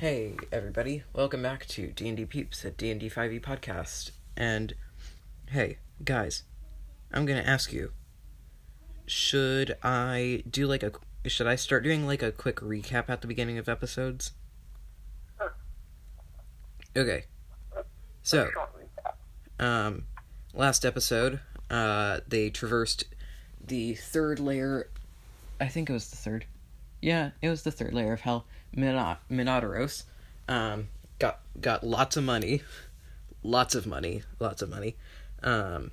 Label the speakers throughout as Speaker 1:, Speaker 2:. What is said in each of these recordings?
Speaker 1: Hey everybody, welcome back to D&D Peeps, a D&D 5e E podcast. And hey, guys, I'm going to ask you, should I do like a should I start doing like a quick recap at the beginning of episodes? Okay. So, um last episode, uh they traversed the third layer I think it was the third. Yeah, it was the third layer of hell. Minot- Minotaurus um, got got lots of money, lots of money, lots of money. Um,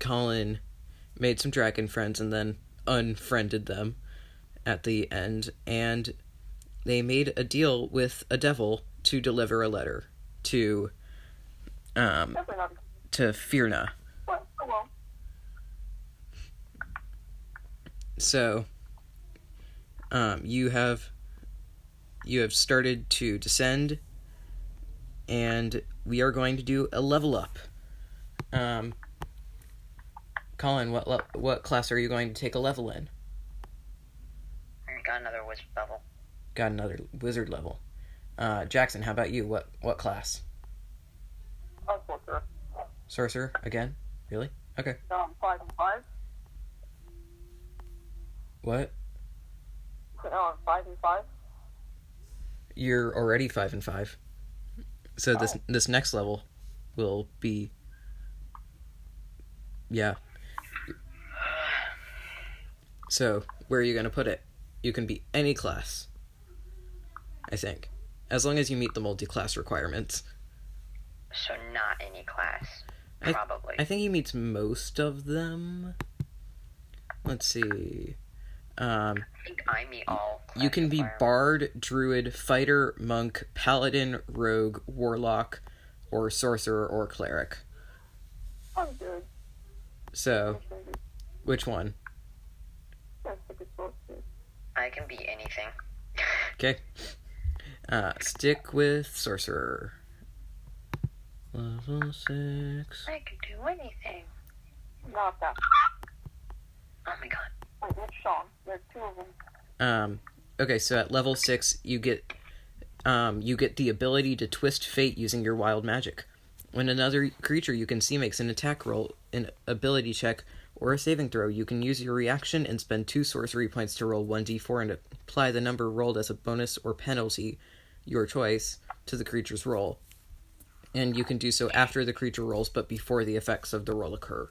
Speaker 1: Colin made some dragon friends and then unfriended them at the end, and they made a deal with a devil to deliver a letter to um,
Speaker 2: That's another.
Speaker 1: to Firna.
Speaker 2: Well, oh well.
Speaker 1: so um, you have you have started to descend and we are going to do a level up um, colin what le- what class are you going to take a level in
Speaker 3: I got another wizard level.
Speaker 1: got another wizard level uh, jackson how about you what what class
Speaker 2: That's what they're
Speaker 1: sorcerer again really okay
Speaker 2: um, five and five.
Speaker 1: what
Speaker 2: So now I'm five and five.
Speaker 1: you're already five and five. So this this next level will be Yeah. So where are you gonna put it? You can be any class. I think. As long as you meet the multi class requirements.
Speaker 3: So not any class.
Speaker 1: I-
Speaker 3: Probably.
Speaker 1: I think he meets most of them. Let's see. Um
Speaker 3: I think I meet all class
Speaker 1: You can be
Speaker 3: requirements.
Speaker 1: bard, druid, fighter, monk, paladin, rogue, warlock, or sorcerer or cleric.
Speaker 2: I'm good.
Speaker 1: So,
Speaker 2: I'm good.
Speaker 1: which one?
Speaker 2: That's a good source. too.
Speaker 3: I can be anything.
Speaker 1: Okay. Uh, stick with sorcerer. Level six.
Speaker 3: I can do anything.
Speaker 2: Not that.
Speaker 3: Oh my god.
Speaker 2: Wait, that's Sean. There's two of them.
Speaker 1: Um, okay, so at level six, you get um, you get the ability to twist fate using your wild magic. When another creature you can see makes an attack roll, an ability check, or a saving throw, you can use your reaction and spend two sorcery points to roll 1d4 and apply the number rolled as a bonus or penalty, your choice, to the creature's roll. And you can do so after the creature rolls, but before the effects of the roll occur.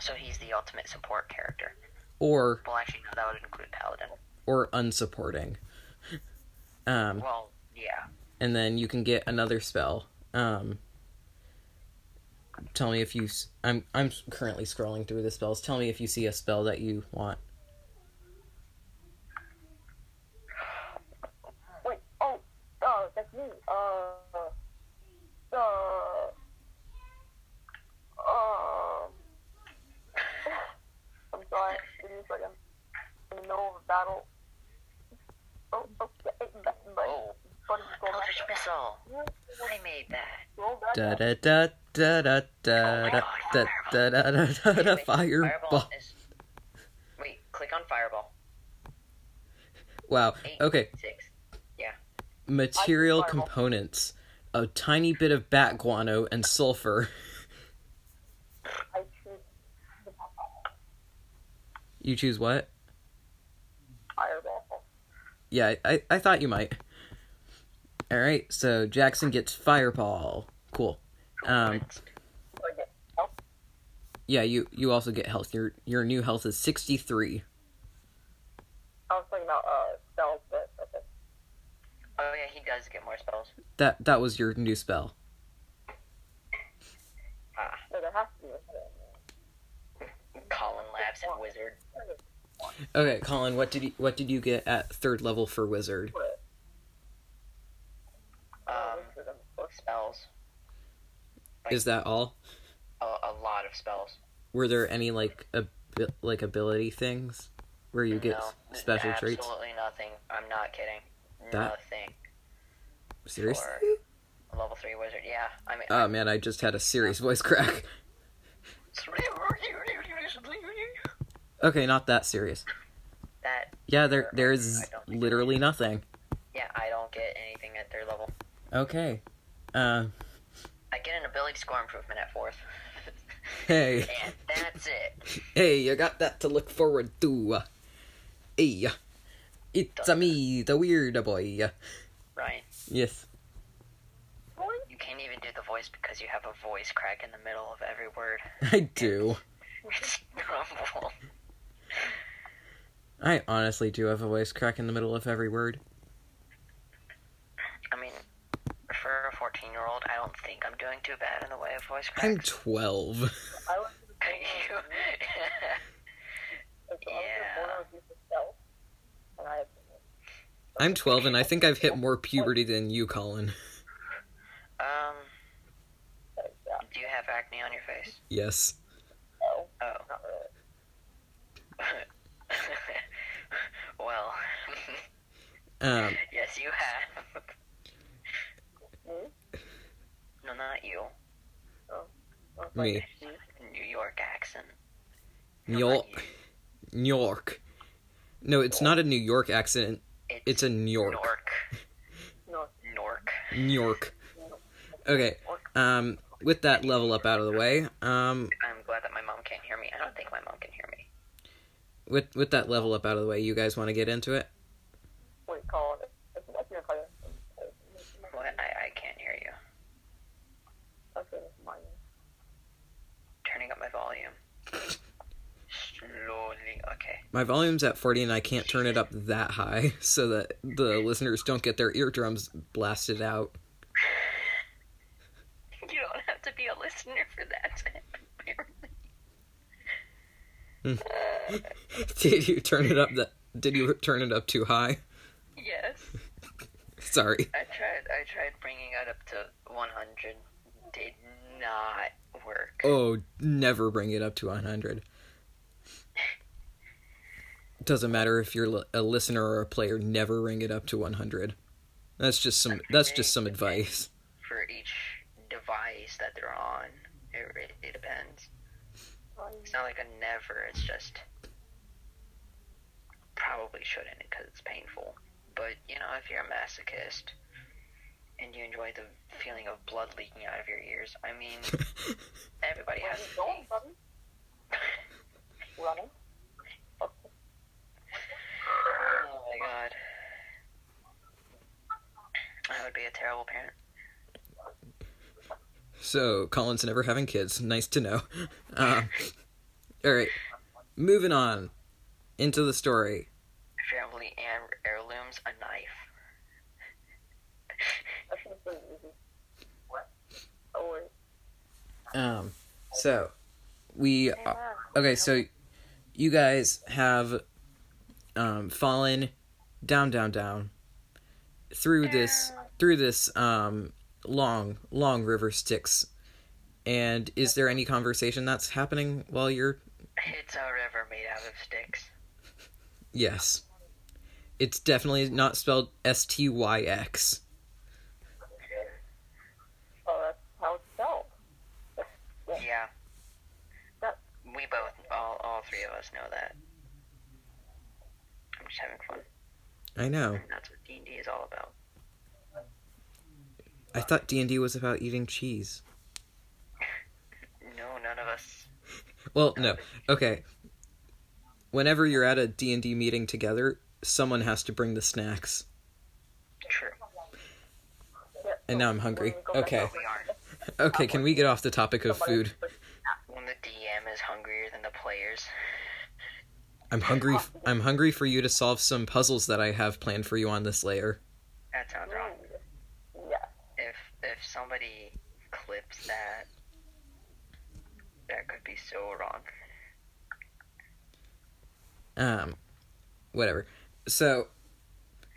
Speaker 3: So he's the ultimate support character.
Speaker 1: Or,
Speaker 3: Well, actually, no, that would include paladin.
Speaker 1: or unsupporting. Um,
Speaker 3: Well, yeah.
Speaker 1: and then you can get another spell. Um, tell me if you. s- I'm I'm currently scrolling through the spells. Tell me if you see a spell that you want.
Speaker 2: Wait. Oh. Uh, that's me. Uh. The. Uh. I'm sorry. Give me a second. In the middle of a battle. Oh. Okay. That's right.
Speaker 3: Oh,
Speaker 2: Buddy, go back.
Speaker 3: Eldritch Missile. I made that.
Speaker 2: Roll back.
Speaker 1: Da da da da da da da da da da da da da
Speaker 3: Wait,
Speaker 1: fireball.
Speaker 3: is. Wait, click on fireball.
Speaker 1: Wow.
Speaker 3: Eight,
Speaker 1: Okay.
Speaker 3: Six.
Speaker 1: Material
Speaker 2: fireball.
Speaker 1: components: a tiny bit of bat guano and sulfur.
Speaker 2: I choose
Speaker 1: You choose what?
Speaker 2: fireball.
Speaker 1: Yeah, I I, I thought you might. All right. So Jackson gets fireball. Cool. Um,
Speaker 2: I get
Speaker 1: Yeah, you you also get health. Your your new health is sixty three.
Speaker 2: I was talking about uh spells, but okay.
Speaker 3: Oh, yeah, he does get more spells.
Speaker 1: That that was your new spell.
Speaker 2: No, there has to be a spell.
Speaker 3: Colin laughs at wizard.
Speaker 1: Okay, Colin, what did you what did you get at third level for wizard?
Speaker 2: uh,
Speaker 3: Um, spells.
Speaker 1: Is that all?
Speaker 3: A, a lot of spells.
Speaker 1: Were there any like ab- like ability things where you get s-
Speaker 3: No,
Speaker 1: special
Speaker 3: absolutely
Speaker 1: traits?
Speaker 3: nothing. I'm not kidding.
Speaker 1: That-
Speaker 3: Nothing.
Speaker 1: Seriously?
Speaker 3: For a level three wizard. Yeah. I mean.
Speaker 1: Oh man, I just had a serious voice crack. Okay, not that serious.
Speaker 3: that.
Speaker 1: Yeah, there there is
Speaker 3: I don't think-
Speaker 1: literally nothing.
Speaker 3: Yeah, I don't get anything at
Speaker 1: Okay. Uh,
Speaker 3: I get an ability score improvement at fourth.
Speaker 1: hey.
Speaker 3: and that's it.
Speaker 1: Hey, I got that to look forward to. Hey. It's a me, the weird boy.
Speaker 3: Ryan,
Speaker 1: Yes.
Speaker 3: you can't even do the voice because you have a voice crack in the middle of every word.
Speaker 1: I do.
Speaker 3: It's horrible.
Speaker 1: I honestly do have a voice crack in the middle of every word.
Speaker 3: I mean, for a 14 year old, I don't think I'm doing too bad in the way of voice
Speaker 1: I'm
Speaker 3: cracks.
Speaker 1: 12.
Speaker 2: I was just like, I
Speaker 3: Could Um, you?
Speaker 2: was just
Speaker 3: Yeah.
Speaker 2: born with this self, and I have
Speaker 1: I'm 12 and I think I've hit more puberty than you, Colin.
Speaker 3: um,
Speaker 2: like that.
Speaker 3: do you have acne on your face?
Speaker 1: Yes.
Speaker 2: No,
Speaker 3: Oh.
Speaker 2: not really.
Speaker 3: well,
Speaker 1: Um,
Speaker 3: yes, you have.
Speaker 2: Me?
Speaker 3: No, not you.
Speaker 2: I was
Speaker 1: me.
Speaker 2: Like,
Speaker 3: New York accent.
Speaker 1: New
Speaker 3: No, not
Speaker 1: York. New York. No, it's not a New York accent.
Speaker 3: you.
Speaker 1: It's a New York.
Speaker 3: Nork.
Speaker 2: Nork.
Speaker 3: Nork.
Speaker 1: New York. Okay. Um, with that level up out of the way, um,
Speaker 3: I'm glad that my mom can't hear me. I don't think my mom can hear me.
Speaker 1: with with that level up out of the way, you guys want to get into it?
Speaker 2: what do you call it? I think that's your color.
Speaker 3: What? I, I can't hear you.
Speaker 2: That's what it's mine.
Speaker 3: Turning up my volume. Slowly. Okay.
Speaker 1: My volume's at 40 and I can't turn it up that high so that the listeners don't get their eardrums blasted out.
Speaker 3: You don't have to be a listener for that. apparently.
Speaker 1: Hmm. Did you turn it up that did you turn it up too high?
Speaker 3: yes.
Speaker 1: Sorry.
Speaker 3: I tried. I tried bringing it up to 100. Did not work.
Speaker 1: Oh, never bring it up to 100. Doesn't matter if you're li- a listener or a player, never bring it up to 100. That's just some that's just some advice.
Speaker 3: For each device that they're on, it, it, it depends. It's not like a never. It's just probably shouldn't because it's painful. But you know, if you're a masochist and you enjoy the feeling of blood leaking out of your ears, I mean, everybody
Speaker 2: Where are
Speaker 3: has.
Speaker 2: you going, buddy? Running?
Speaker 3: Oh my god. I would be a terrible parent.
Speaker 1: So, Colin's never having kids. Nice to know. Uh, all right. Moving on into the story.
Speaker 3: Family and heirlooms, a knife.
Speaker 2: That seems pretty easy. What? Oh, wait.
Speaker 1: Um, so we okay. So you guys have um fallen down, down, down through this through this um long, long river Styx. And is there any conversation that's happening while you're?
Speaker 3: It's a river made out of sticks.
Speaker 1: Yes, it's definitely not spelled S T Y X.
Speaker 2: Oh, that's how it's spelled.
Speaker 3: Yeah.
Speaker 2: That-
Speaker 3: We both, all, all three of us know that. I'm just having fun.
Speaker 1: I know.
Speaker 3: That's what D&D is all about.
Speaker 1: I thought D and D was about eating cheese.
Speaker 3: No, none of us.
Speaker 1: Well, no. Okay. Whenever you're at a D&D meeting together, someone has to bring the snacks.
Speaker 3: True.
Speaker 1: And now I'm hungry. Okay.
Speaker 3: We aren't.
Speaker 1: Okay, can we get off the topic of food?
Speaker 3: When the DM is hungrier than the players.
Speaker 1: I'm hungry. f- I'm hungry for you to solve some puzzles that I have planned for you on this layer.
Speaker 3: That sounds wrong.
Speaker 2: Yeah.
Speaker 3: If if somebody clips that, that could be so wrong.
Speaker 1: Um whatever. So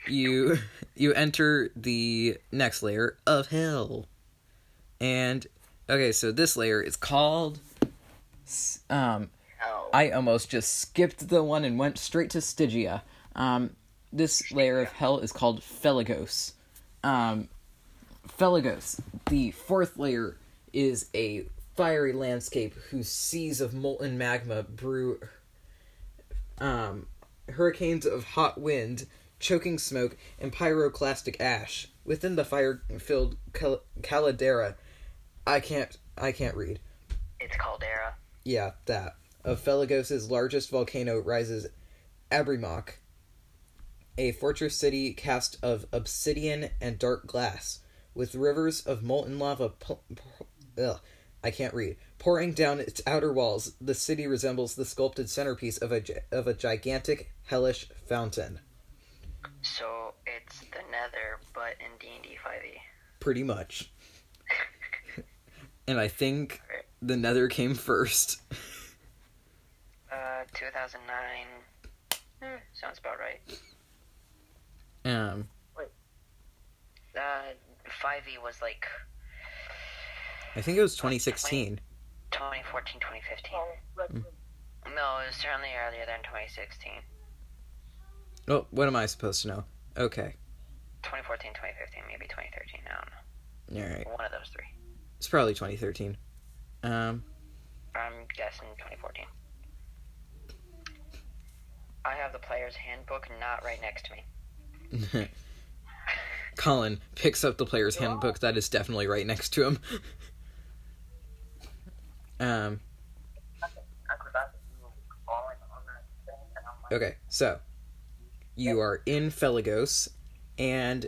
Speaker 1: you you enter the next layer of hell. And okay, so this layer is called s- um
Speaker 3: Oh,
Speaker 1: I almost just skipped the one and went straight to Stygia. Um, this layer of hell is called Felagos. Um, Felagos, the fourth layer, is a fiery landscape whose seas of molten magma brew um, hurricanes of hot wind, choking smoke, and pyroclastic ash. Within the fire-filled cal- caldera, I can't. I can't read.
Speaker 3: It's caldera.
Speaker 1: Yeah, that of Felagos's largest volcano rises, Abrimok, a fortress city cast of obsidian and dark glass, with rivers of molten lava. Pu- pu- ugh, I can't read. Pouring down its outer walls, the city resembles the sculpted centerpiece of a gi- of a gigantic hellish fountain.
Speaker 3: So it's the Nether, but in D and D five E.
Speaker 1: pretty much. and I think the Nether came first.
Speaker 3: Uh, two thousand nine. Hmm, sounds about right.
Speaker 1: Um,
Speaker 3: Uh, five E was like
Speaker 1: I think it was 2016.
Speaker 3: 2014, 2015.
Speaker 2: Oh, but
Speaker 3: No, it was certainly earlier than 2016.
Speaker 1: Oh, what am I supposed to know? Okay,
Speaker 3: 2014, 2015, maybe 2013. I don't
Speaker 1: all right.
Speaker 3: know. One of those three.
Speaker 1: It's probably 2013. Um,
Speaker 3: I'm guessing 2014. I have the player's handbook not right next to me.
Speaker 1: Colin picks up the player's handbook that is definitely right next to him. um,
Speaker 2: I forgot that you were falling on that thing, and I'm like,
Speaker 1: okay, so you are in Felagos, and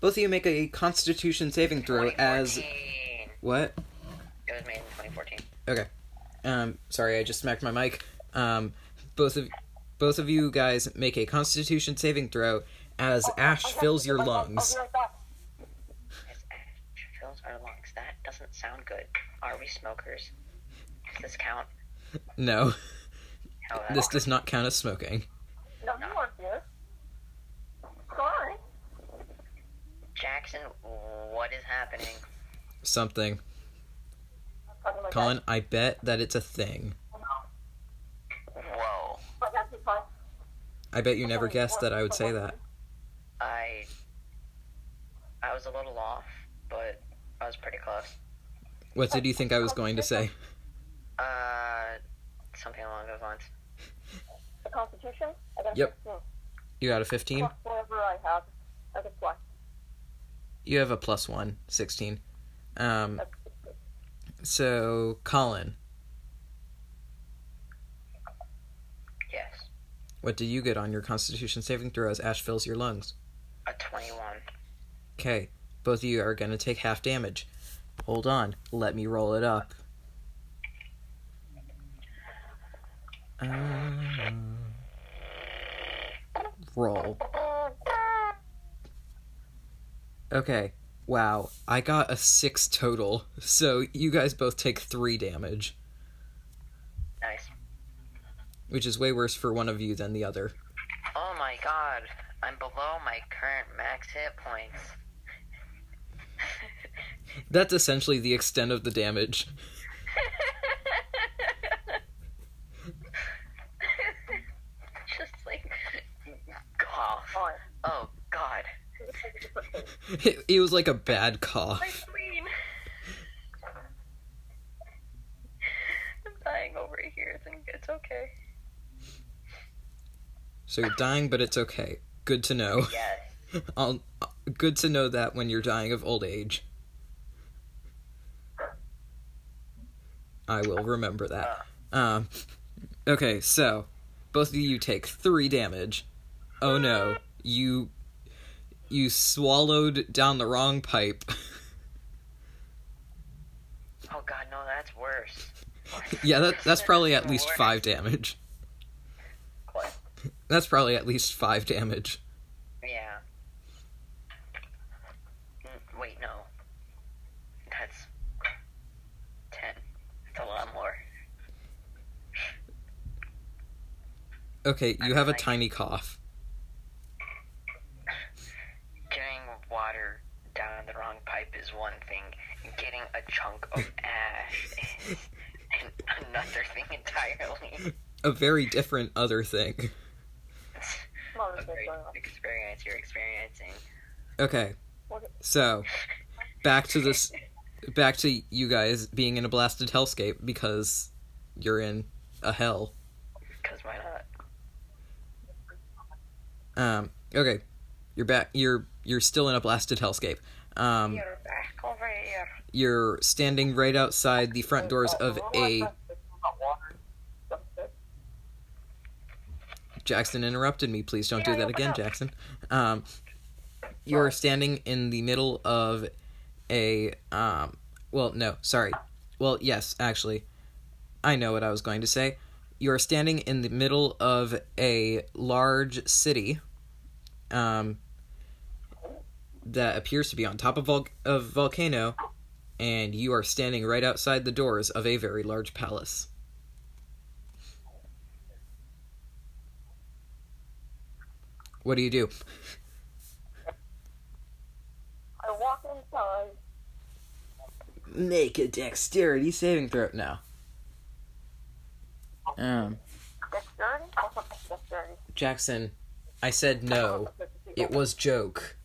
Speaker 1: both of you make a Constitution saving throw as
Speaker 3: 2014.
Speaker 1: what?
Speaker 3: It was made in 2014.
Speaker 1: Um, sorry, I just smacked my mic. Um, both of both of you guys make a Constitution saving throw as ash
Speaker 2: "Oh,
Speaker 1: fills your
Speaker 2: oh, oh,
Speaker 1: lungs.
Speaker 2: oh, you're back."
Speaker 3: His ash fills our lungs. That doesn't sound good. Are we smokers? Does this count?
Speaker 1: No,
Speaker 3: Hell, that-
Speaker 1: this does not count as smoking.
Speaker 2: No, you weren't here. Sorry.
Speaker 3: Jackson, what is happening?
Speaker 1: Something,
Speaker 2: Talking like
Speaker 1: Colin. I bet that it's a thing.
Speaker 2: that.
Speaker 3: Whoa.
Speaker 2: But that's just fine.
Speaker 1: I bet you never guessed that I would say that.
Speaker 3: I I was a little off, but I was pretty close.
Speaker 1: What did you think I was going to say?
Speaker 3: Uh, something along those lines.
Speaker 2: The Constitution? I got a
Speaker 1: Yep.
Speaker 2: 15.
Speaker 1: You got a 15?
Speaker 2: Plus whatever I have. I get plus.
Speaker 1: You have a plus one, 16. Um,
Speaker 2: That's
Speaker 1: so, Colin,
Speaker 3: Yes,
Speaker 1: what do you get on your Constitution saving throw as ash fills your lungs?
Speaker 3: a twenty-one.
Speaker 1: Okay, both of you are going to take half damage. Hold on, let me roll it up. Uh, roll. Okay, wow, I got a 6 total, so you guys both take 3 damage,
Speaker 3: Nice.
Speaker 1: which is way worse for one of you than the other.
Speaker 3: Oh my God, I'm below my current max hit points.
Speaker 1: That's essentially the extent of the damage.
Speaker 3: Just like cough.
Speaker 2: fine.
Speaker 3: Oh God,
Speaker 1: It, it was like a bad
Speaker 3: my
Speaker 1: cough.
Speaker 3: spleen. I'm dying over here. It's, it's okay.
Speaker 1: So you're dying, but it's okay. Good to know.
Speaker 3: Yes.
Speaker 1: I'll, good to know that when you're dying of old age. I will remember that. Um, okay, so both of you take three damage. Oh no, you you swallowed down the wrong pipe.
Speaker 3: Oh God, no, that's worse.
Speaker 1: yeah, that, that's probably at least
Speaker 3: Worse.
Speaker 1: five damage.
Speaker 3: What?
Speaker 1: That's probably at least five damage.
Speaker 3: Yeah. Mm, Wait, no. That's ten. That's a lot more.
Speaker 1: Okay, you have a tiny cough.
Speaker 3: Getting water down the wrong pipe is one thing. Getting a chunk of ash is an- another thing entirely.
Speaker 1: A very different other thing.
Speaker 2: Come on,
Speaker 3: A
Speaker 2: let's get
Speaker 3: great
Speaker 2: going on.
Speaker 3: experience you're experiencing.
Speaker 1: Okay. So, back to this back to you guys being in a blasted hellscape because you're in a hell.
Speaker 3: Because why not?
Speaker 1: Um okay. You're back. You're you're still in a blasted hellscape. Um,
Speaker 3: You're back over here.
Speaker 1: you're standing right outside the front doors of a.
Speaker 2: Oh,
Speaker 1: Jackson interrupted me. Please don't do that again, Jackson. Um, you're standing in the middle of a. Um, well, no, sorry. Well, yes, actually, I know what I was going to say. You're standing in the middle of a large city. Um, that appears to be on top of vol- of volcano, and you are standing right outside the doors of a very large palace. What do you do?
Speaker 2: I walk inside.
Speaker 1: Make a dexterity saving throw now. Um,
Speaker 2: Dexterity? What's up with dexterity?
Speaker 1: Jackson, I said no. It was joke.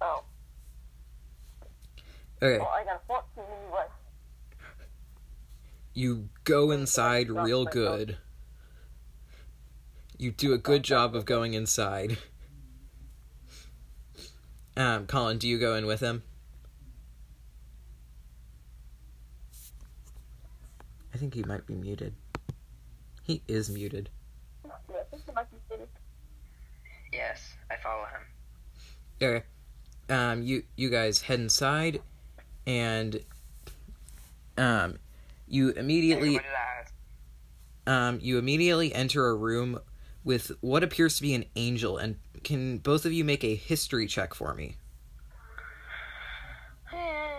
Speaker 2: Oh,
Speaker 1: Okay,
Speaker 2: well, I got a 14 anyway.
Speaker 1: you go inside real good. You do a good job of going inside. Um, Colin, do you go in with him? I think he might be muted. He is muted.
Speaker 2: Yeah, I think it might be city.
Speaker 3: Yes, I follow him.
Speaker 1: Okay. Um, you you guys head inside, and um, you immediately
Speaker 3: What did I ask?
Speaker 1: um you immediately enter a room with what appears to be an angel. And can both of you make a history check for me?
Speaker 3: I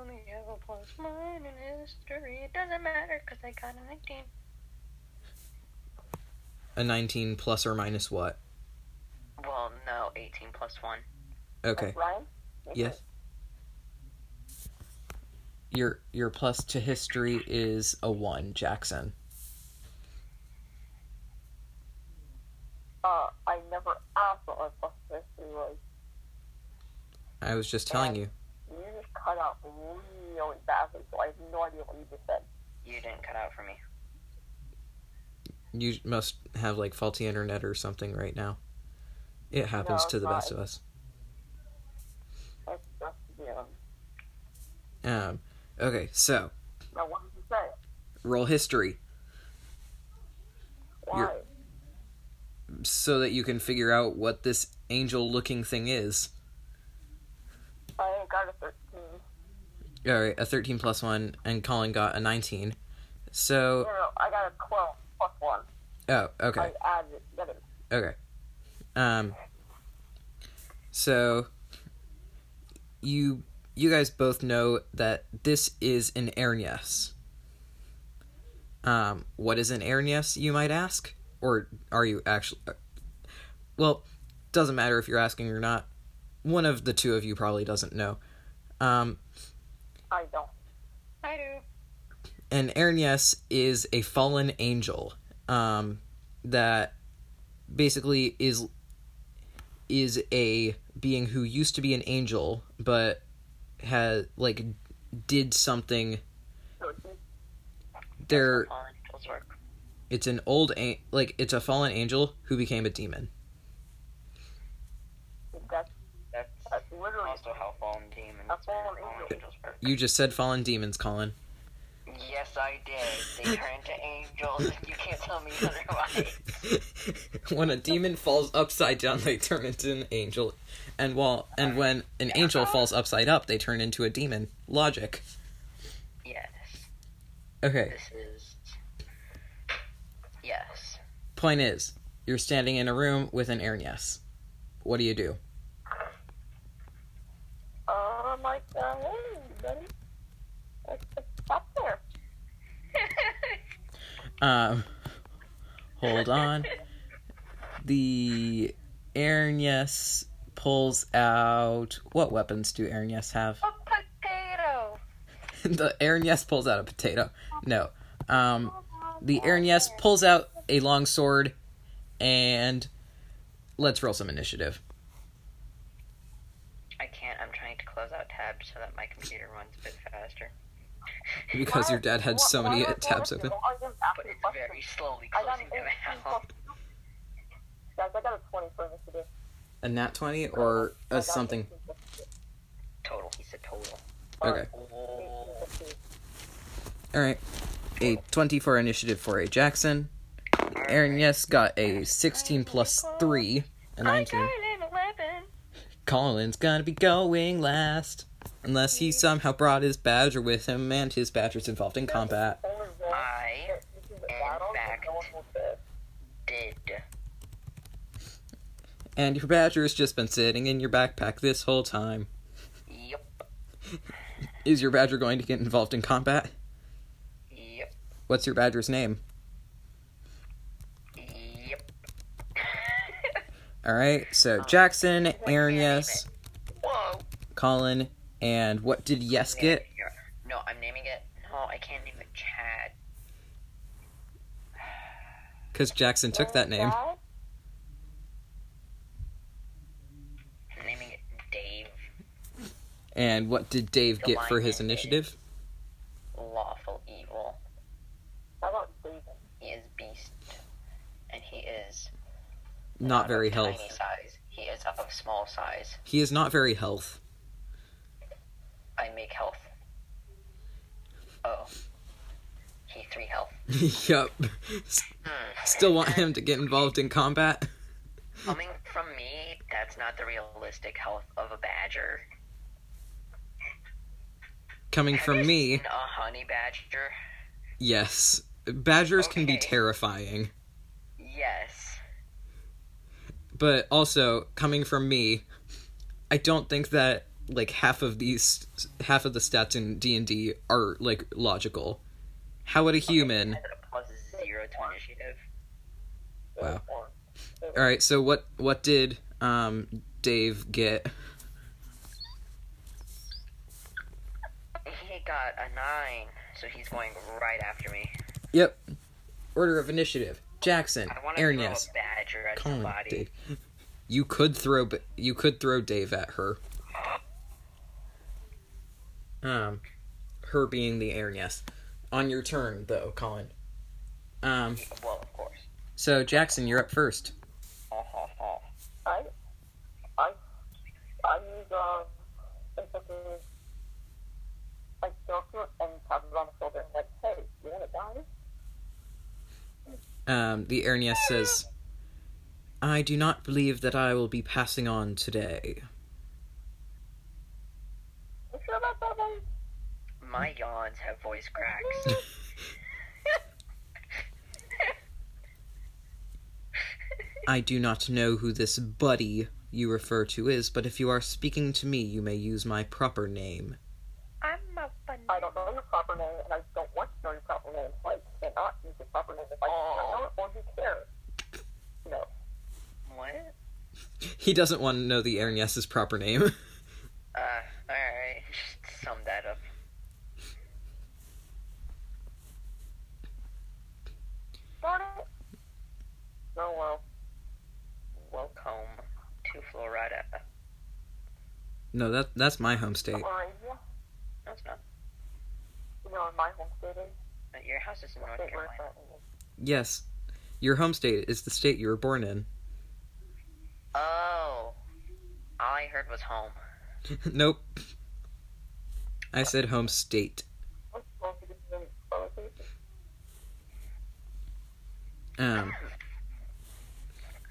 Speaker 3: only have a plus one in history. It doesn't matter because I got a 19.
Speaker 1: A nineteen plus or minus what?
Speaker 3: Well, no, 18 plus 1.
Speaker 1: Okay.
Speaker 2: Ryan?
Speaker 1: Yes. Your your plus to history is a one, Jackson.
Speaker 2: Uh, I never asked what my plus history was.
Speaker 1: I was just telling you.
Speaker 2: You just cut out really badly, so I have no idea what you just said.
Speaker 3: You didn't cut out for me.
Speaker 1: You must have like faulty internet or something right now. It happens
Speaker 2: No,
Speaker 1: to the
Speaker 2: it's
Speaker 1: best
Speaker 2: not.
Speaker 1: of us.
Speaker 2: That's just, you know.
Speaker 1: Um, okay, so
Speaker 2: Now, what did you say?
Speaker 1: roll history
Speaker 2: Why?
Speaker 1: You're- so that you can figure out what this angel looking thing is.
Speaker 2: I ain't got a 13.
Speaker 1: All right, a 13 plus 1, and Colin got a 19.
Speaker 2: No,
Speaker 1: So,
Speaker 2: no, I got a 12 plus 1.
Speaker 1: oh, okay,
Speaker 2: I added it. Get it.
Speaker 1: okay. Um, so you you guys both know that this is an Ernias. Um, what is an Ernias, you might ask? Or are you actually. uh, Well, doesn't matter if you're asking or not. One of the two of you probably doesn't know. Um,
Speaker 2: I don't.
Speaker 3: I do.
Speaker 1: and Ernias is a fallen angel um, that basically is is a being who used to be an angel but had like did something
Speaker 2: So it's just
Speaker 1: there
Speaker 3: All angels work.
Speaker 1: it's an old an- like it's a fallen angel who became a demon
Speaker 2: That's,
Speaker 3: That's
Speaker 2: that's literally
Speaker 3: also how fallen demons
Speaker 2: A fallen
Speaker 3: work. All angels work.
Speaker 1: you just said fallen demons colin
Speaker 3: Yes, I did. They turn to angels. You can't tell me otherwise.
Speaker 1: when a demon falls upside down they turn into an angel and while and when an angel falls upside up they turn into a demon logic
Speaker 3: Yes,
Speaker 1: okay
Speaker 3: this is. Yes.
Speaker 1: Point is, you're standing in a room with an Ernias. What do you do?
Speaker 2: Uh, I'm like, uh, hey, buddy. Let's, let's stop there.
Speaker 1: Um, hold on. The Ernias pulls out. What weapons do Ernias have?
Speaker 3: A potato.
Speaker 1: the Ernias pulls out a potato. No. Um, the Ernias pulls out a long sword, and let's roll some initiative.
Speaker 3: I can't. I'm trying to close out tabs so that my computer runs a bit faster.
Speaker 1: Because your dad had so
Speaker 2: Why-
Speaker 1: many
Speaker 2: why- why-
Speaker 1: tabs
Speaker 2: why-
Speaker 1: open.
Speaker 2: why- why- why-
Speaker 3: But it's
Speaker 2: why-
Speaker 3: very slowly
Speaker 2: I got
Speaker 3: closing
Speaker 2: an
Speaker 3: them
Speaker 2: 18
Speaker 3: out.
Speaker 2: plus two. Guys, I got a 20 for this today.
Speaker 1: A nat 20 or
Speaker 2: I
Speaker 1: a
Speaker 2: got
Speaker 1: Uh, something?
Speaker 2: 1850.
Speaker 3: Total. He said total.
Speaker 1: Okay.
Speaker 3: Oh,
Speaker 2: 1850.
Speaker 1: Alright. A 20 for initiative for a Jackson. Aaron, yes, got a 16 plus 3, a 19.
Speaker 3: an 11.
Speaker 1: Colin's gonna be going last. Unless he somehow brought his badger with him and his badger's involved in combat.
Speaker 2: Only one.
Speaker 3: I
Speaker 2: This is a battle that no one will say.
Speaker 3: did.
Speaker 1: And your badger has just been sitting in your backpack this whole time.
Speaker 3: Yep.
Speaker 1: Is your badger going to get involved in combat?
Speaker 3: Yep.
Speaker 1: What's your badger's name?
Speaker 3: Yep.
Speaker 1: Alright, so Jackson, Aaron, yes,
Speaker 3: Whoa.
Speaker 1: Colin, and what did yes
Speaker 3: Naming
Speaker 1: get?
Speaker 3: it here. No, I'm naming it. No, I can't name it Chad.
Speaker 1: Because Jackson took that name.
Speaker 2: Dad?
Speaker 3: I'm naming it Dave
Speaker 1: And what did Dave get for his initiative?
Speaker 3: Lawful Evil.
Speaker 2: How about David?
Speaker 3: He is beast, and he is
Speaker 1: Not very
Speaker 3: of tiny
Speaker 1: health.
Speaker 3: size. He is of small size.
Speaker 1: He is not very health.
Speaker 3: I make health. Oh, he three health. Hmm.
Speaker 1: yup. S- Still want him to get involved in combat?
Speaker 3: Coming from me, that's not the realistic health of a badger.
Speaker 1: Coming
Speaker 3: Have
Speaker 1: from
Speaker 3: you
Speaker 1: me,
Speaker 3: seen a honey badger.
Speaker 1: yes. Badgers can be
Speaker 3: Okay.
Speaker 1: terrifying.
Speaker 3: Yes.
Speaker 1: But also, coming from me, I don't think that like half of these half of the stats in D&D are like logical. How would a human?
Speaker 3: Has a plus zero to initiative.
Speaker 1: Wow.
Speaker 2: Or-
Speaker 1: All right, so what what did um Dave get?
Speaker 3: He got a nine, so he's going right after me.
Speaker 1: Yep. Order of initiative. Jackson,
Speaker 3: I want to
Speaker 1: Aaron,
Speaker 3: throw
Speaker 1: yes.
Speaker 3: a badger at
Speaker 1: Colin,
Speaker 3: somebody.
Speaker 1: Dave. You could throw, but you could throw Dave at her. Um, her being the Aaron, yes. On your turn, though, Colin. Um,
Speaker 3: Well, of course.
Speaker 1: so Jackson, you're up first.
Speaker 3: Oh, oh, oh.
Speaker 2: I, I, I use um, instances like Joker and tap it on the shoulder and like, hey, you wanna die?
Speaker 1: Um, the Aaron, yes says, "I do not believe that I will be passing on today."
Speaker 2: You sure about that, buddy?
Speaker 3: My yawns have voice cracks.
Speaker 1: I do not know who this buddy you refer to is, but if you are speaking to me, you may use my proper name.
Speaker 3: I'm a banana.
Speaker 2: I don't know your proper name and I don't want to know your proper name. So I cannot use your proper name if I don't know it or who cares. No.
Speaker 3: What?
Speaker 1: He doesn't want to know the Aaron Yes's proper name.
Speaker 3: Uh, alright. Just sum that up.
Speaker 2: Darn it. No, well,
Speaker 3: Welcome to Florida.
Speaker 1: no, that that's my home state.
Speaker 2: Laurasia,
Speaker 3: No, it's not. Uh,
Speaker 2: you know, in my home state is
Speaker 3: Your house is in
Speaker 2: the
Speaker 3: North
Speaker 2: state where it's
Speaker 3: Carolina.
Speaker 2: at.
Speaker 1: Yes. Your home state is the state you were born in.
Speaker 3: Oh. All I heard was home.
Speaker 1: nope. I said home state.
Speaker 2: What's wrong with this name? Oh, it's-
Speaker 1: Um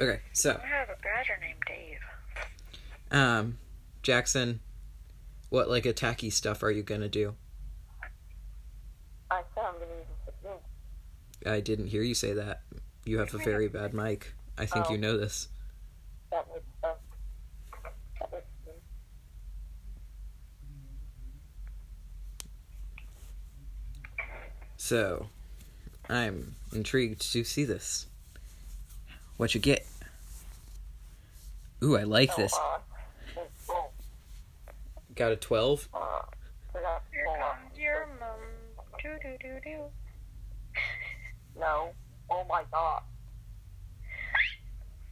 Speaker 1: Okay, so
Speaker 3: I have a badger named Dave.
Speaker 1: um Jackson, what like attacky stuff are you gonna do?
Speaker 2: I said I'm gonna use a 16.
Speaker 1: I didn't hear you say that. You have a very bad mic. I think you
Speaker 2: Oh.
Speaker 1: know this.
Speaker 2: That would, um, that would be
Speaker 1: So I'm intrigued to see this. What you get? Ooh, I like this.
Speaker 2: Uh, and boom,
Speaker 1: Got a twelve.
Speaker 2: uh, so that's full on.
Speaker 3: your mom. Doo doo doo doo.
Speaker 2: No. Oh my god.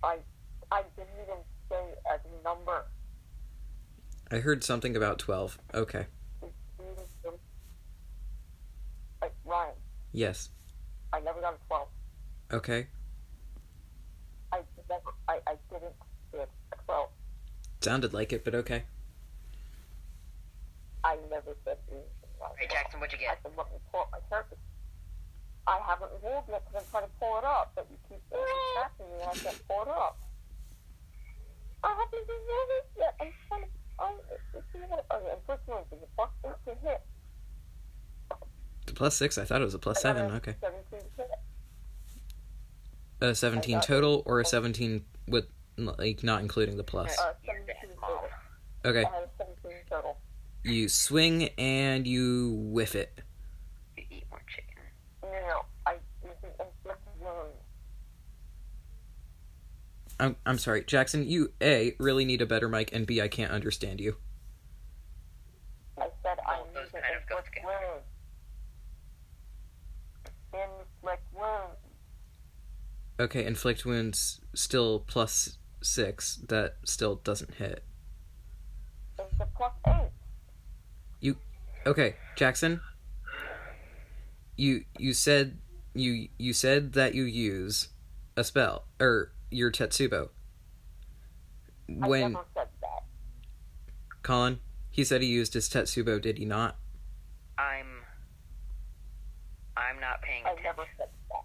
Speaker 2: I I didn't even say a number.
Speaker 1: I heard something about twelve. Okay.
Speaker 2: Like Ryan,
Speaker 1: Yes.
Speaker 2: I never got a twelve.
Speaker 1: Okay.
Speaker 2: I never I I didn't get twelve.
Speaker 1: Sounded like it, but okay.
Speaker 2: I never said anything. Like
Speaker 3: Hey, Jackson, what'd you
Speaker 2: I
Speaker 3: get?
Speaker 2: said, let me pull up my surface. I haven't rolled yet because I'm trying to pull it up, but you keep distracting me and I can't pull it up. I haven't rolled it yet. I'm trying to. Oh, it's even. Okay, I'm first one. It's a plus eight to hit.
Speaker 1: The plus six, I thought it was a plus
Speaker 2: I got
Speaker 1: seven.
Speaker 2: a
Speaker 1: Okay.
Speaker 2: 17 to hit.
Speaker 1: A 17 total or a 17 with, like, not including the plus.
Speaker 2: Uh,
Speaker 3: You're
Speaker 2: 17
Speaker 3: dead,
Speaker 2: total.
Speaker 3: Mom.
Speaker 1: Okay.
Speaker 2: I had a 17 total.
Speaker 1: You swing and you whiff it.
Speaker 3: You eat more chicken.
Speaker 2: No, no, I. This is inflicted wound.
Speaker 1: I'm, I'm sorry, Jackson, you A, really need a better mic, and B, I can't understand you.
Speaker 2: I said I
Speaker 3: Oh, those
Speaker 2: need to
Speaker 3: kind of go
Speaker 2: inflict wounds. Inflict wounds.
Speaker 1: Okay, inflict wounds still plus six. That still doesn't hit.
Speaker 2: It's a plus eight.
Speaker 1: Okay, Jackson. You you said you you said that you use a spell or your Tetsubo.
Speaker 2: I
Speaker 1: When
Speaker 2: never said that.
Speaker 1: Colin, he said he used his Tetsubo, did he not?
Speaker 3: I'm. I'm not paying
Speaker 2: I
Speaker 3: attention.
Speaker 2: never said that.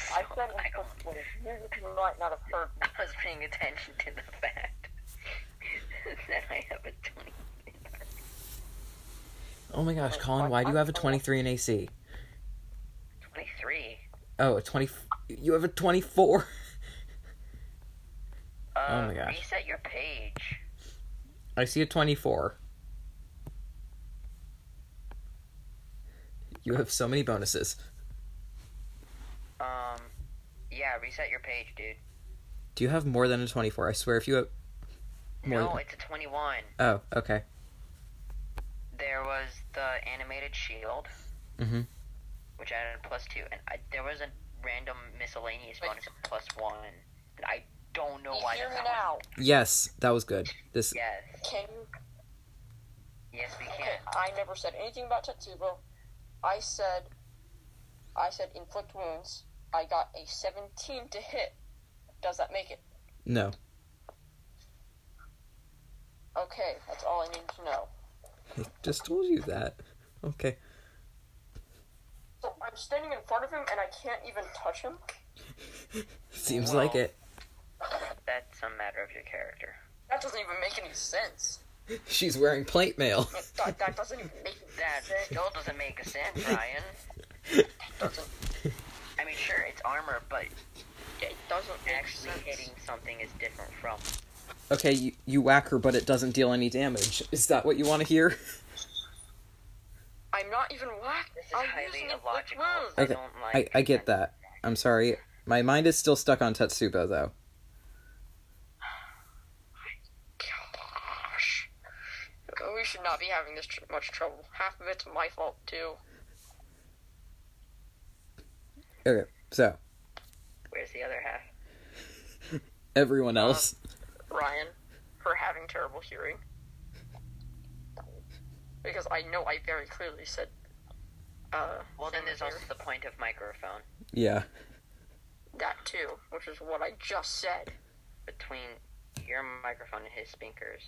Speaker 3: so
Speaker 2: I said
Speaker 3: I
Speaker 2: inflict
Speaker 3: don't-
Speaker 2: wounds. You just might not have heard me.
Speaker 3: I was paying attention to the fact that I have a 20.
Speaker 1: Oh my gosh, Colin, why do you have a 23 in AC?
Speaker 3: 23.
Speaker 1: Oh, a 20 you have a 24.
Speaker 3: Uh,
Speaker 1: Oh my gosh.
Speaker 3: Reset your page.
Speaker 1: I see a 24. You have so many bonuses.
Speaker 3: Um, yeah, reset your page, dude.
Speaker 1: Do you have more than a 24? I swear if you have more
Speaker 3: no,
Speaker 1: than-
Speaker 3: it's a 21.
Speaker 1: Oh, okay.
Speaker 3: There was the animated shield,
Speaker 1: Mhm.
Speaker 3: which added a plus two, and I, there was a random miscellaneous bonus of plus one. And I don't know
Speaker 2: You
Speaker 3: why
Speaker 2: hear
Speaker 3: that
Speaker 2: me
Speaker 3: was-
Speaker 2: now?
Speaker 1: Yes, that was good. This
Speaker 3: Yes,
Speaker 2: Can you?
Speaker 3: yes, we
Speaker 2: Okay,
Speaker 3: can.
Speaker 2: I never said anything about Tetsubo. I said, I said inflict wounds. I got a 17 to hit. Does that make it?
Speaker 1: no.
Speaker 2: Okay, that's all I need to know.
Speaker 1: I just told you that. Okay.
Speaker 2: So I'm standing in front of him and I can't even touch him.
Speaker 1: Seems
Speaker 3: Well-
Speaker 1: like it.
Speaker 3: That's a matter of your character.
Speaker 2: That doesn't even make any sense.
Speaker 1: She's wearing plate mail.
Speaker 2: That, that doesn't even make any
Speaker 3: That
Speaker 2: sense.
Speaker 3: still doesn't make sense, Ryan.
Speaker 2: Doesn't,
Speaker 3: I mean, sure, it's armor, but
Speaker 2: it doesn't make
Speaker 3: actually
Speaker 2: sense.
Speaker 3: hitting something is different from.
Speaker 1: okay, you, you whack her, but it doesn't deal any damage. Is that what you want to hear?
Speaker 2: I'm not even whacked.
Speaker 3: This is
Speaker 2: I'm
Speaker 3: highly
Speaker 2: using inflict
Speaker 3: illogical.
Speaker 2: wounds.
Speaker 3: I
Speaker 1: Okay,
Speaker 3: don't
Speaker 1: I,
Speaker 3: like.
Speaker 1: I get that. I'm sorry. My mind is still stuck on Tetsubo, though.
Speaker 2: Gosh. We should not be having this tr- much trouble. Half of it's my fault, too.
Speaker 1: Okay, so,
Speaker 3: Where's the other half?
Speaker 1: everyone
Speaker 3: Uh-huh.
Speaker 1: else.
Speaker 2: Ryan, for having terrible hearing. Because I know I very clearly said, uh,
Speaker 3: Well, then there's also
Speaker 2: sanitary.
Speaker 3: the point of microphone
Speaker 1: Yeah.
Speaker 2: that too, which is what I just said.
Speaker 3: between your microphone and his speakers.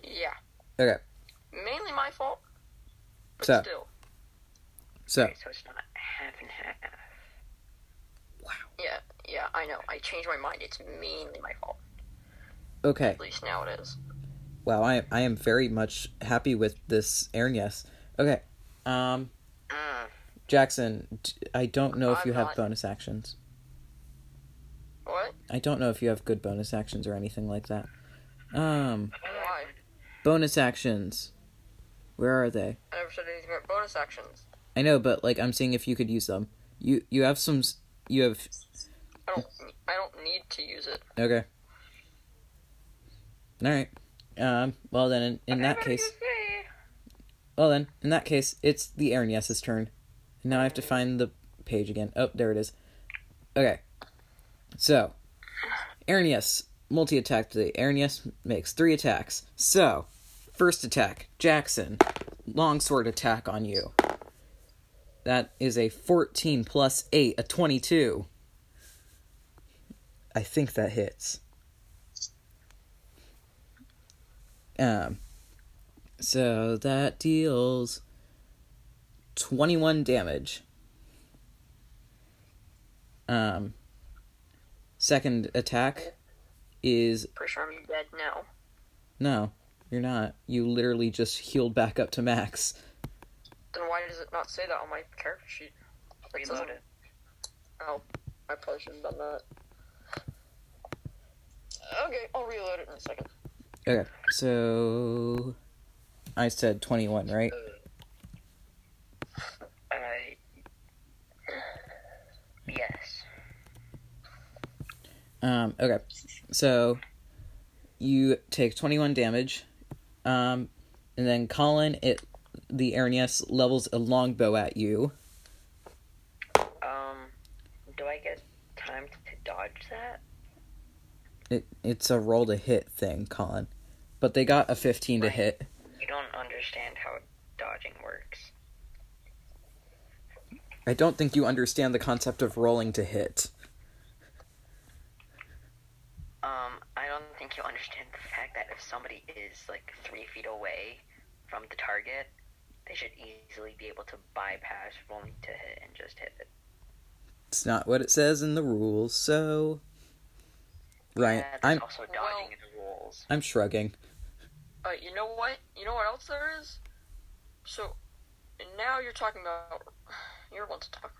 Speaker 2: Yeah.
Speaker 1: Okay,
Speaker 2: Mainly my fault, but
Speaker 1: So-
Speaker 2: still.
Speaker 1: so,
Speaker 3: Okay, so it's not half and half.
Speaker 2: Yeah, yeah, I know. I changed my mind. It's mainly my fault.
Speaker 1: okay.
Speaker 2: At least now it is.
Speaker 1: Wow, I, I am very much happy with this Aaron Yes. Okay, um,
Speaker 3: Mm.
Speaker 1: Jackson, d- I don't know if
Speaker 2: I'm
Speaker 1: you have
Speaker 2: not-
Speaker 1: bonus actions.
Speaker 2: What?
Speaker 1: I don't know if you have good bonus actions or anything like that. Um,
Speaker 2: Why?
Speaker 1: bonus actions. Where are they?
Speaker 2: I never said anything about bonus actions.
Speaker 1: I know, but like I'm seeing if you could use them. You you have some. s- You have
Speaker 2: I don't. I don't need to use it.
Speaker 1: okay. All right. Um. Well then, in, in that
Speaker 3: Everybody
Speaker 1: case,
Speaker 3: just say,
Speaker 1: well then, in that case, it's the Aaron Yes's turn. And now I have to find the page again. Oh, there it is. Okay. So, Aaron Yes multi attack today. Aaron Yes makes three attacks. So, first attack, Jackson, longsword attack on you. That is a 14 plus 8, a 22. I think that hits. Um, so that deals 21 damage. Um, second attack is
Speaker 2: Pretty sure I'm dead now.
Speaker 1: no, you're not. You literally just healed back up to max.
Speaker 2: Then why does it not say that on my character sheet? It doesn't-
Speaker 3: Reload it.
Speaker 2: Oh, I probably shouldn't have done that. Okay, I'll reload it in a second.
Speaker 1: Okay, so I said 21, right?
Speaker 3: Uh, yes.
Speaker 1: Um, okay, so you take 21 damage, um, and then Colin, it the Aranyes levels a longbow at you.
Speaker 3: Um, do I get time to dodge that?
Speaker 1: It it's a roll to hit thing, Colin, but they got a 15 to
Speaker 3: Right.
Speaker 1: hit.
Speaker 3: You don't understand how dodging works.
Speaker 1: I don't think you understand the concept of rolling to hit.
Speaker 3: Um, I don't think you understand the fact that if somebody is like three feet away from the target, they should easily be able to bypass rolling to hit and just hit it.
Speaker 1: It's not what it says in the rules, so Ryan,
Speaker 3: Yeah, there's
Speaker 1: I'm
Speaker 3: also dodging
Speaker 2: Well-
Speaker 3: in the rules.
Speaker 1: I'm shrugging.
Speaker 2: Uh, you know what? You know what else there is? So, and now you're talking about. You're want to talk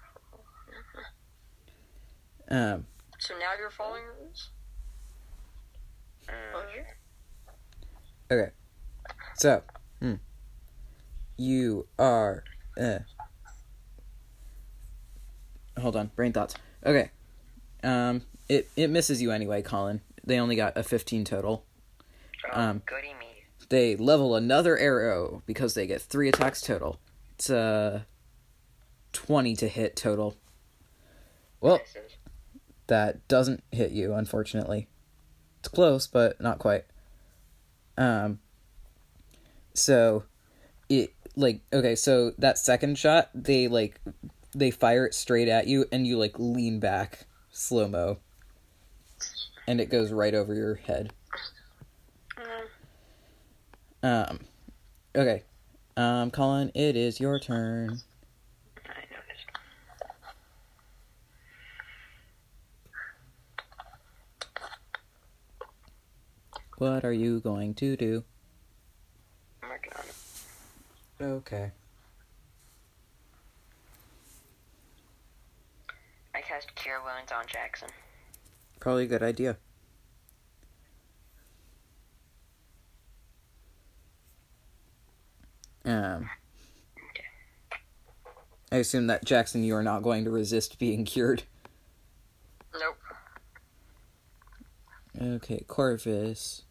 Speaker 2: about.
Speaker 1: Um,
Speaker 2: So now you're following rules?
Speaker 3: Mm,
Speaker 2: Okay.
Speaker 1: so hmm. you are. Uh, hold on, brain thoughts. Okay, um, it it misses you anyway, Colin. They only got a 15 total.
Speaker 3: oh,
Speaker 1: um,
Speaker 3: goody me.
Speaker 1: They level another arrow because they get three attacks total. It's uh, 20 to hit total. Well,
Speaker 3: This is
Speaker 1: that doesn't hit you, unfortunately. It's close, but not quite. Um. So, it like okay. So that second shot, they like they fire it straight at you, and you like lean back slow mo, and it goes right over your head. Um. Okay. Um, Colin, it is your turn.
Speaker 3: I noticed.
Speaker 1: What are you going to do?
Speaker 3: I'm working on it.
Speaker 1: Okay.
Speaker 3: I cast Cure Wounds on Jackson.
Speaker 1: Probably a good idea. Um, I assume that Jackson, you are not going to resist being cured.
Speaker 2: Nope.
Speaker 1: Okay, Corvus,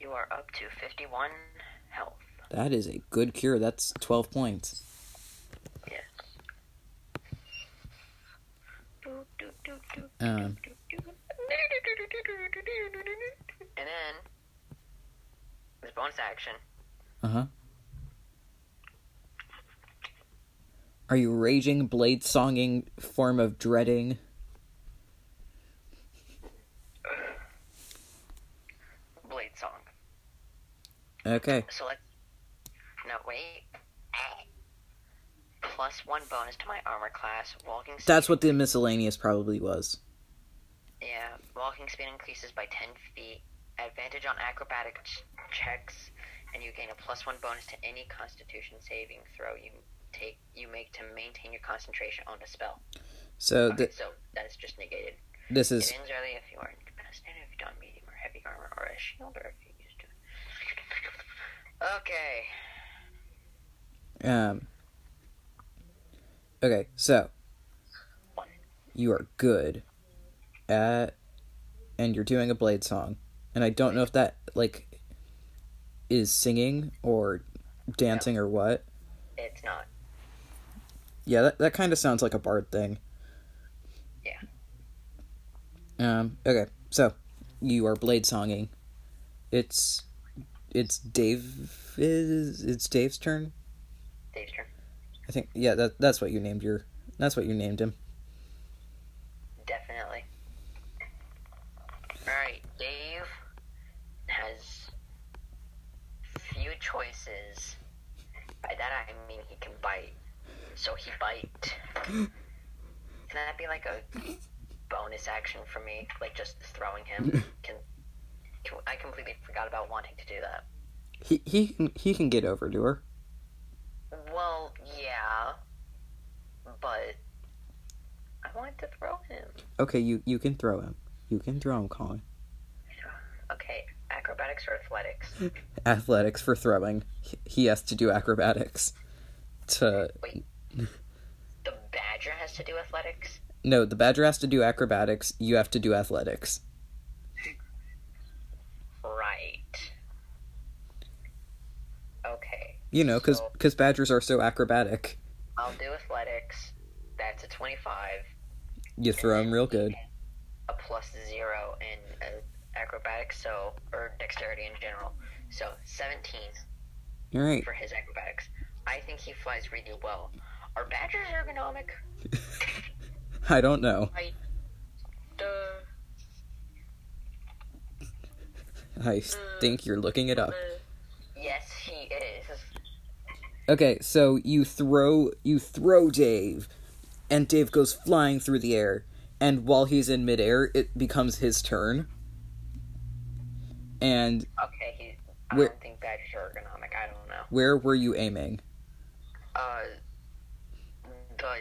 Speaker 3: You are up to 51 health.
Speaker 1: that is a good cure. That's twelve points.
Speaker 3: Yes. Do, do, do, do,
Speaker 1: Um,
Speaker 3: do, do. And then, this bonus action,
Speaker 1: uh huh. Are you raging, blade songing form of dreading?
Speaker 3: Blade Song.
Speaker 1: Okay.
Speaker 3: So let's. No, wait. Plus one bonus to my armor class. Walking speed.
Speaker 1: That's what the miscellaneous probably was.
Speaker 3: Yeah, walking speed increases by 10 feet. Advantage on acrobatic ch- checks, and you gain a plus one bonus to any Constitution saving throw you take you make to maintain your concentration on a spell.
Speaker 1: So
Speaker 3: Okay,
Speaker 1: th-
Speaker 3: so that's just negated.
Speaker 1: Uh, this is
Speaker 3: It ends early if you are incapacitated, if you don't medium or heavy armor, or a shield, or if you used to. Okay.
Speaker 1: Um. Okay, so you are good at, and you're doing a blade song, and I don't know if that like is singing or dancing or what.
Speaker 3: It's not.
Speaker 1: Yeah, that that kind of sounds like a bard thing.
Speaker 3: Yeah.
Speaker 1: Um. Okay, so you are blade songing. It's it's Dave is it's Dave's turn.
Speaker 3: Dave's turn.
Speaker 1: I think yeah that that's what you named your that's what you named him.
Speaker 3: Definitely. so he bite. Can that be like a bonus action for me? Like just throwing him? Can, can I completely forgot about wanting to do that.
Speaker 1: He he can he can get over to her.
Speaker 3: Well, yeah, but I wanted to throw him.
Speaker 1: Okay, you you can throw him. You can throw him, Colin.
Speaker 3: Okay, acrobatics or athletics?
Speaker 1: Athletics for throwing. He- He has to do acrobatics. To
Speaker 3: The badger has to do athletics.
Speaker 1: no, the badger has to do acrobatics. You have to do athletics.
Speaker 3: Right. Okay.
Speaker 1: You know, because
Speaker 3: So-
Speaker 1: because badgers are so acrobatic.
Speaker 3: I'll do athletics. That's a 25.
Speaker 1: You throw him real good.
Speaker 3: A plus zero in uh, acrobatics, so, or dexterity in general. So, 17
Speaker 1: All right.
Speaker 3: for his acrobatics. I think he flies really well. Are badgers ergonomic?
Speaker 1: I don't know.
Speaker 4: Duh.
Speaker 1: I think you're looking it up.
Speaker 3: Yes, he is.
Speaker 1: Okay, so you throw you throw Dave, and Dave goes flying through the air, and while he's in midair, it becomes his turn. And
Speaker 3: Okay, he. I
Speaker 1: Where-
Speaker 3: don't think badgers are ergonomic. I don't know.
Speaker 1: where were you aiming?
Speaker 3: Uh, the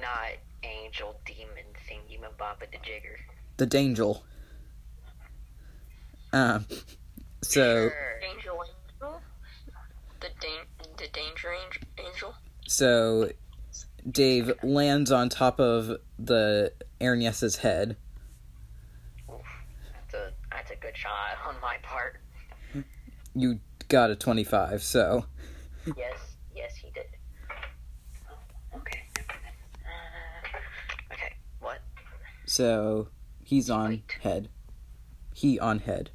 Speaker 3: not angel demon thingy mababa the jigger.
Speaker 1: The Dangel. Um, so
Speaker 3: Sure.
Speaker 4: Angel Angel? The, dan- the Danger ang- Angel?
Speaker 1: so Dave lands on top of the Ernes's head.
Speaker 3: That's a, that's a good shot on my part.
Speaker 1: You got a twenty five, so
Speaker 3: Yes, yes, he did. Okay. Uh, okay, what?
Speaker 1: so he's on head. He on head.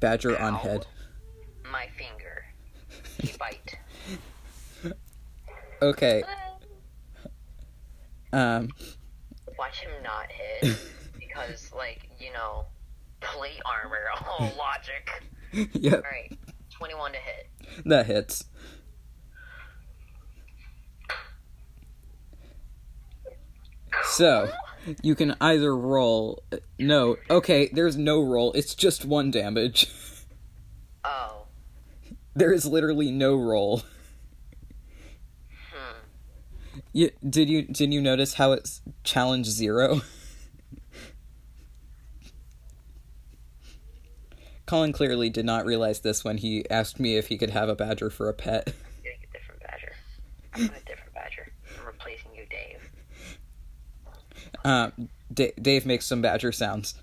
Speaker 1: Badger on
Speaker 3: Ow.
Speaker 1: head.
Speaker 3: My finger. He bite.
Speaker 1: Okay. Um,
Speaker 3: Watch him not hit. Because, like, you know, plate armor. Oh, logic.
Speaker 1: yep,
Speaker 3: Alright, 21 to hit.
Speaker 1: that hits. So, you can either roll. No, okay, there's no roll. It's just one damage.
Speaker 3: Oh.
Speaker 1: There is literally no roll.
Speaker 3: Hmm.
Speaker 1: You, did you did you notice how it's challenge zero? Colin clearly did not realize this when he asked me if he could have a badger for a pet.
Speaker 3: getting a different badger. I'm a different badger. I'm replacing you, Dave.
Speaker 1: Uh, D- Dave makes some badger sounds.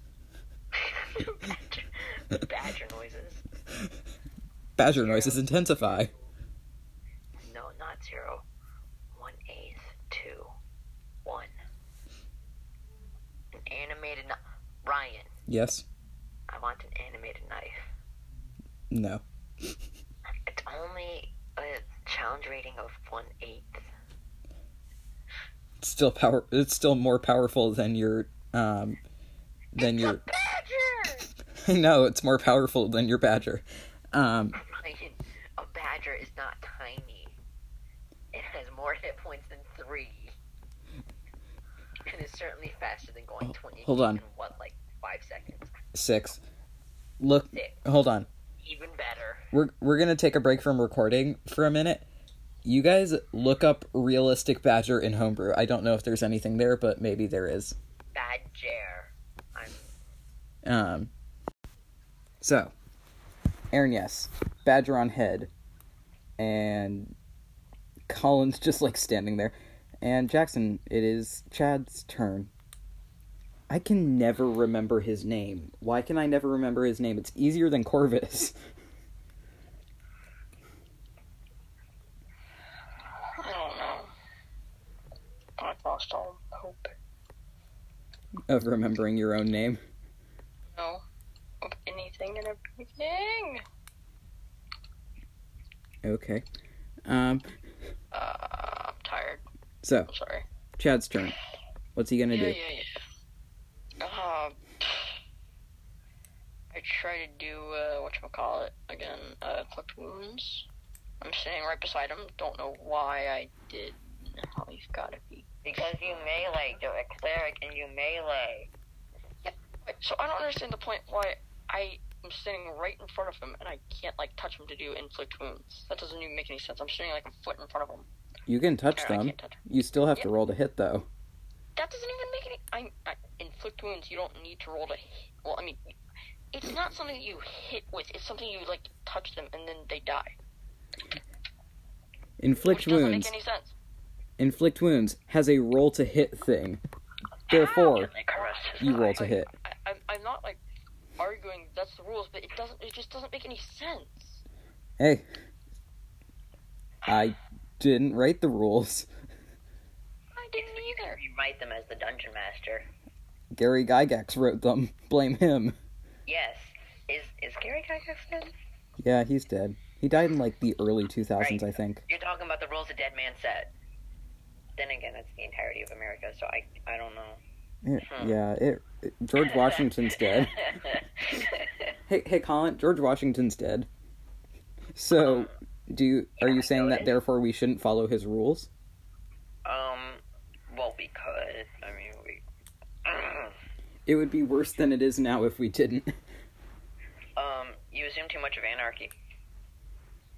Speaker 3: badger, badger noises.
Speaker 1: Badger noises intensify.
Speaker 3: No, not zero. One eighth, two, one. An animated knife. Ryan,
Speaker 1: Yes?
Speaker 3: I want an animated knife.
Speaker 1: No.
Speaker 3: It's only a challenge rating of one eighth.
Speaker 1: It's still power. It's still more powerful than your um, than
Speaker 3: It's a
Speaker 1: your.
Speaker 3: badger!
Speaker 1: I know it's more powerful than your badger. Um,
Speaker 3: Ryan, a badger is not tiny. It has more hit points than three. And is certainly faster than going 20
Speaker 1: Oh, hold
Speaker 3: feet
Speaker 1: on.
Speaker 3: in what, like five seconds?
Speaker 1: six. Look.
Speaker 3: Six.
Speaker 1: Hold on.
Speaker 3: Even better.
Speaker 1: we're we're gonna take a break from recording for a minute. You guys look up realistic badger in homebrew. I don't know if there's anything there, but maybe there is.
Speaker 3: Badger. I'm
Speaker 1: Um, so, Aaron, yes, badger on head, and Colin's just like standing there, and Jackson. It is Chad's turn. I can never remember his name. Why can I never remember his name? It's easier than Corvus.
Speaker 4: I don't know. I've lost all hope.
Speaker 1: Of remembering your own name.
Speaker 4: No. Of anything and everything.
Speaker 1: Okay. Um,
Speaker 4: Uh, I'm tired.
Speaker 1: So,
Speaker 4: I'm sorry.
Speaker 1: Chad's turn. What's he gonna do?
Speaker 4: Yeah, yeah, yeah. Uh, I try to do uh, whatchamacallit again. Uh, collect wounds. I'm standing right bonus item. Don't know why I did. Oh, he's gotta be.
Speaker 3: Because you melee, you're a cleric and you melee.
Speaker 4: So I don't understand the point why I am standing right in front of him and I can't like touch him to do inflict wounds. That doesn't even make any sense. I'm standing like a foot in front of him.
Speaker 1: You can touch
Speaker 4: I
Speaker 1: them.
Speaker 4: can't touch him.
Speaker 1: You still have to roll to hit though.
Speaker 4: That doesn't even make any. I, I inflict wounds. You don't need to roll to. hit. Well, I mean, it's not something you hit with. It's something you like touch them and then they die.
Speaker 1: Inflict
Speaker 4: which doesn't
Speaker 1: wounds.
Speaker 4: make any sense.
Speaker 1: Inflict wounds has a roll to hit thing. Therefore, you roll to hit.
Speaker 4: I, I'm, I'm not like arguing that's the rules, but it doesn't. It just doesn't make any sense.
Speaker 1: Hey, I didn't write the rules.
Speaker 4: I didn't either.
Speaker 3: You write them as the dungeon master.
Speaker 1: Gary Gygax wrote them. Blame him.
Speaker 3: Yes. Is is Gary Gygax dead?
Speaker 1: Yeah, he's dead. He died in like the early 2000s, I think.
Speaker 3: You're talking about the rules a dead man set. Then again, that's the entirety of America, so I I don't know.
Speaker 1: It- yeah, it, it- George Washington's dead. Hey, hey, Colin. George Washington's dead. So, do you are you saying that therefore we shouldn't follow his rules?
Speaker 3: um, well, we could. I mean, we.
Speaker 1: It would be worse than it is now if we didn't.
Speaker 3: um, you assume too much of anarchy.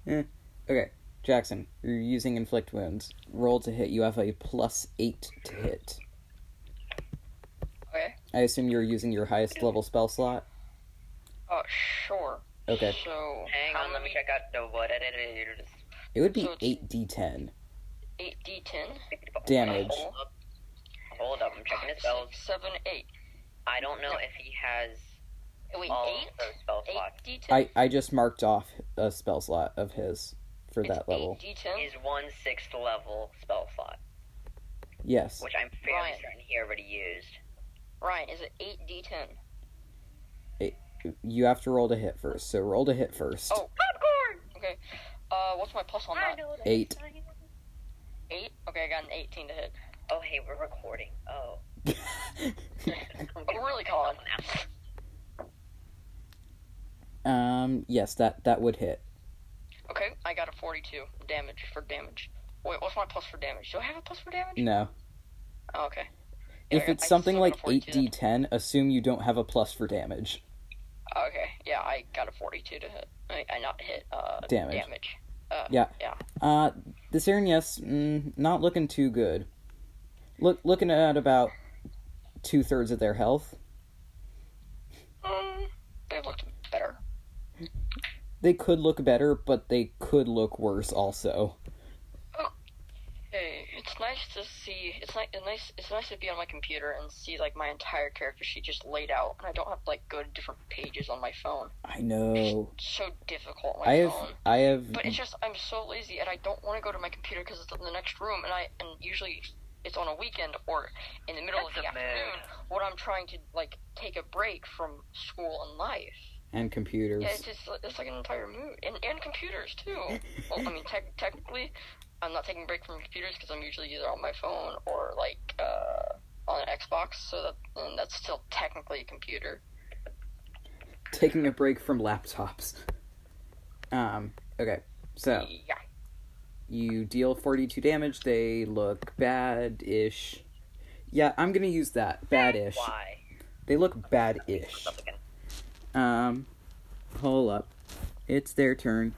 Speaker 1: Okay, Jackson, you're using inflict wounds. Roll to hit. You have a plus eight to hit.
Speaker 4: Okay.
Speaker 1: I assume you're using your highest level spell slot.
Speaker 4: Uh, sure.
Speaker 1: Okay,
Speaker 4: So
Speaker 3: Hang
Speaker 4: how
Speaker 3: on, let me
Speaker 4: many-
Speaker 3: check out the what.
Speaker 1: it would be
Speaker 4: So it's-
Speaker 1: eight d10
Speaker 4: Eight D ten.
Speaker 1: damage.
Speaker 3: Hold up. Hold up, I'm checking his spells.
Speaker 4: Six, seven, eight.
Speaker 3: I don't know if he has
Speaker 4: Wait,
Speaker 3: all
Speaker 4: eight.
Speaker 3: of those spell
Speaker 4: Eight
Speaker 3: slots.
Speaker 4: D ten.
Speaker 1: I I just marked off a spell slot of his for that level.
Speaker 4: Eight D ten.
Speaker 3: Is one sixth level spell slot,
Speaker 1: Yes.
Speaker 3: which I'm fairly
Speaker 4: Right.
Speaker 3: certain he already used.
Speaker 4: Ryan, is it eight D ten?
Speaker 1: You have to roll to hit first, so roll to hit first.
Speaker 4: Oh. Okay. Uh, what's my plus on that?
Speaker 1: Eight.
Speaker 4: Eight. Okay, I got an eighteen to hit.
Speaker 3: Oh, hey, we're recording. Oh.
Speaker 4: Oh, really, Colin?
Speaker 1: Um, yes, that that would hit.
Speaker 4: Okay, I got a forty-two damage for damage. Wait, what's my plus for damage? Do I have a plus for damage?
Speaker 1: No.
Speaker 4: Oh, okay. Yeah,
Speaker 1: Mm. If
Speaker 4: I-
Speaker 1: it's
Speaker 4: I
Speaker 1: something
Speaker 4: still
Speaker 1: like
Speaker 4: got a 42 then.
Speaker 1: 8d10, assume you don't have a plus for damage.
Speaker 4: Okay. Yeah, I got a forty-two to hit. I, I not hit. Uh,
Speaker 1: Damage.
Speaker 4: Damage. Uh,
Speaker 1: Yeah.
Speaker 4: Yeah.
Speaker 1: Uh, the Serenius, mm, not looking too good. Look, looking at about two thirds of their health.
Speaker 4: Mm, they looked better.
Speaker 1: They could look better, but they could look worse also.
Speaker 4: Hey, it's nice to see. It's ni- it's nice. It's nice to be on my computer and see like my entire character sheet just laid out, and I don't have to like go to different pages on my phone.
Speaker 1: I know.
Speaker 4: It's so difficult. On Oh my
Speaker 1: I have,
Speaker 4: phone.
Speaker 1: I have,
Speaker 4: But it's just I'm so lazy, and I don't want to go to my computer because it's in the next room, and I and usually it's on a weekend or in the middle of
Speaker 3: That's
Speaker 4: the
Speaker 3: a man.
Speaker 4: afternoon when I'm trying to like take a break from school and life.
Speaker 1: and computers.
Speaker 4: Yeah, it's just like- it's like an entire mood, and and computers too. well, I mean, tech technically, I'm not taking a break from computers because I'm usually either on my phone or like uh, on an Xbox, so that and that's still technically a computer.
Speaker 1: Taking a break from laptops. Um, okay. So,
Speaker 4: Yeah.
Speaker 1: you deal 42 damage, they look bad ish. Yeah, I'm gonna use that. Bad ish.
Speaker 3: Why?
Speaker 1: They look bad ish.
Speaker 3: Up again.
Speaker 1: Um, hold up. It's their turn,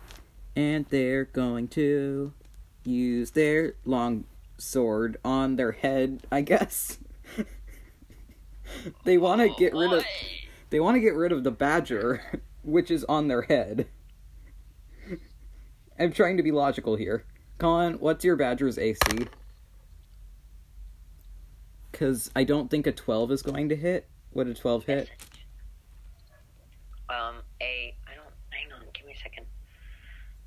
Speaker 1: and they're going to use their long sword on their head. I guess they want
Speaker 4: Oh,
Speaker 1: to get rid of. They want to get rid of the badger, which is on their head. I'm trying to be logical here. Colin, what's your badger's AC? Because I don't think a 12 is going to hit. Would a 12 hit?
Speaker 3: Um, a. I don't. Hang on. Give me a second.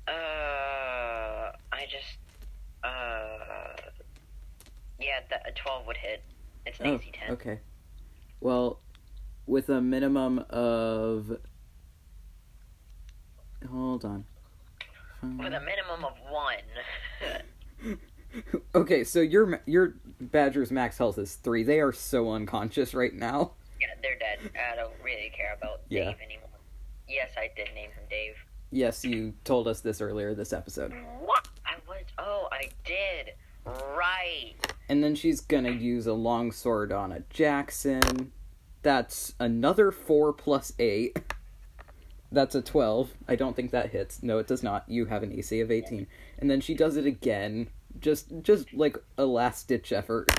Speaker 3: Uh, I just. Uh. Yeah, that a twelve would hit. It's an
Speaker 1: Oh,
Speaker 3: easy ten.
Speaker 1: Okay. Well, with a minimum of. Hold on.
Speaker 3: With a minimum of one.
Speaker 1: Okay, so your ma- your badger's max health is three. They are so unconscious right now.
Speaker 3: yeah, they're dead. I don't really care about
Speaker 1: Yeah.
Speaker 3: Dave anymore. Yes, I did name him Dave.
Speaker 1: Yes, you told us this earlier this episode.
Speaker 3: What? I oh, I did. Right.
Speaker 1: And then she's gonna use a long sword on a Jackson. That's another four plus eight. That's a twelve. I don't think that hits. No, it does not. You have an AC of eighteen. And then she does it again. Just just like a last ditch effort.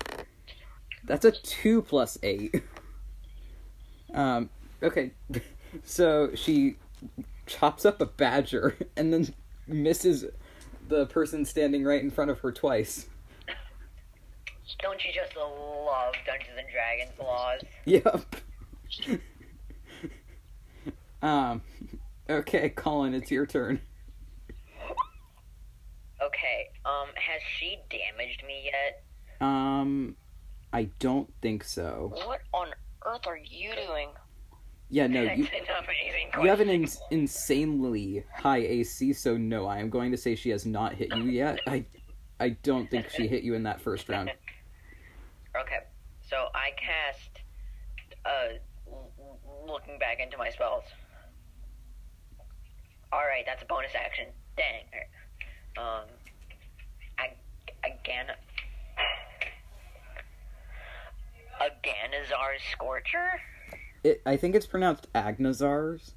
Speaker 1: That's a two plus eight. Um okay. So she chops up a badger and then misses the person standing right in front of her twice.
Speaker 3: Don't you just love Dungeons and Dragons laws?
Speaker 1: Yep. um, okay, Colin, it's your turn.
Speaker 3: Okay. Um, has she damaged me yet?
Speaker 1: Um, I don't think so.
Speaker 4: What on earth are you doing?
Speaker 1: Yeah, no,
Speaker 3: That's
Speaker 1: you,
Speaker 3: an amazing
Speaker 1: you have an
Speaker 3: question.
Speaker 1: ins- insanely high AC, so no, I am going to say she has not hit you yet. I, I don't think she hit you in that first round.
Speaker 3: Okay, so I cast. Uh, l- l- looking back into my spells. All right, that's a bonus action. Dang. Um, I again. Aganazar's Scorcher?
Speaker 1: It, I think it's pronounced Agnazar's.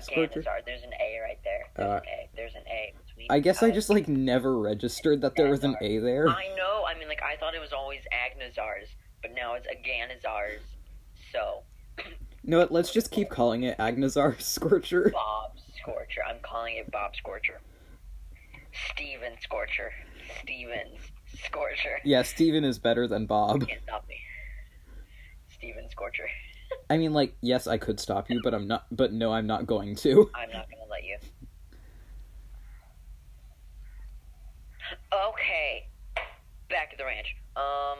Speaker 1: Scorcher?
Speaker 3: Aganazar, there's an A right there. There's
Speaker 1: Uh,
Speaker 3: an A. There's an A. Sweet.
Speaker 1: I guess I
Speaker 3: God.
Speaker 1: just like never registered that there was an A there.
Speaker 3: I know. I mean, like I thought it was always Agnazar's, but now it's Aganazar's. So
Speaker 1: No, let's just keep calling it Agnazar Scorcher.
Speaker 3: Bob Scorcher. I'm calling it Bob Scorcher. Steven Scorcher. Stevens Scorcher.
Speaker 1: Yeah, Steven is better than Bob.
Speaker 3: Can't stop me. Steven Scorcher.
Speaker 1: I mean, like, yes, I could stop you, but I'm not. But no, I'm not going to.
Speaker 3: I'm not gonna let you. Okay. Back to the ranch. Um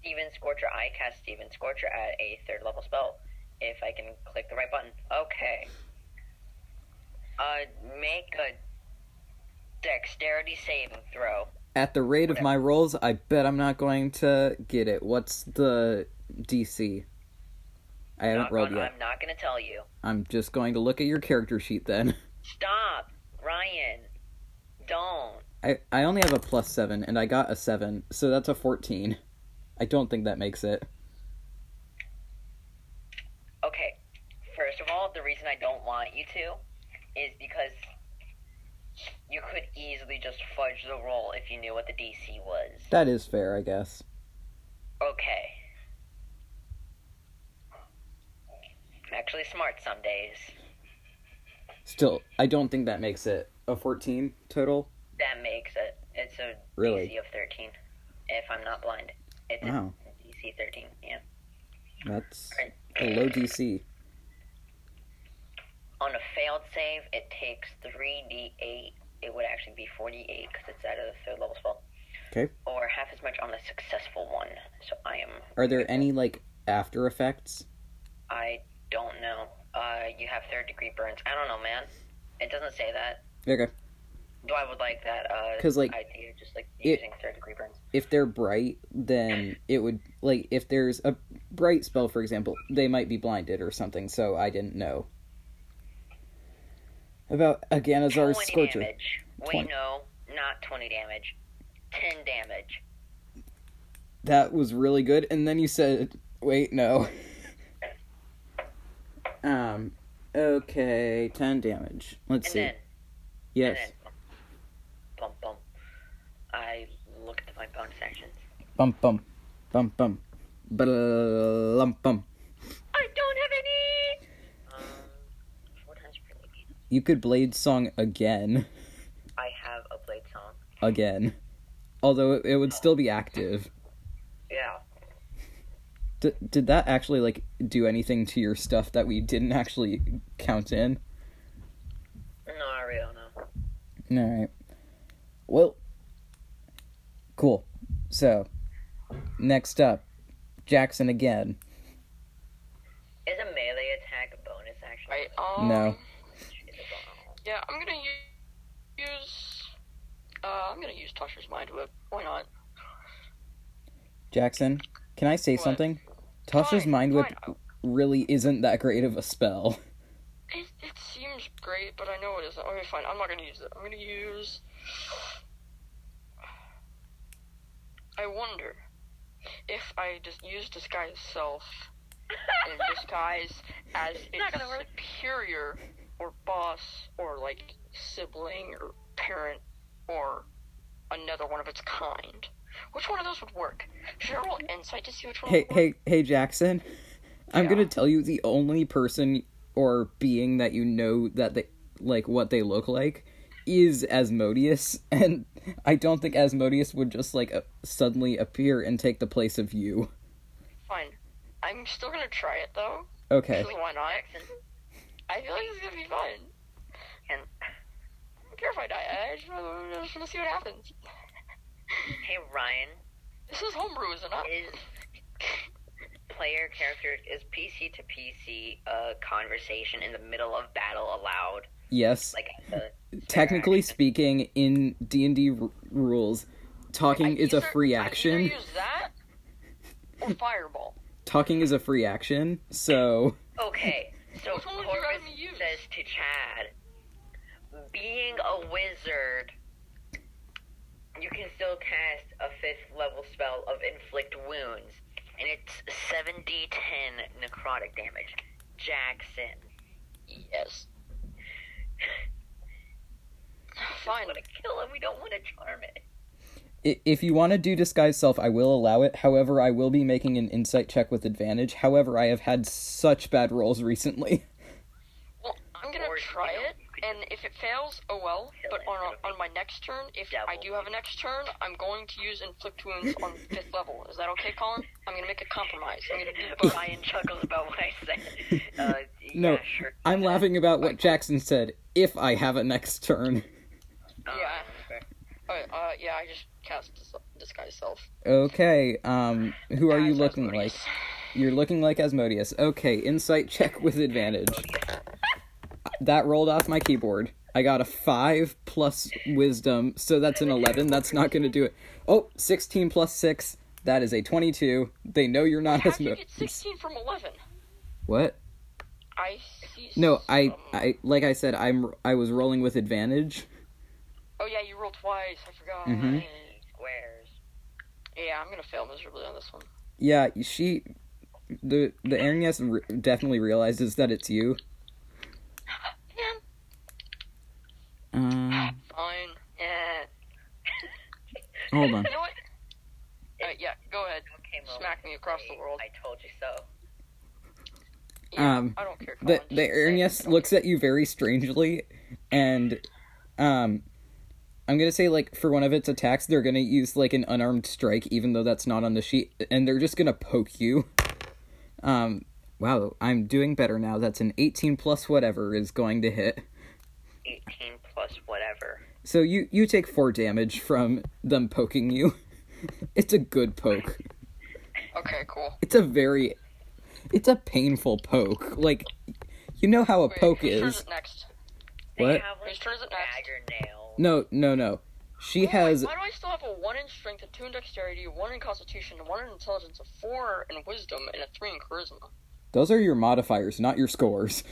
Speaker 3: Steven Scorcher, I cast Steven Scorcher at a third level spell. If I can click the right button. Okay. Uh make a dexterity saving throw.
Speaker 1: At the rate of my rolls, I bet I'm not going to get it. What's the DC? I haven't
Speaker 3: Knock
Speaker 1: rolled
Speaker 3: on-
Speaker 1: yet.
Speaker 3: I'm not gonna tell you.
Speaker 1: I'm just going to look at your character sheet then.
Speaker 3: Stop, Ryan. Don't.
Speaker 1: I I only have a plus seven, and I got a seven, so that's a fourteen. I don't think that makes it.
Speaker 3: Okay. First of all, the reason I don't want you to is because you could easily just fudge the roll if you knew what the DC was.
Speaker 1: That is fair, I guess.
Speaker 3: Okay. I'm actually smart some days.
Speaker 1: Still, I don't think that makes it. A fourteen total.
Speaker 3: That makes it. It's a
Speaker 1: Really?
Speaker 3: DC of 13, if I'm not blind. It's a
Speaker 1: Wow.
Speaker 3: DC 13, yeah.
Speaker 1: That's a low DC.
Speaker 3: On a failed save, it takes 3d8. It would actually be 48 because it's at a third level spell.
Speaker 1: Okay.
Speaker 3: Or half as much on a successful one. So I am.
Speaker 1: Are there any like after effects?
Speaker 3: I don't know. Uh, you have third degree burns. I don't know, man. It doesn't say that.
Speaker 1: Okay.
Speaker 3: Though I would like that. uh,
Speaker 1: 'Cause, like,
Speaker 3: idea of just like
Speaker 1: it-
Speaker 3: using third degree burns.
Speaker 1: If they're bright, then it would like if there's a bright spell, for example, they might be blinded or something. So I didn't know about Aganazar's
Speaker 3: 20
Speaker 1: Scorcher.
Speaker 3: damage. Wait,
Speaker 1: 20.
Speaker 3: no, not twenty damage. Ten damage.
Speaker 1: That was really good. And then you said, "Wait, no." um. Okay, ten damage. Let's
Speaker 3: And
Speaker 1: see.
Speaker 3: then
Speaker 1: yes.
Speaker 3: and then bump bump. I look at my bonus actions.
Speaker 1: Bum bum, bum bum, blum bum.
Speaker 3: I don't have any. Um, what has really been?
Speaker 1: You could blade song again,
Speaker 3: I have a blade song.
Speaker 1: again. Although it, it would still be active.
Speaker 3: Yeah.
Speaker 1: D- did that actually like do anything to your stuff that we didn't actually count in?
Speaker 3: No, I really don't know.
Speaker 1: All right. Well, cool. So, next up, Jackson again.
Speaker 3: Is a melee attack a bonus action?
Speaker 4: Right. Um,
Speaker 1: No.
Speaker 3: It's a bonus.
Speaker 4: Yeah, I'm gonna u- use. Uh, I'm gonna use Tusher's mind whip. Why not?
Speaker 1: Jackson, can I say
Speaker 4: What?
Speaker 1: something? Tasha's
Speaker 4: Fine,
Speaker 1: mind whip
Speaker 4: fine. Uh,
Speaker 1: really isn't that great of a spell.
Speaker 4: It, it seems great, but I know it isn't. Okay, fine. I'm not gonna use it. I'm gonna use wonder if I just use disguise self and disguise as
Speaker 3: Not
Speaker 4: its
Speaker 3: gonna work.
Speaker 4: superior or boss or like sibling or parent or another one of its kind. Which one of those would work? Should I roll insight to see which one?
Speaker 1: Hey,
Speaker 4: would work?
Speaker 1: hey, hey, Jackson. I'm
Speaker 4: Yeah.
Speaker 1: gonna tell you the only person or being that you know that they like what they look like is Asmodeus, and I don't think Asmodeus would just like uh, suddenly appear and take the place of you.
Speaker 4: Fine. I'm still gonna try it though.
Speaker 1: Okay.
Speaker 4: Because why not?
Speaker 3: Jackson,
Speaker 4: I feel like it's gonna be fun.
Speaker 3: and
Speaker 4: I don't care if I die. I just, I just wanna see what happens.
Speaker 3: hey Ryan,
Speaker 4: This is homebrew, is it not?
Speaker 3: is player character is PC to PC uh, conversation in the middle of battle allowed?
Speaker 1: Yes.
Speaker 3: Like uh,
Speaker 1: Technically
Speaker 3: action.
Speaker 1: speaking, in D and D rules, talking
Speaker 4: I
Speaker 1: is a
Speaker 4: either-
Speaker 1: free
Speaker 4: I
Speaker 1: action.
Speaker 4: either use that or fireball.
Speaker 1: Talking is a free action. So
Speaker 3: okay, so
Speaker 4: Which one would you rather
Speaker 3: Corvus
Speaker 4: me use?
Speaker 3: says to Chad, being a wizard, you can still cast a fifth level spell of inflict wounds, and it's seven d ten necrotic damage. Jackson,
Speaker 4: Yes.
Speaker 3: I
Speaker 4: Fine.
Speaker 3: want to kill him. We don't want to charm it.
Speaker 1: I- if you want to do disguise self, I will allow it. However, I will be making an insight check with advantage. However, I have had such bad rolls recently.
Speaker 4: Well, I'm gonna
Speaker 3: Or, you
Speaker 4: try
Speaker 3: know,
Speaker 4: it,
Speaker 3: you could
Speaker 4: and if it fails, oh well. But on on my next turn, if I do have a next turn, I'm going to use inflict wounds on fifth level. Is that okay, Colin? I'm gonna make a compromise. I'm gonna do both.
Speaker 3: Ryan chuckles about what I said. Uh,
Speaker 1: No,
Speaker 3: yeah, sure.
Speaker 1: I'm laughing about what Jackson said. If I have a next turn,
Speaker 3: Uh,
Speaker 4: Yeah.
Speaker 3: okay.
Speaker 4: Alright, uh, yeah, I just cast dis- disguise self.
Speaker 1: okay. Um, who are you
Speaker 4: Guys,
Speaker 1: looking like?
Speaker 4: Asmodeus.
Speaker 1: You're looking like Asmodeus. Okay, insight check with advantage. That rolled off my keyboard. I got a 5 plus wisdom, so that's an 11. That's not going to do it. Oh, 16 plus 6. That is a 22. They know you're not
Speaker 4: How did you get
Speaker 1: Asmodeus.
Speaker 4: 16 from 11?
Speaker 1: What?
Speaker 4: I see.
Speaker 1: No, I
Speaker 4: some-
Speaker 1: I like I said I'm I was rolling with advantage.
Speaker 4: Oh yeah, you rolled twice. I forgot.
Speaker 1: Mhm.
Speaker 3: Squares.
Speaker 4: Yeah, I'm gonna fail miserably on this one.
Speaker 1: Yeah, she the the Aranyes re- definitely realizes that it's you.
Speaker 4: Man,
Speaker 1: Um,
Speaker 4: fine. Eh.
Speaker 1: hold on.
Speaker 4: You know what? Alright, yeah, go ahead.
Speaker 3: Okay, Mo.
Speaker 4: Smack me across the world.
Speaker 3: I told you so.
Speaker 4: Yeah,
Speaker 1: Um,
Speaker 4: I don't care. Colin,
Speaker 1: The
Speaker 4: just
Speaker 1: the
Speaker 4: say it.
Speaker 1: Aranyes looks at you very strangely, and um, I'm gonna say like for one of its attacks they're gonna use like an unarmed strike even though that's not on the sheet, and they're just gonna poke you. Um, wow, I'm doing better now. That's an 18 plus whatever is going to hit.
Speaker 3: 18 plus whatever.
Speaker 1: So you you take four damage from them poking you. It's a good poke.
Speaker 4: Okay, cool.
Speaker 1: It's a very, it's a painful poke. Like, you know how a
Speaker 4: Wait,
Speaker 1: poke
Speaker 4: whose turn
Speaker 1: is.
Speaker 4: it next?
Speaker 3: They
Speaker 1: What?
Speaker 3: have like
Speaker 4: Whose turn is it next?
Speaker 3: dagger nails.
Speaker 1: No, no, no. She
Speaker 4: Oh,
Speaker 1: has.
Speaker 4: Wait, why do I still have a one in strength, a two in dexterity, one in constitution, one in intelligence, a four in wisdom, and a three in charisma?
Speaker 1: Those are your modifiers, not your scores.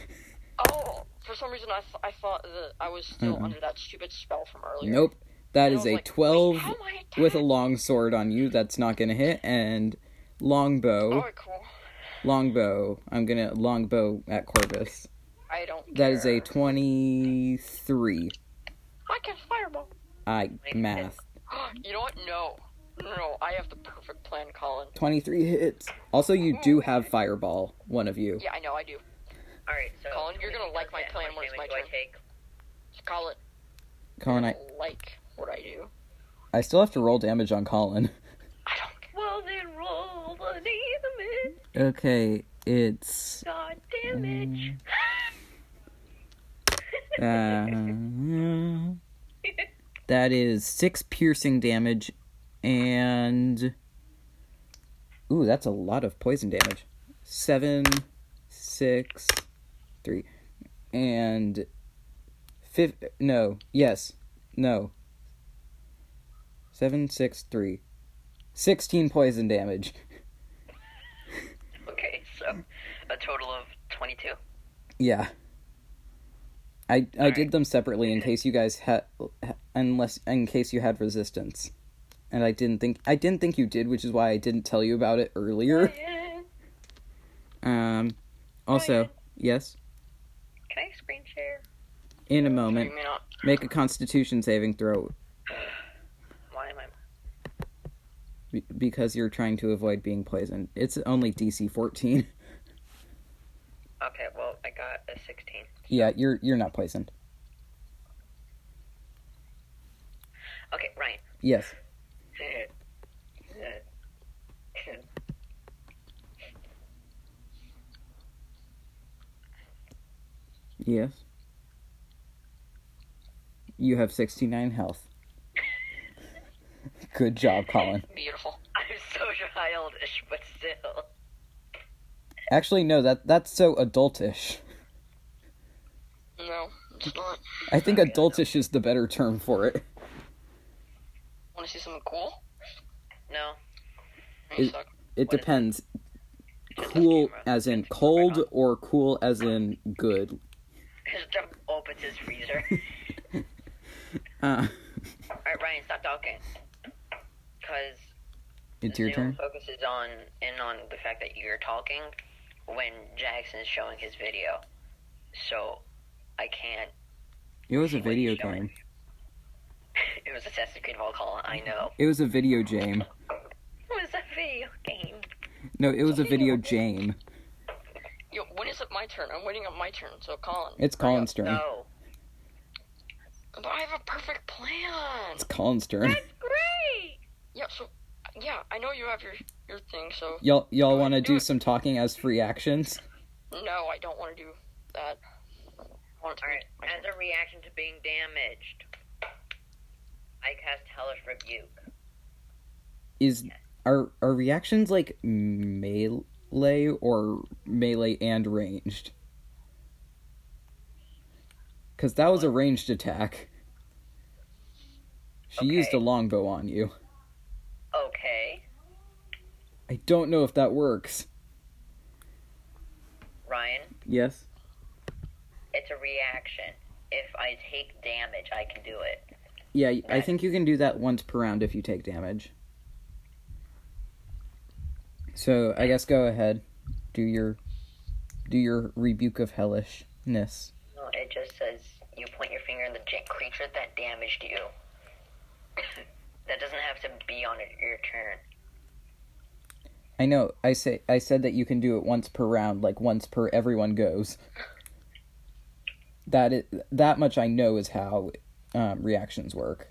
Speaker 4: Oh, for some reason I, th- I thought that I was still under that stupid spell from earlier.
Speaker 1: Nope. That
Speaker 4: And
Speaker 1: is
Speaker 4: I was
Speaker 1: a
Speaker 4: like,
Speaker 1: twelve
Speaker 4: wait, how am I
Speaker 1: with a
Speaker 4: attacked?
Speaker 1: long sword on you. That's not gonna hit. And longbow,
Speaker 4: Oh, Alright, cool.
Speaker 1: longbow. I'm gonna longbow at Corvus.
Speaker 4: I don't.
Speaker 1: That is a
Speaker 4: care.
Speaker 1: twenty-three.
Speaker 4: I can fireball.
Speaker 1: I math.
Speaker 4: You know what? No, no. I have the perfect plan, Colin.
Speaker 1: 23 hits. Also, you do have Fireball, one of you.
Speaker 4: Yeah, I know, I do.
Speaker 3: Alright, so.
Speaker 4: Colin, you're gonna like my
Speaker 3: How
Speaker 4: plan
Speaker 3: much
Speaker 4: when it's
Speaker 3: damage
Speaker 4: my
Speaker 3: do I
Speaker 4: turn.
Speaker 3: take?
Speaker 4: Colin,
Speaker 1: Colin, I,
Speaker 4: like what I do.
Speaker 1: I still have to roll damage on Colin.
Speaker 4: I don't. care.
Speaker 3: Well, then roll the damage.
Speaker 1: Okay, it's.
Speaker 3: God
Speaker 1: Mm.
Speaker 3: damage.
Speaker 1: Uh, Uh-huh. that is six piercing damage and. Ooh, that's a lot of poison damage. Seven, six, three, and. Fif- no, yes, no. Seven, six, three. Sixteen poison damage.
Speaker 3: okay, so a total of 22.
Speaker 1: Yeah. I I did them separately in case you guys had, ha- unless in case you had resistance. and I didn't think I didn't think you did, which is why I didn't tell you about it earlier. Um, also, yes,
Speaker 3: Can I screen share?
Speaker 1: in a
Speaker 4: You
Speaker 1: moment,
Speaker 4: may not.
Speaker 1: make a Constitution saving throw
Speaker 3: Why am I?
Speaker 1: be- because you're trying to avoid being poisoned. It's only DC 14.
Speaker 3: Okay, well, I got a 16.
Speaker 1: yeah, you're you're not poisoned.
Speaker 3: Okay, Ryan.
Speaker 1: Yes. Yes. You have 69 health. Good job, Colin.
Speaker 4: Beautiful.
Speaker 3: I'm so childish, but still.
Speaker 1: Actually, no, that that's so adultish.
Speaker 4: No, it's not.
Speaker 1: I think adultish is the better term for it.
Speaker 4: Want to see something cool?
Speaker 3: No.
Speaker 4: You
Speaker 1: Is-
Speaker 4: suck.
Speaker 1: It
Speaker 3: What is it?
Speaker 1: depends. Cool as in cold or cool as in good.
Speaker 3: His jump opens his freezer.
Speaker 1: Uh,
Speaker 3: Alright, Ryan, stop talking. Because
Speaker 1: it's your turn.
Speaker 3: focuses on in on the fact that you're talking when Jackson is showing his video. So I can't.
Speaker 1: It was a video game.
Speaker 3: It was Assassin's Creed Valhalla, I know.
Speaker 1: It was a video game.
Speaker 3: It was a video game.
Speaker 1: No, it was a video game.
Speaker 4: Yo, when is it my turn? I'm waiting on my turn. So Colin.
Speaker 1: It's Colin's turn.
Speaker 3: No.
Speaker 4: But I have a perfect plan.
Speaker 1: It's Colin's turn.
Speaker 3: Great!
Speaker 4: Yeah. So yeah, I know you have your your thing. So
Speaker 1: Y'all, y'all want to do some talking as free actions?
Speaker 4: no, I don't want to do that. I want it to be
Speaker 3: Alright,
Speaker 4: my turn.
Speaker 3: as a reaction to being damaged, I cast Hellish Rebuke.
Speaker 1: Is are are reactions like melee or melee and ranged? Because that was a ranged attack. She used a
Speaker 3: Okay.
Speaker 1: longbow on you.
Speaker 3: Okay,
Speaker 1: I don't know if that works.
Speaker 3: Ryan,
Speaker 1: Yes.
Speaker 3: it's a reaction. If I take damage, I can do it.
Speaker 1: Yeah, y- I think you can do that once per round if you take damage. So I guess go ahead, do your, do your rebuke of hellishness.
Speaker 3: No, it just says you point your finger at the j- creature that damaged you. that doesn't have to be on it- your turn.
Speaker 1: I know. I say I said that you can do it once per round, like once per everyone goes. That is that much I know is how um, reactions work.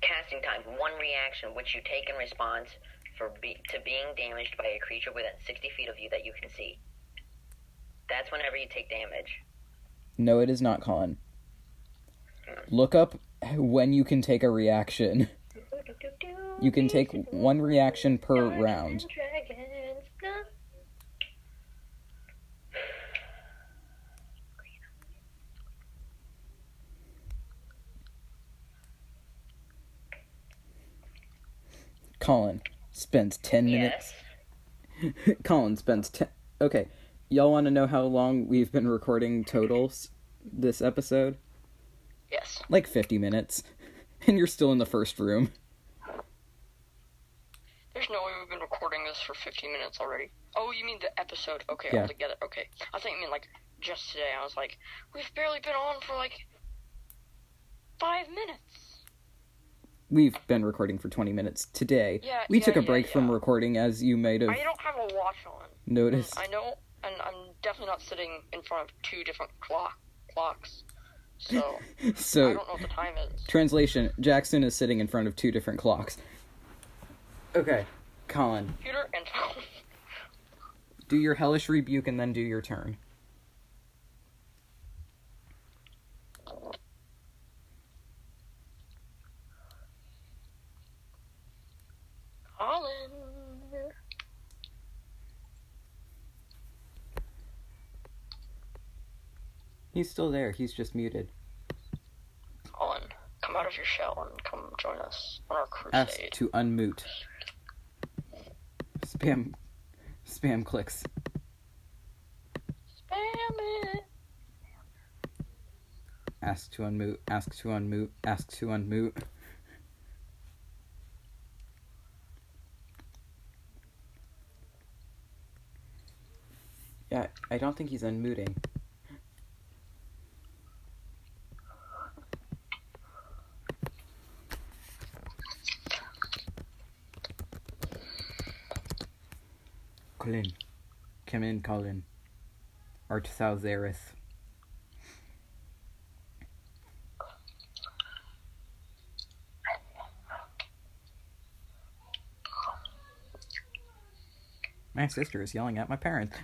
Speaker 3: Casting time, one reaction which you take in response for be- to being damaged by a creature within 60 feet of you that you can see. That's whenever you take damage.
Speaker 1: No, it is not Colin. Look up when you can take a reaction. You can take one reaction per round.
Speaker 3: Dragons, no.
Speaker 1: Colin spends ten minutes.
Speaker 3: Yes.
Speaker 1: Colin spends ten. Okay, y'all want to know how long we've been recording totals this episode?
Speaker 4: Yes.
Speaker 1: Like fifty minutes, and you're still in the first room.
Speaker 4: There's no way we've been recording this for 15 minutes already. Oh, you mean the episode? Okay,
Speaker 1: Yeah.
Speaker 4: all together. Okay. I think you mean like just today. I was like, we've barely been on for like five minutes.
Speaker 1: we've been recording for 20 minutes today.
Speaker 4: Yeah,
Speaker 1: we
Speaker 4: yeah,
Speaker 1: took a
Speaker 4: yeah,
Speaker 1: break from
Speaker 4: yeah.
Speaker 1: recording, as you might have
Speaker 4: I don't have a watch on. And
Speaker 1: noticed.
Speaker 4: I know, and I'm definitely not sitting in front of two different clock clocks. So I
Speaker 1: so,
Speaker 4: don't know what the time is.
Speaker 1: translation Jackson is sitting in front of two different clocks. Okay, Colin,
Speaker 4: Computer and phone.
Speaker 1: do your hellish rebuke and then do your turn.
Speaker 4: Colin.
Speaker 1: He's still there, he's just muted.
Speaker 4: Colin, come out of your shell and come join us on our
Speaker 1: Ask
Speaker 4: crusade.
Speaker 1: to unmute. Spam. Spam clicks.
Speaker 4: Spam it.
Speaker 1: Ask to unmute. Ask to unmute. Ask to unmute. Yeah, I don't think he's unmuting. Colin. Come in, Colin. Arthoutherith. My sister is yelling at my parents.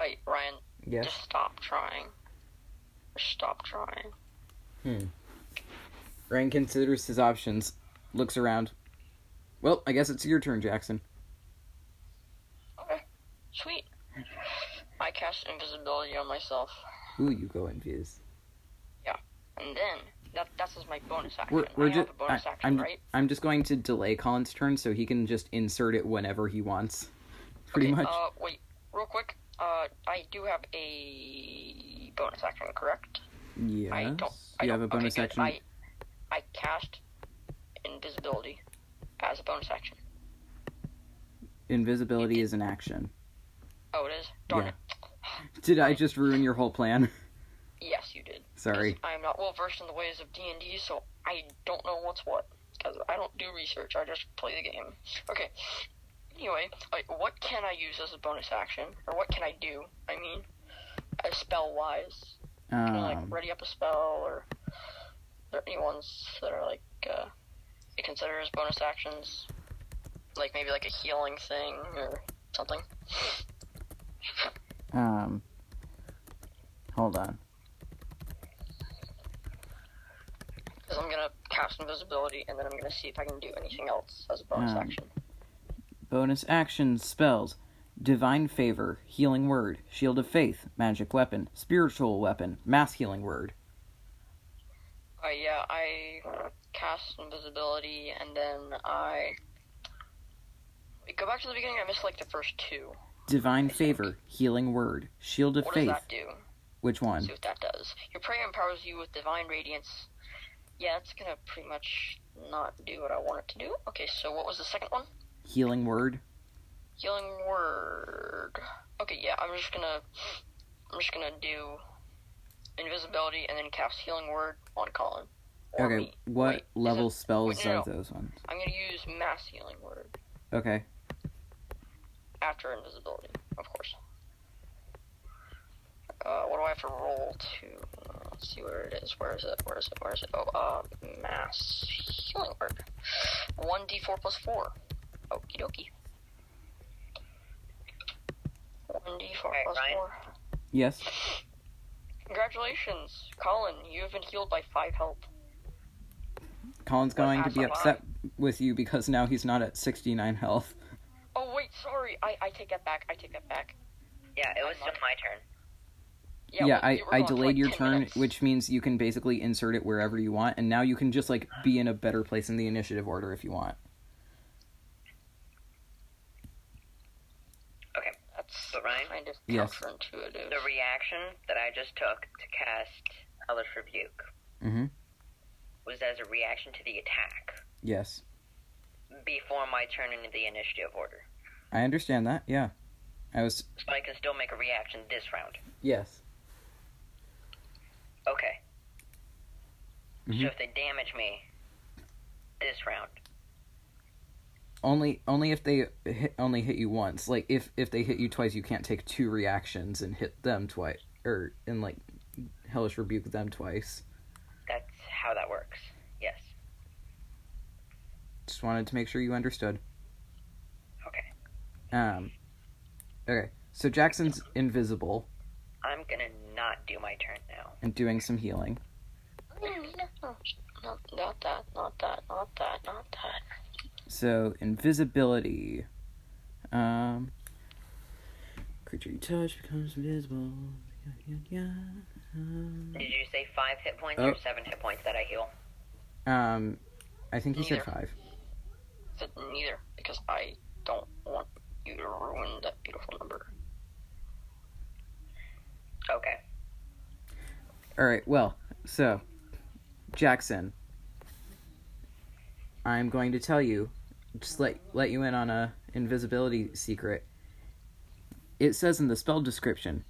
Speaker 4: Wait, Ryan,
Speaker 1: Yes.
Speaker 4: just stop trying. Just stop trying.
Speaker 1: Ryan considers his options, looks around. Well, I guess it's your turn, Jackson.
Speaker 4: Okay, sweet. I cast invisibility on myself,
Speaker 1: Ooh, you go in viz.
Speaker 4: and then that that's just my bonus action.
Speaker 1: We're, we're
Speaker 4: I have
Speaker 1: just,
Speaker 4: a bonus
Speaker 1: I,
Speaker 4: action,
Speaker 1: I'm,
Speaker 4: right?
Speaker 1: I'm just going to delay Colin's turn so he can just insert it whenever he wants. Pretty
Speaker 4: Okay,
Speaker 1: much.
Speaker 4: Uh, wait, real quick. Uh, I do have a bonus action, correct?
Speaker 1: yes.
Speaker 4: I don't. I
Speaker 1: you
Speaker 4: don't,
Speaker 1: have a bonus
Speaker 4: okay, good.
Speaker 1: action.
Speaker 4: I, I cast invisibility as a bonus action.
Speaker 1: Invisibility is an action.
Speaker 4: Oh, it is. Darn
Speaker 1: Yeah.
Speaker 4: it.
Speaker 1: Did I just ruin your whole plan?
Speaker 4: Yes, you did.
Speaker 1: Sorry.
Speaker 4: I am not well versed in the ways of D and D, so I don't know what's what because I don't do research. I just play the game. Okay. Anyway, like, what can I use as a bonus action, or what can I do? I mean, as spell wise.
Speaker 1: Um,
Speaker 4: Kinda, like ready up a spell or are there any ones that are like uh you consider as bonus actions like maybe like a healing thing or something
Speaker 1: Um, hold on.
Speaker 4: because i'm gonna cast invisibility and then i'm gonna see if i can do anything else as a bonus
Speaker 1: Um,
Speaker 4: action
Speaker 1: Bonus actions, spells. Divine favor, healing word, shield of faith, magic weapon, spiritual weapon, mass healing word.
Speaker 4: uh, yeah i cast invisibility and then i Wait, go back to the beginning i missed like the first two
Speaker 1: Divine favor, healing word, shield of
Speaker 4: what
Speaker 1: faith.
Speaker 4: does that do
Speaker 1: Which one?
Speaker 4: see what that does. Your prayer empowers you with divine radiance. Yeah, it's gonna pretty much not do what I want it to do. Okay, so what was the second one?
Speaker 1: Healing word.
Speaker 4: Healing word. Okay, yeah, I'm just gonna, I'm just gonna do invisibility and then cast healing word on Colin. Or
Speaker 1: Okay,
Speaker 4: me.
Speaker 1: what
Speaker 4: Wait, is
Speaker 1: level
Speaker 4: it-
Speaker 1: spells
Speaker 4: wait, no,
Speaker 1: are
Speaker 4: no.
Speaker 1: those ones?
Speaker 4: I'm gonna use mass healing word
Speaker 1: Okay.
Speaker 4: after invisibility, of course. Uh, what do I have to roll to? uh, Let's see where it is. Where is it? Where is it? Where is it? Oh, uh, mass healing word. One d4 plus four. Okie dokie. One d4
Speaker 3: Alright,
Speaker 4: plus
Speaker 3: Ryan.
Speaker 4: four.
Speaker 1: Yes.
Speaker 4: Congratulations, Colin. You have been healed by five health.
Speaker 1: Colin's going to be
Speaker 4: happened?
Speaker 1: upset with you because now he's not at 69 health.
Speaker 4: Oh wait, sorry. I, I take that back. I take that back.
Speaker 3: Yeah, it was still my turn.
Speaker 1: Yeah,
Speaker 4: we- we
Speaker 1: I,
Speaker 4: were
Speaker 1: I
Speaker 4: going for,
Speaker 1: delayed
Speaker 4: like,
Speaker 1: your
Speaker 4: 10
Speaker 1: turn,
Speaker 4: minutes.
Speaker 1: which means you can basically insert it wherever you want, and now you can just like be in a better place in the initiative order if you want.
Speaker 4: That's
Speaker 3: But Ryan?
Speaker 4: kind of
Speaker 1: Yes.
Speaker 4: counterintuitive.
Speaker 3: The reaction that I just took to cast Hellish Rebuke
Speaker 1: Mhm.
Speaker 3: was as a reaction to the attack
Speaker 1: Yes.
Speaker 3: before my turn into the initiative order.
Speaker 1: I understand that. Yeah. I was
Speaker 3: So I can still make a reaction this round.
Speaker 1: yes.
Speaker 3: Okay.
Speaker 1: Mhm.
Speaker 3: So if they damage me this round,
Speaker 1: Only only if they hit, only hit you once. Like if if they hit you twice, you can't take two reactions and hit them twice or and like hellish rebuke them twice.
Speaker 3: that's how that works. Yes.
Speaker 1: Just wanted to make sure you understood.
Speaker 3: Okay.
Speaker 1: Um Okay. So Jackson's invisible
Speaker 3: I'm gonna not do my turn now.
Speaker 1: and doing some healing.
Speaker 4: No, not, not that, not that, not that, not that.
Speaker 1: So invisibility. Um, creature you touch becomes invisible. Yeah, yeah, yeah. Um,
Speaker 3: Did you say five hit points
Speaker 1: Oh.
Speaker 3: or seven hit points that I heal?
Speaker 1: Um, I think he said
Speaker 4: Neither.
Speaker 1: five.
Speaker 4: Said neither because I don't want you ruined that beautiful number.
Speaker 3: Okay.
Speaker 1: All right. Well, so Jackson, I'm going to tell you, just let let you in on a invisibility secret. It says in the spell description,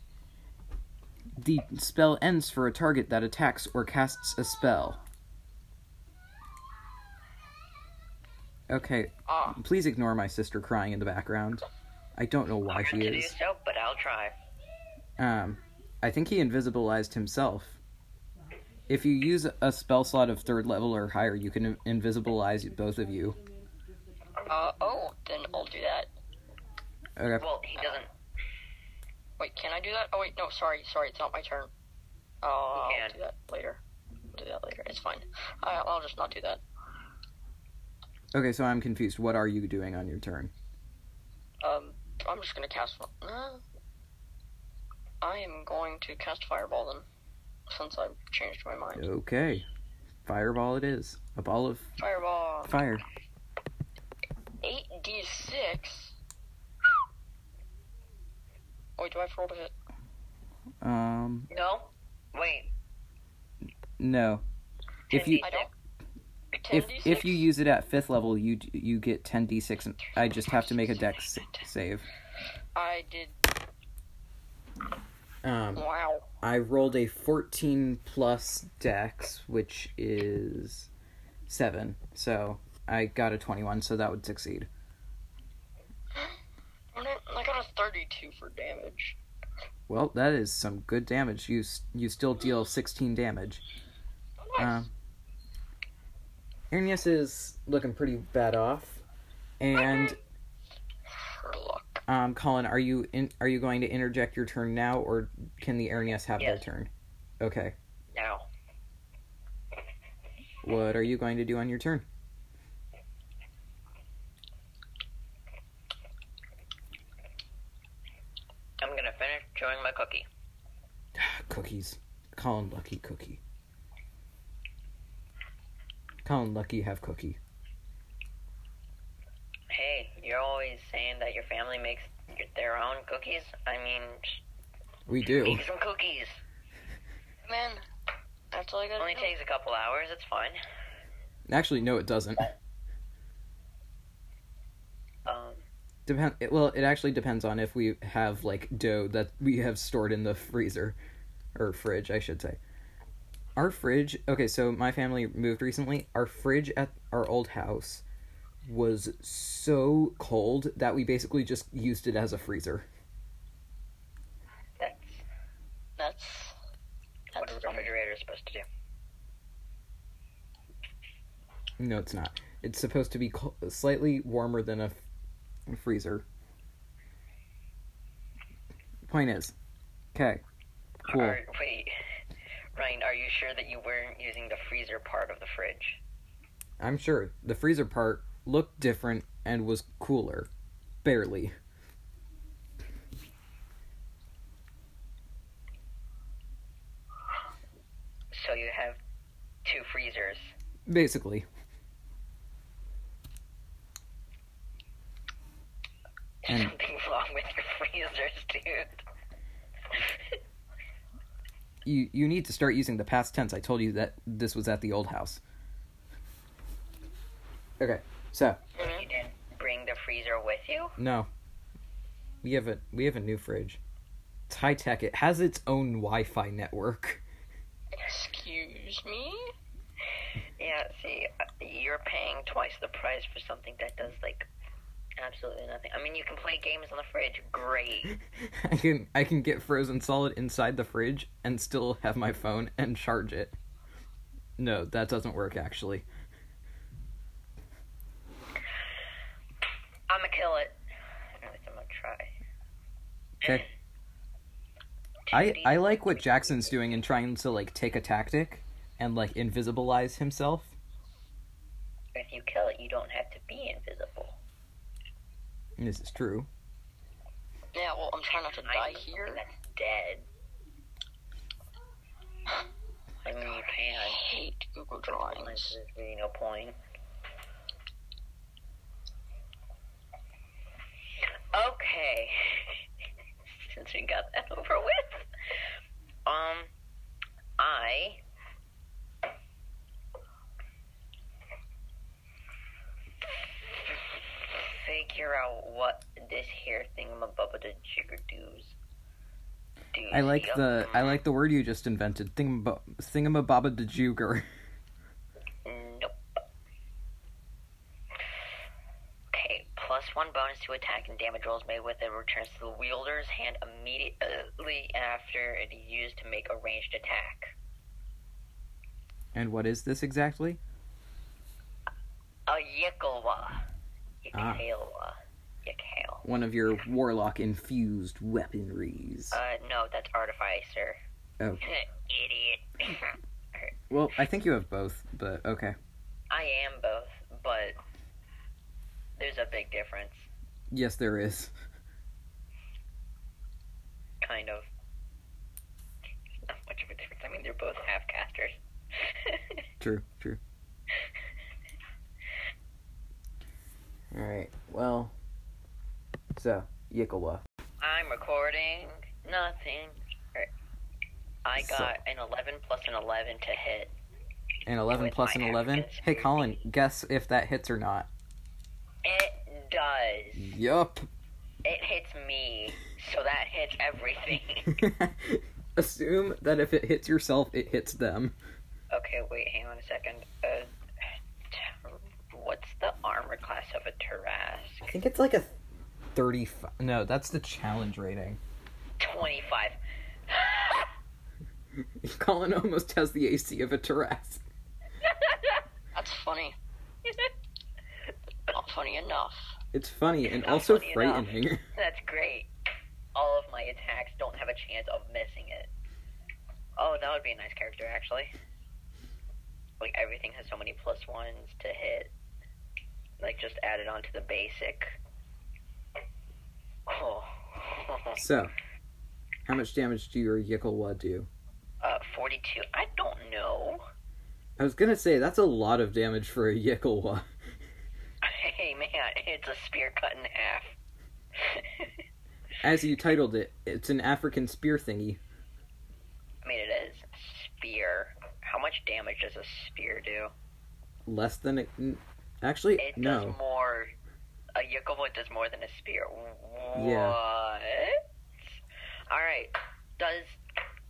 Speaker 1: the spell ends for a target that attacks or casts a spell. Okay,
Speaker 4: Ah,
Speaker 1: please ignore my sister crying in the background. I don't know why
Speaker 3: I'm
Speaker 1: she
Speaker 3: to do
Speaker 1: is.
Speaker 3: so, but I'll try.
Speaker 1: Um, I think he invisibilized himself. If you use a spell slot of third level or higher, you can in- invisibilize both of you.
Speaker 4: uh, oh, then I'll do that.
Speaker 1: Okay.
Speaker 3: Well, he doesn't.
Speaker 4: Wait, can I do that? Oh wait, no, sorry, sorry, it's not my turn. Uh, I'll
Speaker 3: can.
Speaker 4: do that later. I'll do that later. It's fine. I, I'll just not do that.
Speaker 1: Okay, so I'm confused. What are you doing on your turn?
Speaker 4: Um, I'm just gonna cast one. Uh, I am going to cast fireball then, since I've changed my mind.
Speaker 1: Okay. Fireball it is. A ball of
Speaker 4: Fireball.
Speaker 1: fire.
Speaker 4: Eight d six. Wait, do I have to roll to hit?
Speaker 1: Um,
Speaker 3: No? Wait.
Speaker 1: no. If you
Speaker 4: I don't. Ten
Speaker 1: if
Speaker 4: d six.
Speaker 1: if you use it at 5th level, you d- you get 10d6 and I just have to make a dex s- save.
Speaker 4: I did.
Speaker 1: Um,
Speaker 4: Wow.
Speaker 1: I rolled a 14 plus dex, which is 7. So I got a 21, so that would succeed.
Speaker 4: I I got a thirty-two for damage.
Speaker 1: Well, that is some good damage. You, s- you still deal 16 damage.
Speaker 4: Nice.
Speaker 1: Um, Ernius is looking pretty bad off. And
Speaker 4: Sherlock.
Speaker 1: um, Colin, are you in, are you going to interject your turn now, or can the Ernius have their
Speaker 3: Yes.
Speaker 1: turn? Okay.
Speaker 3: No.
Speaker 1: What are you going to do on your turn?
Speaker 3: I'm gonna finish chewing my cookie.
Speaker 1: Cookies. Colin Lucky Cookie. Colin Lucky have cookie.
Speaker 3: Hey, you're always saying that your family makes their own cookies. I mean,
Speaker 1: We do.
Speaker 3: make some cookies.
Speaker 4: Man, that's all I got.
Speaker 3: Only takes a couple hours. It's fine.
Speaker 1: Actually, no, it doesn't.
Speaker 3: Um,
Speaker 1: Depend. it- Well, it actually depends on if we have like dough that we have stored in the freezer, or fridge, I should say. Our fridge. Okay, so my family moved recently. Our fridge at our old house was so cold that we basically just used it as a freezer.
Speaker 3: that's
Speaker 4: That's.
Speaker 3: what
Speaker 4: That's
Speaker 3: a
Speaker 4: funny.
Speaker 3: refrigerator is supposed to do.
Speaker 1: No, it's not. It's supposed to be co- slightly warmer than a f- freezer. Point is, okay, cool.
Speaker 3: Are, wait, Ryan, are you sure that you weren't using the freezer part of the fridge?
Speaker 1: I'm sure the freezer part looked different and was cooler, barely.
Speaker 3: So you have two freezers.
Speaker 1: Basically,
Speaker 3: There's
Speaker 1: And-
Speaker 3: something wrong with your freezers, dude.
Speaker 1: you you need to start using the past tense. I told you that this was at the old house. Okay, so
Speaker 3: You didn't bring the freezer with you?
Speaker 1: no, we have a we have a new fridge. It's high tech. It has its own Wi-Fi network.
Speaker 4: Excuse me.
Speaker 3: Yeah, see, uh, you're paying twice the price for something that does, like, absolutely nothing. I mean, you can play games on the fridge. Great.
Speaker 1: I can I can get frozen solid inside the fridge and still have my phone and charge it. No, that doesn't work actually.
Speaker 3: I'm gonna kill it. At least I'm gonna try.
Speaker 1: Okay. I I like what Jackson's doing in trying to like take a tactic and like invisibilize himself.
Speaker 3: If you kill it, you don't have to be invisible.
Speaker 1: And this is true.
Speaker 4: Yeah, well, I'm trying not to die here.
Speaker 3: That's dead. I mean, you
Speaker 4: I
Speaker 3: can.
Speaker 4: hate Google
Speaker 3: Like,
Speaker 4: Drawings.
Speaker 3: There's really no point. Okay. Since we got that over with. Um, I. Figure out what this hair thingamabubba the jigger doos. do.
Speaker 1: I like the I like the word you just invented. Thingama thingamababa de juger.
Speaker 3: Nope. Okay, plus one bonus to attack and damage rolls made with it returns to the wielder's hand immediately after it is used to make a ranged attack.
Speaker 1: And what is this exactly?
Speaker 3: A Yikawa.
Speaker 1: Ah.
Speaker 3: Yikawa. Yikawa.
Speaker 1: One of your warlock infused weaponries.
Speaker 3: Uh, no, that's Artificer.
Speaker 1: Oh.
Speaker 3: Idiot.
Speaker 1: Well, I think you have both, but okay.
Speaker 3: I am both, but there's a big difference.
Speaker 1: Yes, there is.
Speaker 3: Kind of. Not much of a difference. I mean, they're both half casters.
Speaker 1: True, true. Alright, well. So, Yikawa.
Speaker 3: I'm recording nothing. Alright. I
Speaker 1: So-
Speaker 3: got an 11 plus an 11 to hit.
Speaker 1: And 11
Speaker 3: With
Speaker 1: plus an
Speaker 3: my
Speaker 1: 11?
Speaker 3: actions,
Speaker 1: Hey,
Speaker 3: maybe.
Speaker 1: Colin, guess if that hits or not.
Speaker 3: It does.
Speaker 1: Yup.
Speaker 3: It hits me, so that hits everything.
Speaker 1: Assume that if it hits yourself, it hits them.
Speaker 3: okay, wait, hang on a second. Uh, what's the armor class of a Tarrasque?
Speaker 1: I think it's like a 35. No, that's the challenge rating.
Speaker 3: 25.
Speaker 1: Colin almost has the AC of a Tarrasque.
Speaker 4: That's funny. Not funny enough.
Speaker 1: It's funny and
Speaker 3: Not
Speaker 1: also
Speaker 3: funny enough.
Speaker 1: frightening.
Speaker 3: That's great. All of my attacks don't have a chance of missing it. Oh, that would be a nice character, actually. Like, everything has so many plus ones to hit. Like, just added on to the basic. Oh.
Speaker 1: so, how much damage do your Yikawa do?
Speaker 3: uh, 42. I don't know.
Speaker 1: I was gonna say, that's a lot of damage for a Yikawa.
Speaker 3: Hey, man, it's a spear cut in half.
Speaker 1: As you titled it, it's an African spear thingy.
Speaker 3: I mean, it is. Spear. How much damage does a spear do?
Speaker 1: Less than a. n- Actually,
Speaker 3: It
Speaker 1: no.
Speaker 3: does more. A Yukobo does more than a spear. What?
Speaker 1: Yeah.
Speaker 3: All right. Does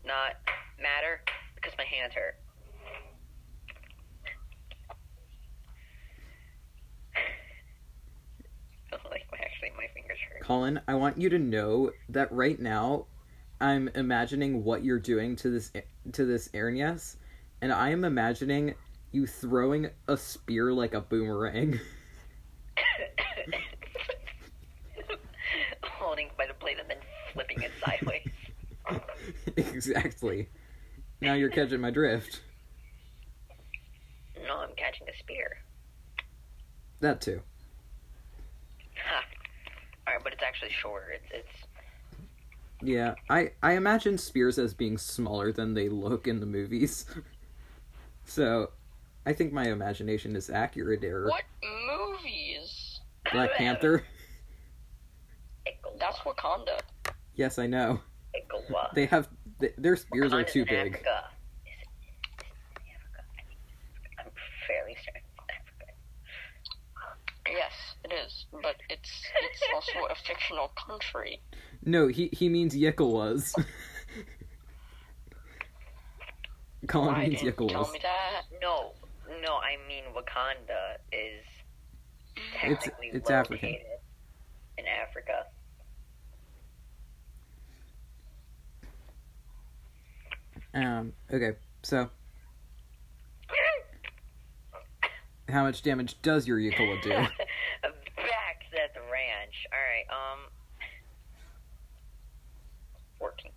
Speaker 3: not matter because my hands hurt. like actually, my fingers hurt.
Speaker 1: Colin, I want you to know that right now, I'm imagining what you're doing to this to this Ernias, and I am imagining you throwing a spear like a boomerang.
Speaker 3: Holding by the blade and then flipping it sideways.
Speaker 1: exactly. Now you're catching my drift.
Speaker 3: no, I'm catching a spear.
Speaker 1: That too.
Speaker 3: Ha. All right, but it's actually shorter. It's it's
Speaker 1: Yeah, I I imagine spears as being smaller than they look in the movies. so, I think my imagination is accurate. Error.
Speaker 4: What movies?
Speaker 1: Black Panther.
Speaker 3: Ickawa.
Speaker 4: That's Wakanda.
Speaker 1: Yes, I know.
Speaker 3: Ickawa.
Speaker 1: They have th- their spears are
Speaker 3: Wakanda's
Speaker 1: too
Speaker 3: in
Speaker 1: big.
Speaker 3: Africa. Is it- is it in Africa? I think it's Africa. I'm fairly certain it's Africa.
Speaker 4: Yes, it is. But it's it's also a fictional country.
Speaker 1: No, he he means Yekawas. Colin
Speaker 4: Why
Speaker 1: means
Speaker 4: didn't you tell
Speaker 1: Yekawas.
Speaker 4: me that?
Speaker 3: No, no, I mean Wakanda is technically
Speaker 1: it's African.
Speaker 3: located in Africa.
Speaker 1: Um. Okay. So, how much damage does your Yekawa do?
Speaker 3: Back at the ranch. All right. Um. Fourteen.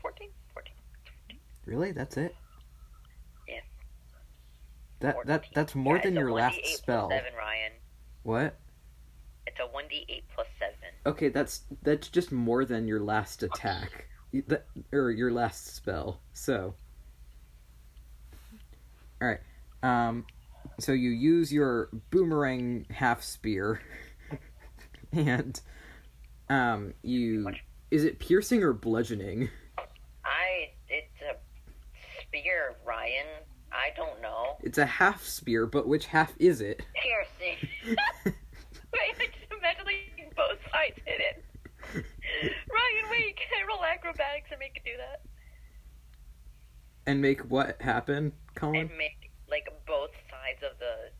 Speaker 3: Fourteen. Fourteen.
Speaker 1: really? That's it?
Speaker 3: Yeah.
Speaker 1: That that
Speaker 3: 14.
Speaker 1: that's more
Speaker 3: Yeah,
Speaker 1: than
Speaker 3: it's a
Speaker 1: your
Speaker 3: 1d8
Speaker 1: last
Speaker 3: plus
Speaker 1: spell.
Speaker 3: Seven, Ryan.
Speaker 1: What?
Speaker 3: It's a one d eight plus seven.
Speaker 1: Okay, that's that's just more than your last attack, You- that, or your last spell. So, all right. Um, so you use your boomerang half spear, and Um, you is it piercing or bludgeoning?
Speaker 3: I it's a spear, Ryan. I don't know.
Speaker 1: It's a half spear, but which half is it?
Speaker 3: Piercing.
Speaker 4: Wait, I just imagine like both sides hit it. Ryan, wait, can I roll acrobatics and make it do that?
Speaker 1: And make what happen, Colin?
Speaker 3: and make like both sides of the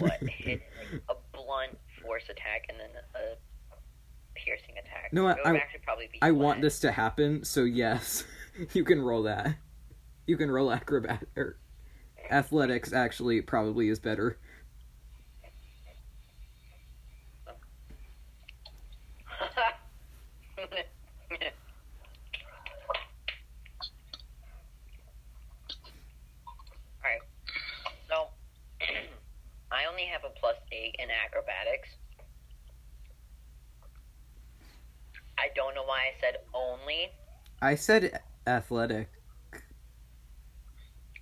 Speaker 3: what hit like, a blunt force attack and then a piercing attack.
Speaker 1: No, I-
Speaker 3: It would
Speaker 1: I-
Speaker 3: actually probably be
Speaker 1: I want
Speaker 3: blunt.
Speaker 1: this to happen, so yes, you can roll that. You can roll acrobat or athletics. Actually, probably is better.
Speaker 3: Alright. So I only have a plus eight in acrobatics. I don't know why I said only.
Speaker 1: I said athletic.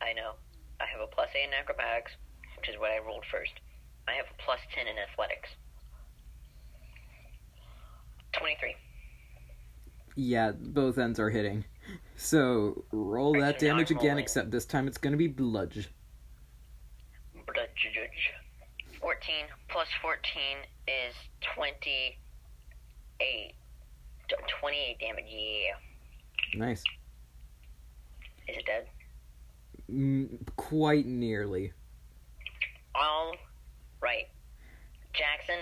Speaker 3: I know. I have a plus eight in acrobatics, which is what I rolled first. I have a plus ten in athletics. Twenty-three.
Speaker 1: Yeah, both ends are hitting. So roll that
Speaker 3: so now
Speaker 1: damage
Speaker 3: I'm
Speaker 1: again,
Speaker 3: rolling.
Speaker 1: except this time it's gonna be bludge.
Speaker 3: Bludge. Fourteen plus fourteen is twenty-eight. T- Twenty-eight damage. Yeah.
Speaker 1: Nice.
Speaker 3: Is it dead?
Speaker 1: Mm, quite nearly.
Speaker 3: All right. Jackson,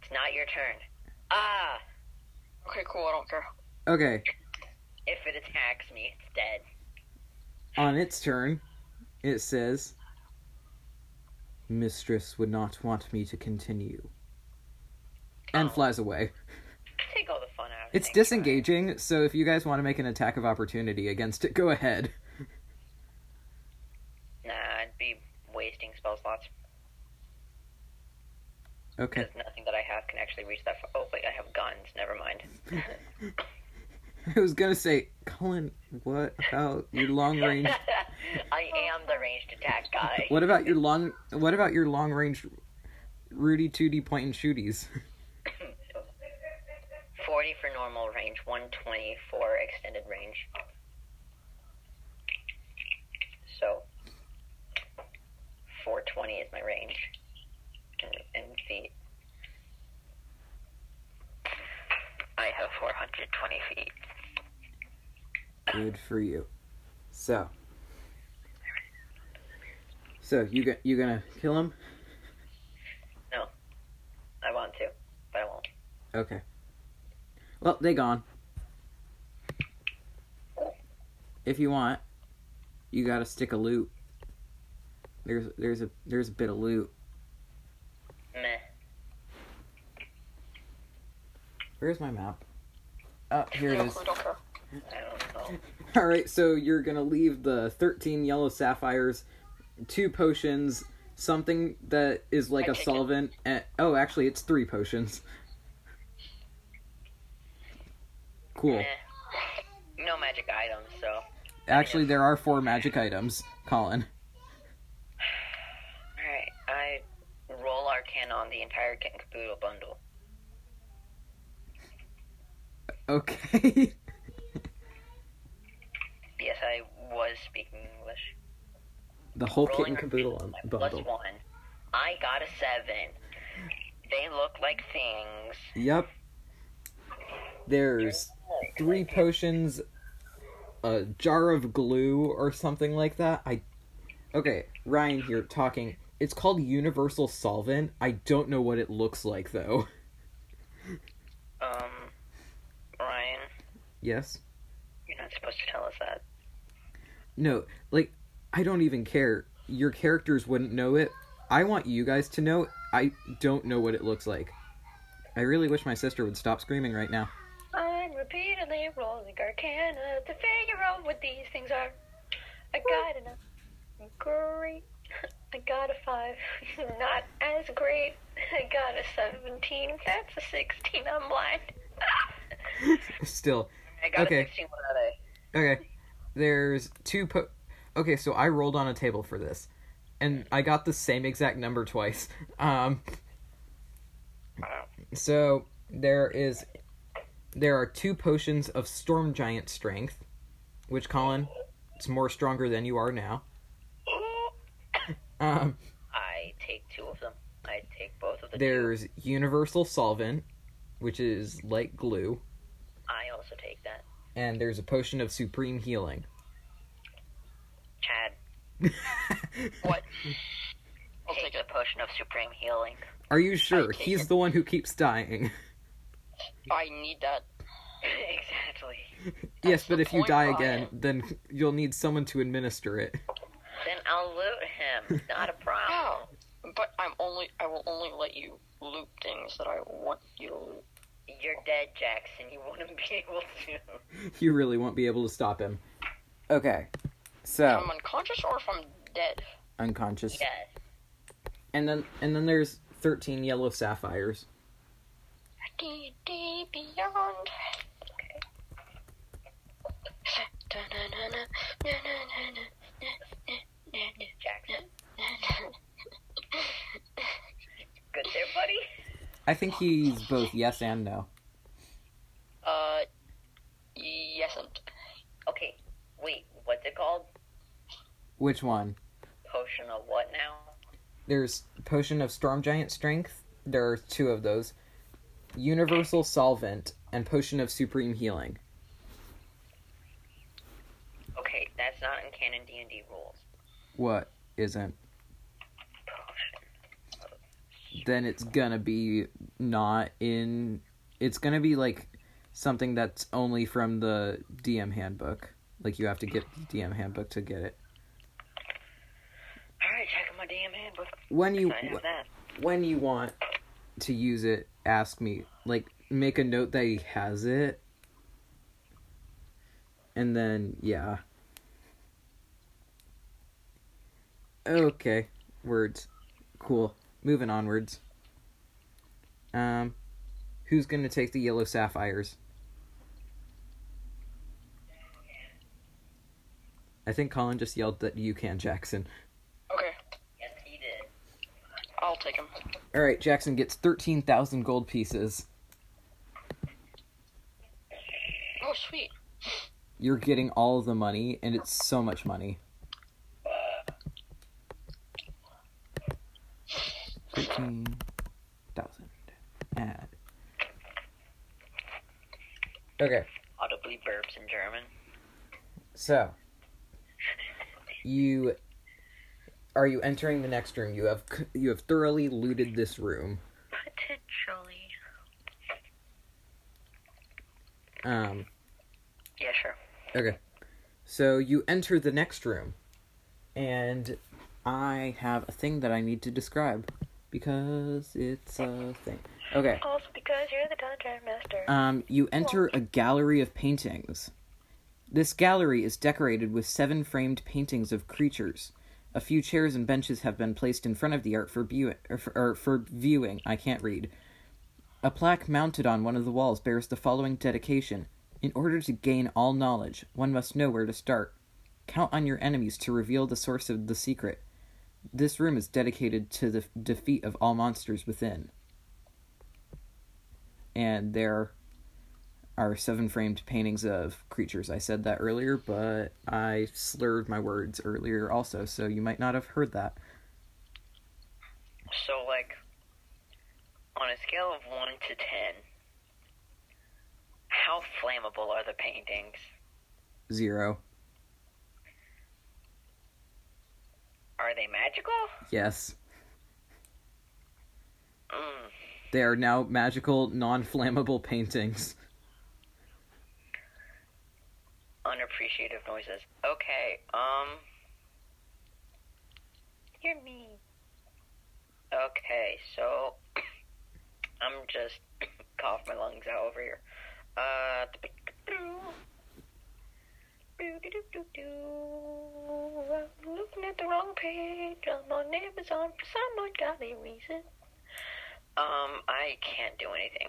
Speaker 3: it's not your turn. Ah,
Speaker 4: Okay, cool. I don't care.
Speaker 1: Okay,
Speaker 3: if it attacks me, it's dead.
Speaker 1: on its turn, it says, "Mistress would not want me to continue," and
Speaker 3: Oh.
Speaker 1: flies away.
Speaker 3: Take all the fun out of
Speaker 1: It's
Speaker 3: things,
Speaker 1: disengaging, so if you guys want to make an attack of opportunity against it, go ahead.
Speaker 3: right? Nah, I'd be wasting spell slots.
Speaker 1: Okay.
Speaker 3: Because nothing that I have can actually reach that far. Oh, wait, I have guns. Never mind.
Speaker 1: I was gonna say, Colin, what about your long range?
Speaker 3: I am the ranged attack guy.
Speaker 1: What about your long? What about your long range, Rudy two D point and shooties?
Speaker 3: 40 for normal range, 120 for extended range. So, 420 is my range in, in feet. I have 420 feet.
Speaker 1: Good for you. So. So you go- you gonna kill him?
Speaker 3: I want to, but I won't.
Speaker 1: Okay. Well, they gone. If you want, you gotta stick a loot. There's there's a there's a bit of loot.
Speaker 3: Meh.
Speaker 1: Where's my map? Oh, here it
Speaker 4: No
Speaker 1: is.
Speaker 4: clue, don't care.
Speaker 3: I don't know.
Speaker 1: All right, so you're gonna leave the thirteen yellow sapphires, two potions, something that is like
Speaker 4: I
Speaker 1: a
Speaker 4: take it.
Speaker 1: solvent. And, oh, actually, it's three potions. Cool.
Speaker 3: Meh. No magic items, so.
Speaker 1: Actually, there are four magic items, Colin.
Speaker 3: Alright, I roll Arcana on the entire Kit and Caboodle bundle.
Speaker 1: Okay.
Speaker 3: Yes, I was speaking English.
Speaker 1: The whole kit
Speaker 3: Rolling
Speaker 1: and caboodle on
Speaker 3: Arcana plus
Speaker 1: bundle.
Speaker 3: one. I got a seven. They look like things.
Speaker 1: Yep. There's three potions, a jar of glue or something like that. I Okay, Ryan here talking. It's called universal solvent. I don't know what it looks like though.
Speaker 3: Um, Ryan,
Speaker 1: Yes.
Speaker 3: you're not supposed to tell us that.
Speaker 1: No, like I don't even care. Your characters wouldn't know it. I want you guys to know I don't know what it looks like. I really wish my sister would stop screaming right now.
Speaker 4: I'm repeatedly rolling Arcana to figure out what these things are. I got an great. I got a five. Not as great. I got a seventeen. That's a sixteen. I'm blind.
Speaker 1: Still,
Speaker 3: I got
Speaker 1: Okay.
Speaker 3: a 16 without a.
Speaker 1: Okay. There's two po- Okay, so I rolled on a table for this. And I got the same exact number twice. Um so there is There are two potions of Storm Giant Strength, which Colin, it's more stronger than you are now. Um,
Speaker 3: I take two of them. I take both of the two.
Speaker 1: there's Universal Solvent, which is like glue,
Speaker 3: I also take that.
Speaker 1: and there's a potion of Supreme Healing.
Speaker 3: Chad,
Speaker 4: What? I'll
Speaker 3: take
Speaker 4: take
Speaker 3: the
Speaker 4: it.
Speaker 3: potion of supreme healing.
Speaker 1: Are you sure?
Speaker 4: take
Speaker 1: He's the one who keeps dying.
Speaker 4: I need that.
Speaker 3: exactly.
Speaker 1: yes,
Speaker 4: That's
Speaker 1: but
Speaker 4: the
Speaker 1: if you
Speaker 4: point,
Speaker 1: die
Speaker 4: Ryan.
Speaker 1: again, then you'll need someone to administer it.
Speaker 3: Then I'll loot him. Not a problem.
Speaker 4: How? But I'm only. I will only let you loot things that I want you to loot.
Speaker 3: You're dead, Jackson. You wouldn't be able to.
Speaker 1: You really won't be able to stop him.
Speaker 5: Okay.
Speaker 1: Oh.
Speaker 4: If I'm
Speaker 5: So
Speaker 4: unconscious or if I'm dead.
Speaker 5: unconscious.
Speaker 3: Yes.
Speaker 1: And then and then there's 13 yellow sapphires.
Speaker 4: D D beyond. Okay. Da-na-na-na, na-na-na-na, na-na-na-na.
Speaker 3: Jackson. Good there, buddy.
Speaker 1: I think he's both yes and no.
Speaker 4: Uh, yes and
Speaker 3: Okay. Wait. What's it called?
Speaker 1: Which one?
Speaker 3: Potion of what now?
Speaker 1: There's potion of storm giant strength. There are two of those. Universal solvent and potion of supreme healing.
Speaker 3: Okay, that's not in canon D and D rules.
Speaker 1: What isn't? Then it's gonna be not in. It's gonna be like something that's only from the DM handbook. Like you have to get the DM handbook to get it.
Speaker 3: All right, check my DM handbook.
Speaker 1: When you
Speaker 3: I have that.
Speaker 1: when you want to use it, ask me. Like, make a note that he has it. And then, yeah. Okay. Words. Cool. Moving onwards. Um, who's gonna take the yellow sapphires? I think Colin just yelled that you can, Jackson.
Speaker 4: Okay,
Speaker 3: Yes, he did.
Speaker 4: I'll take him.
Speaker 1: All right, Jackson gets 13,000 gold pieces.
Speaker 4: Oh sweet.
Speaker 1: you're getting all the money and it's so much money 15000 add okay
Speaker 3: Audibly burps in German.
Speaker 1: so you are you entering the next room you have c- you have thoroughly looted this room
Speaker 3: Potentially.
Speaker 1: um
Speaker 3: Yeah, sure.
Speaker 1: Okay. So you enter the next room, and I have a thing that I need to describe because it's a thing. Okay.
Speaker 6: Also because you're the Dungeon Master.
Speaker 1: Um, you enter a gallery of paintings. This gallery is decorated with seven framed paintings of creatures. A few chairs and benches have been placed in front of the art for, view- or for, or for viewing. I can't read. A plaque mounted on one of the walls bears the following dedication In order to gain all knowledge, one must know where to start. Count on your enemies to reveal the source of the secret. This room is dedicated to the f- defeat of all monsters within and there are seven framed paintings of creatures. I said that earlier, but I slurred my words earlier also, so you might not have heard that.
Speaker 3: So, like, on a scale of 1 to 10, how flammable are the paintings?
Speaker 1: Zero.
Speaker 3: Are they magical?
Speaker 1: Yes.
Speaker 3: Mm.
Speaker 1: They are now magical, non flammable paintings.
Speaker 3: Unappreciative noises. Okay, um. You're me. Okay, so. I'm just. cough my lungs out over here. Uh. I'm looking at the wrong page. I'm on Amazon for some ungodly reason. Um, I can't do anything.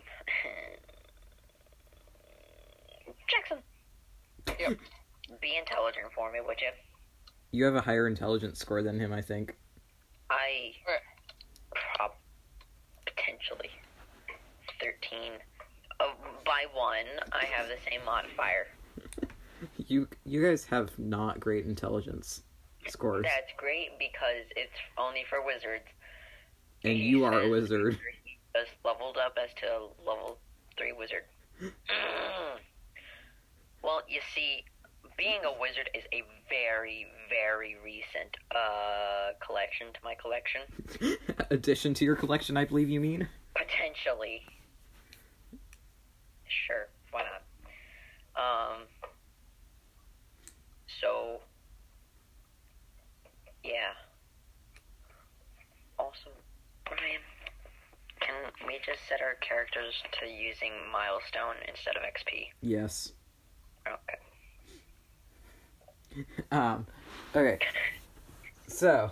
Speaker 3: Jackson!
Speaker 4: Yep.
Speaker 3: Be intelligent for me, would you?
Speaker 1: You have a higher intelligence score than him, I think.
Speaker 3: I
Speaker 4: Right.
Speaker 3: prob potentially thirteen. Uh, by one, I have the same modifier.
Speaker 1: You you guys have not great intelligence scores,
Speaker 3: That's great because it's only for wizards.
Speaker 1: and you are a wizard.
Speaker 3: Just leveled up as to level three wizard. well, you see, being a wizard is a very, very recent uh collection to my collection.
Speaker 1: Addition to your collection, I believe you mean.
Speaker 3: Potentially. Sure, why not? Um, so, yeah. Also, Brian, can we just set our characters to using milestone instead of XP?
Speaker 1: Yes.
Speaker 3: Okay.
Speaker 1: Um, okay. So,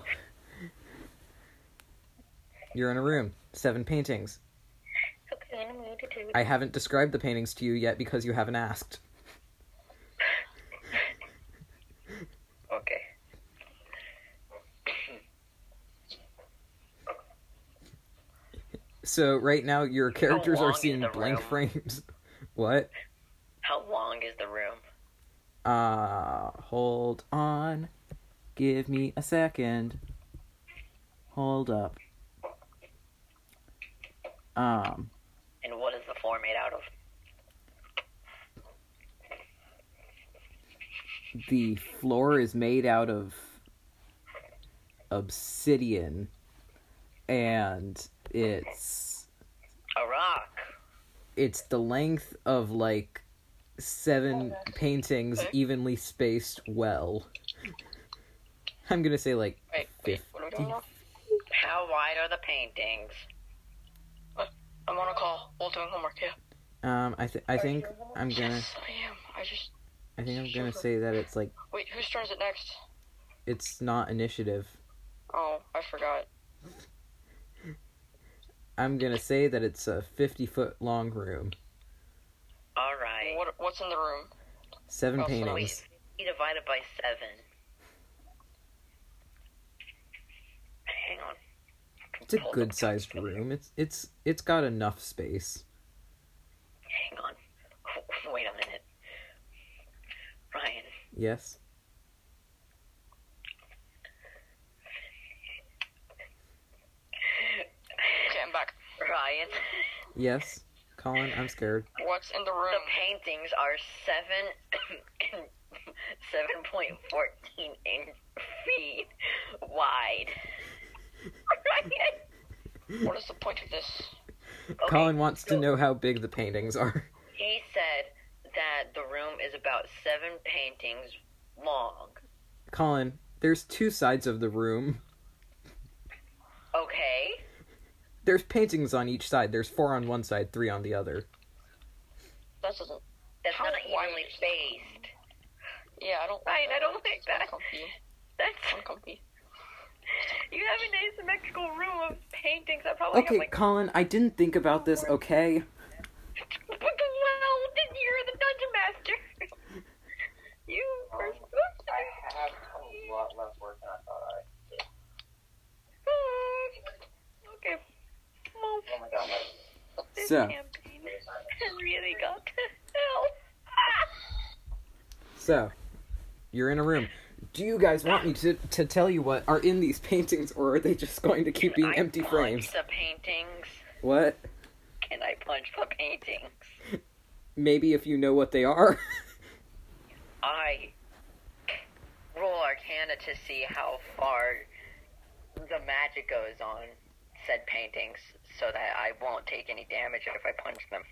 Speaker 1: you're in a room, seven paintings. I haven't described the paintings to you yet because you haven't asked.
Speaker 3: Okay.
Speaker 1: So right now your characters
Speaker 3: long
Speaker 1: are
Speaker 3: is
Speaker 1: seeing
Speaker 3: the
Speaker 1: blank
Speaker 3: room?
Speaker 1: frames. What?
Speaker 3: How long is the room?
Speaker 1: Uh, hold on. Give me a second. Hold up. Um,
Speaker 3: And what is the floor made out of?
Speaker 1: the floor is made out of obsidian and it's
Speaker 3: A rock.
Speaker 1: it's the length of like seven paintings evenly spaced well i'm gonna say like
Speaker 4: Wait, wait, what are we doing now?
Speaker 3: How wide are the paintings?
Speaker 4: I'm on a call while doing homework, yeah.
Speaker 1: um i, th- I think i'm gonna
Speaker 4: Yes, I am. I just.
Speaker 1: i think i'm gonna say that it's like
Speaker 4: Wait, whose turn is it next?
Speaker 1: it's not initiative
Speaker 4: Oh, I forgot.
Speaker 1: i'm gonna say that it's a 50 foot long room
Speaker 3: All right.
Speaker 4: What What's in the room?
Speaker 1: seven
Speaker 4: Oh, so wait.
Speaker 1: paintings
Speaker 3: He divided by seven. Hang on.
Speaker 1: it's a good sized room it's it's it's got enough space
Speaker 3: Hang on. Wait a minute. Ryan,
Speaker 1: Yes.
Speaker 4: Okay, I'm back.
Speaker 3: Ryan,
Speaker 1: Yes. Colin, I'm scared.
Speaker 4: What's in the
Speaker 3: the
Speaker 4: room?
Speaker 3: paintings are seven, seven point fourteen inch feet wide. Ryan,
Speaker 4: What is the point of this?
Speaker 3: okay,
Speaker 1: Colin wants to
Speaker 3: so
Speaker 1: know how big the paintings are.
Speaker 3: He said that the room is about seven paintings long.
Speaker 1: Colin, there's two sides of the room.
Speaker 3: Okay.
Speaker 1: There's paintings on each side. There's four on one side, three on the other.
Speaker 4: That doesn't.
Speaker 3: That's
Speaker 4: How
Speaker 3: not
Speaker 4: wide
Speaker 3: evenly
Speaker 4: is it?
Speaker 3: spaced.
Speaker 4: Yeah, I don't.
Speaker 3: Ryan, I don't like
Speaker 4: It's
Speaker 3: that.
Speaker 4: Uncomfy.
Speaker 3: That's
Speaker 4: Uncomfy.
Speaker 3: you have an asymmetrical room of paintings. I probably have Oh, like
Speaker 1: Colin, I didn't think about this, okay?
Speaker 3: But well, then you're the dungeon master. you are supposed to.
Speaker 2: I have a lot less work than I thought I.
Speaker 3: Hmm. Okay. Well,
Speaker 2: Oh my god, my
Speaker 3: this
Speaker 1: So-
Speaker 3: campaign has really got to hell.
Speaker 1: So, you're in a room. Do you guys want me to, to tell you what are in these paintings, or are they just going to keep being
Speaker 3: I
Speaker 1: empty
Speaker 3: punch
Speaker 1: frames?
Speaker 3: The paintings.
Speaker 1: What?
Speaker 3: Can I punch the paintings?
Speaker 1: Maybe if you know what they are.
Speaker 3: I roll Arcana to see how far the magic goes on said paintings so that I won't take any damage if I punch them.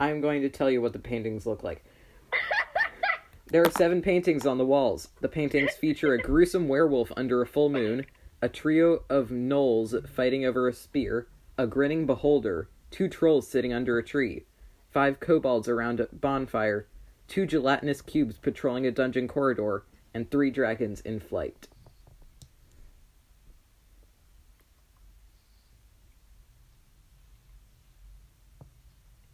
Speaker 1: I'm going to tell you what the paintings look like. there are seven paintings on the walls. The paintings feature a gruesome werewolf under a full moon, a trio of gnolls fighting over a spear, a grinning beholder, two trolls sitting under a tree, five kobolds around a bonfire, two gelatinous cubes patrolling a dungeon corridor, and three dragons in flight.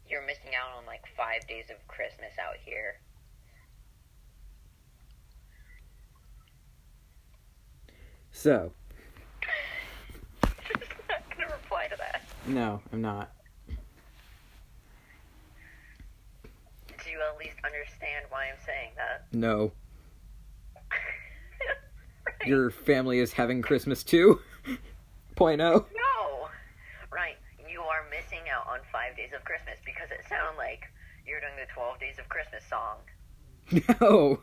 Speaker 3: You're missing out on like five days of Christmas out here.
Speaker 1: So,
Speaker 3: not gonna reply to that.
Speaker 1: no, I'm not.
Speaker 3: I am saying that.
Speaker 1: No. Your family is having Christmas too. Point oh.
Speaker 3: No! Right, you are missing out on five days of Christmas because it sounded like you're doing the 12 days of Christmas song.
Speaker 1: No.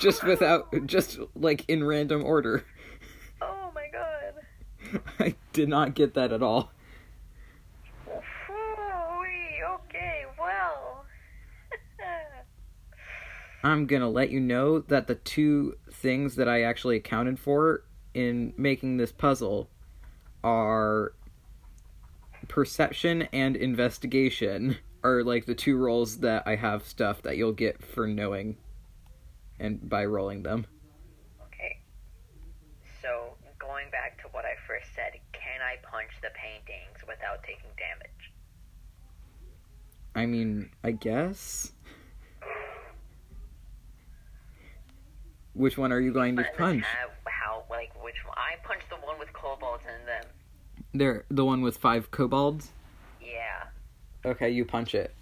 Speaker 1: just without just like in random order.
Speaker 3: Oh my god.
Speaker 1: I did not get that at all.
Speaker 3: Ooh-wee, okay, well.
Speaker 1: I'm going to let you know that the two things that I actually accounted for in making this puzzle are perception and investigation are like the two rolls that I have stuff that you'll get for knowing and by rolling them.
Speaker 3: okay. So, going back to what I first said, can I punch the paintings without taking damage?
Speaker 1: I mean, I guess. Which one are you going to
Speaker 3: And then
Speaker 1: punch?
Speaker 3: How, how, like, which one? I punched the one with kobolds in them.
Speaker 1: There, the one with five kobolds.
Speaker 3: Yeah.
Speaker 1: Okay, you punch it.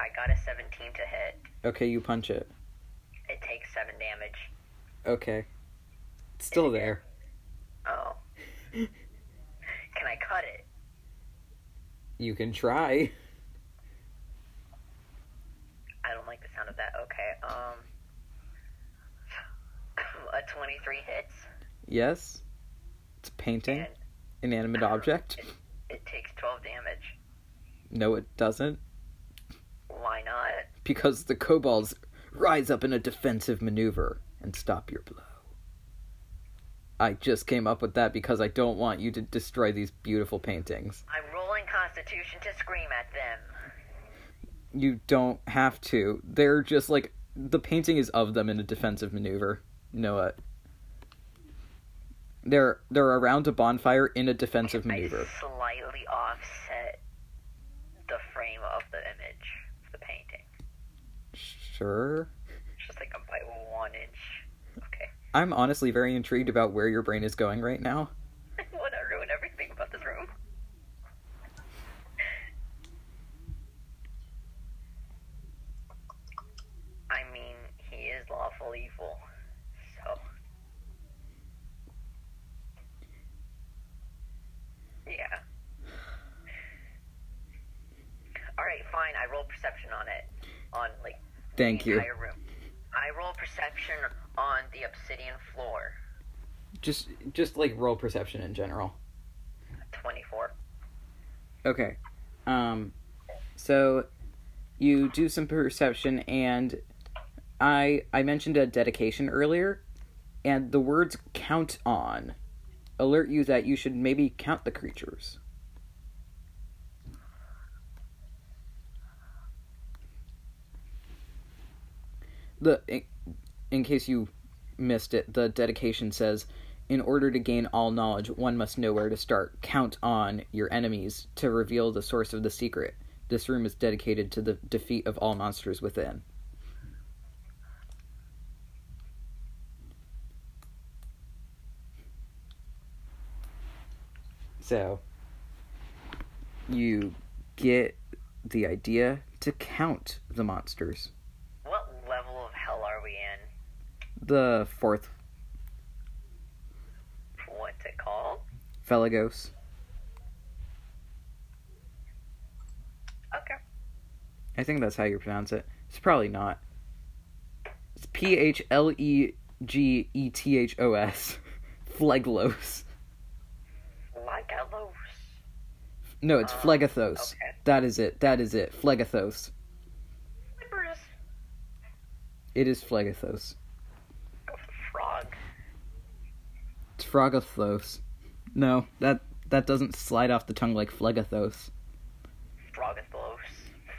Speaker 3: I got a 17 to hit.
Speaker 1: Okay, you punch it.
Speaker 3: It takes 7 damage.
Speaker 1: Okay. It's still there.
Speaker 3: Oh. Can I cut it?
Speaker 1: You can try.
Speaker 3: I don't like the sound of that. Okay. Um. a 23 hits.
Speaker 1: Yes. It's a painting,
Speaker 3: And
Speaker 1: inanimate object.
Speaker 3: it takes 12 damage.
Speaker 1: No, it doesn't,
Speaker 3: Why not?
Speaker 1: because the kobolds rise up in a defensive maneuver and stop your blow. I just came up with that because I don't want you to destroy these beautiful paintings.
Speaker 3: I'm rolling Constitution to scream at them.
Speaker 1: You don't have to. They're just like the painting is of them in a defensive maneuver. Noah. They're they're around a bonfire in a defensive maneuver.
Speaker 3: I slightly offset the frame of the image, of the painting.
Speaker 1: Sure.
Speaker 3: It's just like by one inch. Okay.
Speaker 1: I'm honestly very intrigued about where your brain is going right now.
Speaker 3: I want to ruin everything about this room. I mean, he is lawful evil, so. Yeah. Alright, fine, I roll perception on it. On, like,
Speaker 1: Thank
Speaker 3: the
Speaker 1: you.
Speaker 3: entire room. I roll perception on the obsidian floor.
Speaker 1: Just just like roll perception in general.
Speaker 3: 24.
Speaker 1: Okay. Um so you do some perception and I I mentioned a dedication earlier and the words count on alert you that you should maybe count the creatures. The in, in case you missed it, the dedication says in order to gain all knowledge, one must know where to start. Count on your enemies to reveal the source of the secret. This room is dedicated to the defeat of all monsters within. So, you get the idea to count the monsters.
Speaker 3: What level of hell are we in?
Speaker 1: The fourth
Speaker 3: What's it called?
Speaker 1: Felagos.
Speaker 3: Okay.
Speaker 1: I think that's how you pronounce it. It's probably not. It's P H L E G E T H O S. Phleglos.
Speaker 3: Like a loose.
Speaker 1: No, it's
Speaker 3: Uh,
Speaker 1: Phlegathos.
Speaker 3: okay.
Speaker 1: That is it. That is it. Phlegathos.
Speaker 3: Slippers.
Speaker 1: It is Phlegathos.
Speaker 3: Go for the frog.
Speaker 1: It's Frogathos. No, that that doesn't slide off the tongue like Phlegathos.
Speaker 3: Frogathos.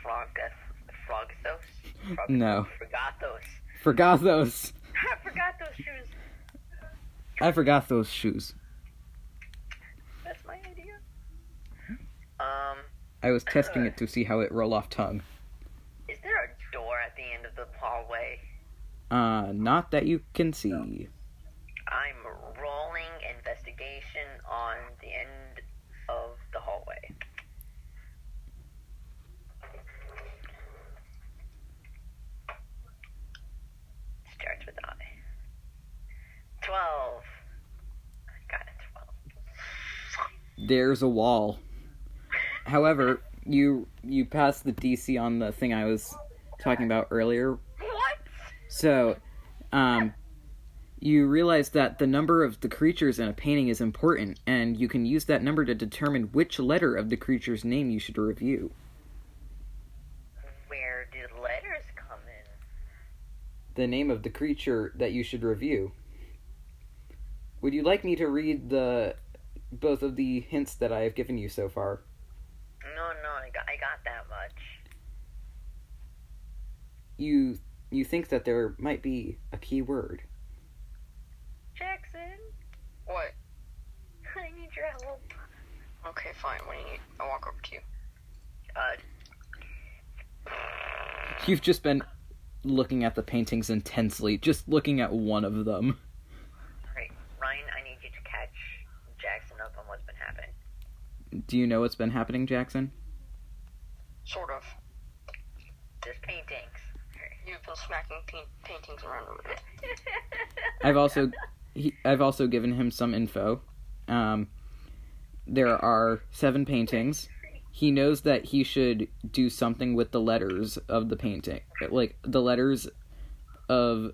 Speaker 3: Frogath. Frogathos? Frog-
Speaker 1: No.
Speaker 3: Forgathos.
Speaker 1: Forgathos.
Speaker 3: I forgot those shoes.
Speaker 1: I forgot those shoes.
Speaker 3: That's my idea. Um,
Speaker 1: I was testing it to see how it roll off tongue.
Speaker 3: is there a door at the end of the hallway?
Speaker 1: Uh, not that you can see.
Speaker 3: I'm rolling investigation on the end of the hallway.
Speaker 1: There's a wall. However, you you passed the DC on the thing I was talking about earlier.
Speaker 2: What?
Speaker 1: So, um, you realize that the number of the creatures in a painting is important, and you can use that number to determine which letter of the creature's name you should review.
Speaker 3: Where do letters come in?
Speaker 1: The name of the creature that you should review. Would you like me to read the both of the hints that I have given you so far?
Speaker 3: No, no, I got, I got that much.
Speaker 1: You you think that there might be a key word.
Speaker 2: Jackson,
Speaker 4: What?
Speaker 2: I need your help.
Speaker 4: Okay, fine. What do you need? I'll walk over to you.
Speaker 3: Uh,
Speaker 1: You've just been looking at the paintings intensely, just looking at one of them.
Speaker 3: right, Ryan, I need you to catch Jackson up on what's been happening.
Speaker 1: Do you know what's been happening, Jackson?
Speaker 4: Sort of.
Speaker 3: There's paintings.
Speaker 4: You've been smacking paint- paintings around over there.
Speaker 1: I've also he, I've also given him some info. Um, there are seven paintings. He knows that he should do something with the letters of the painting, like the letters of.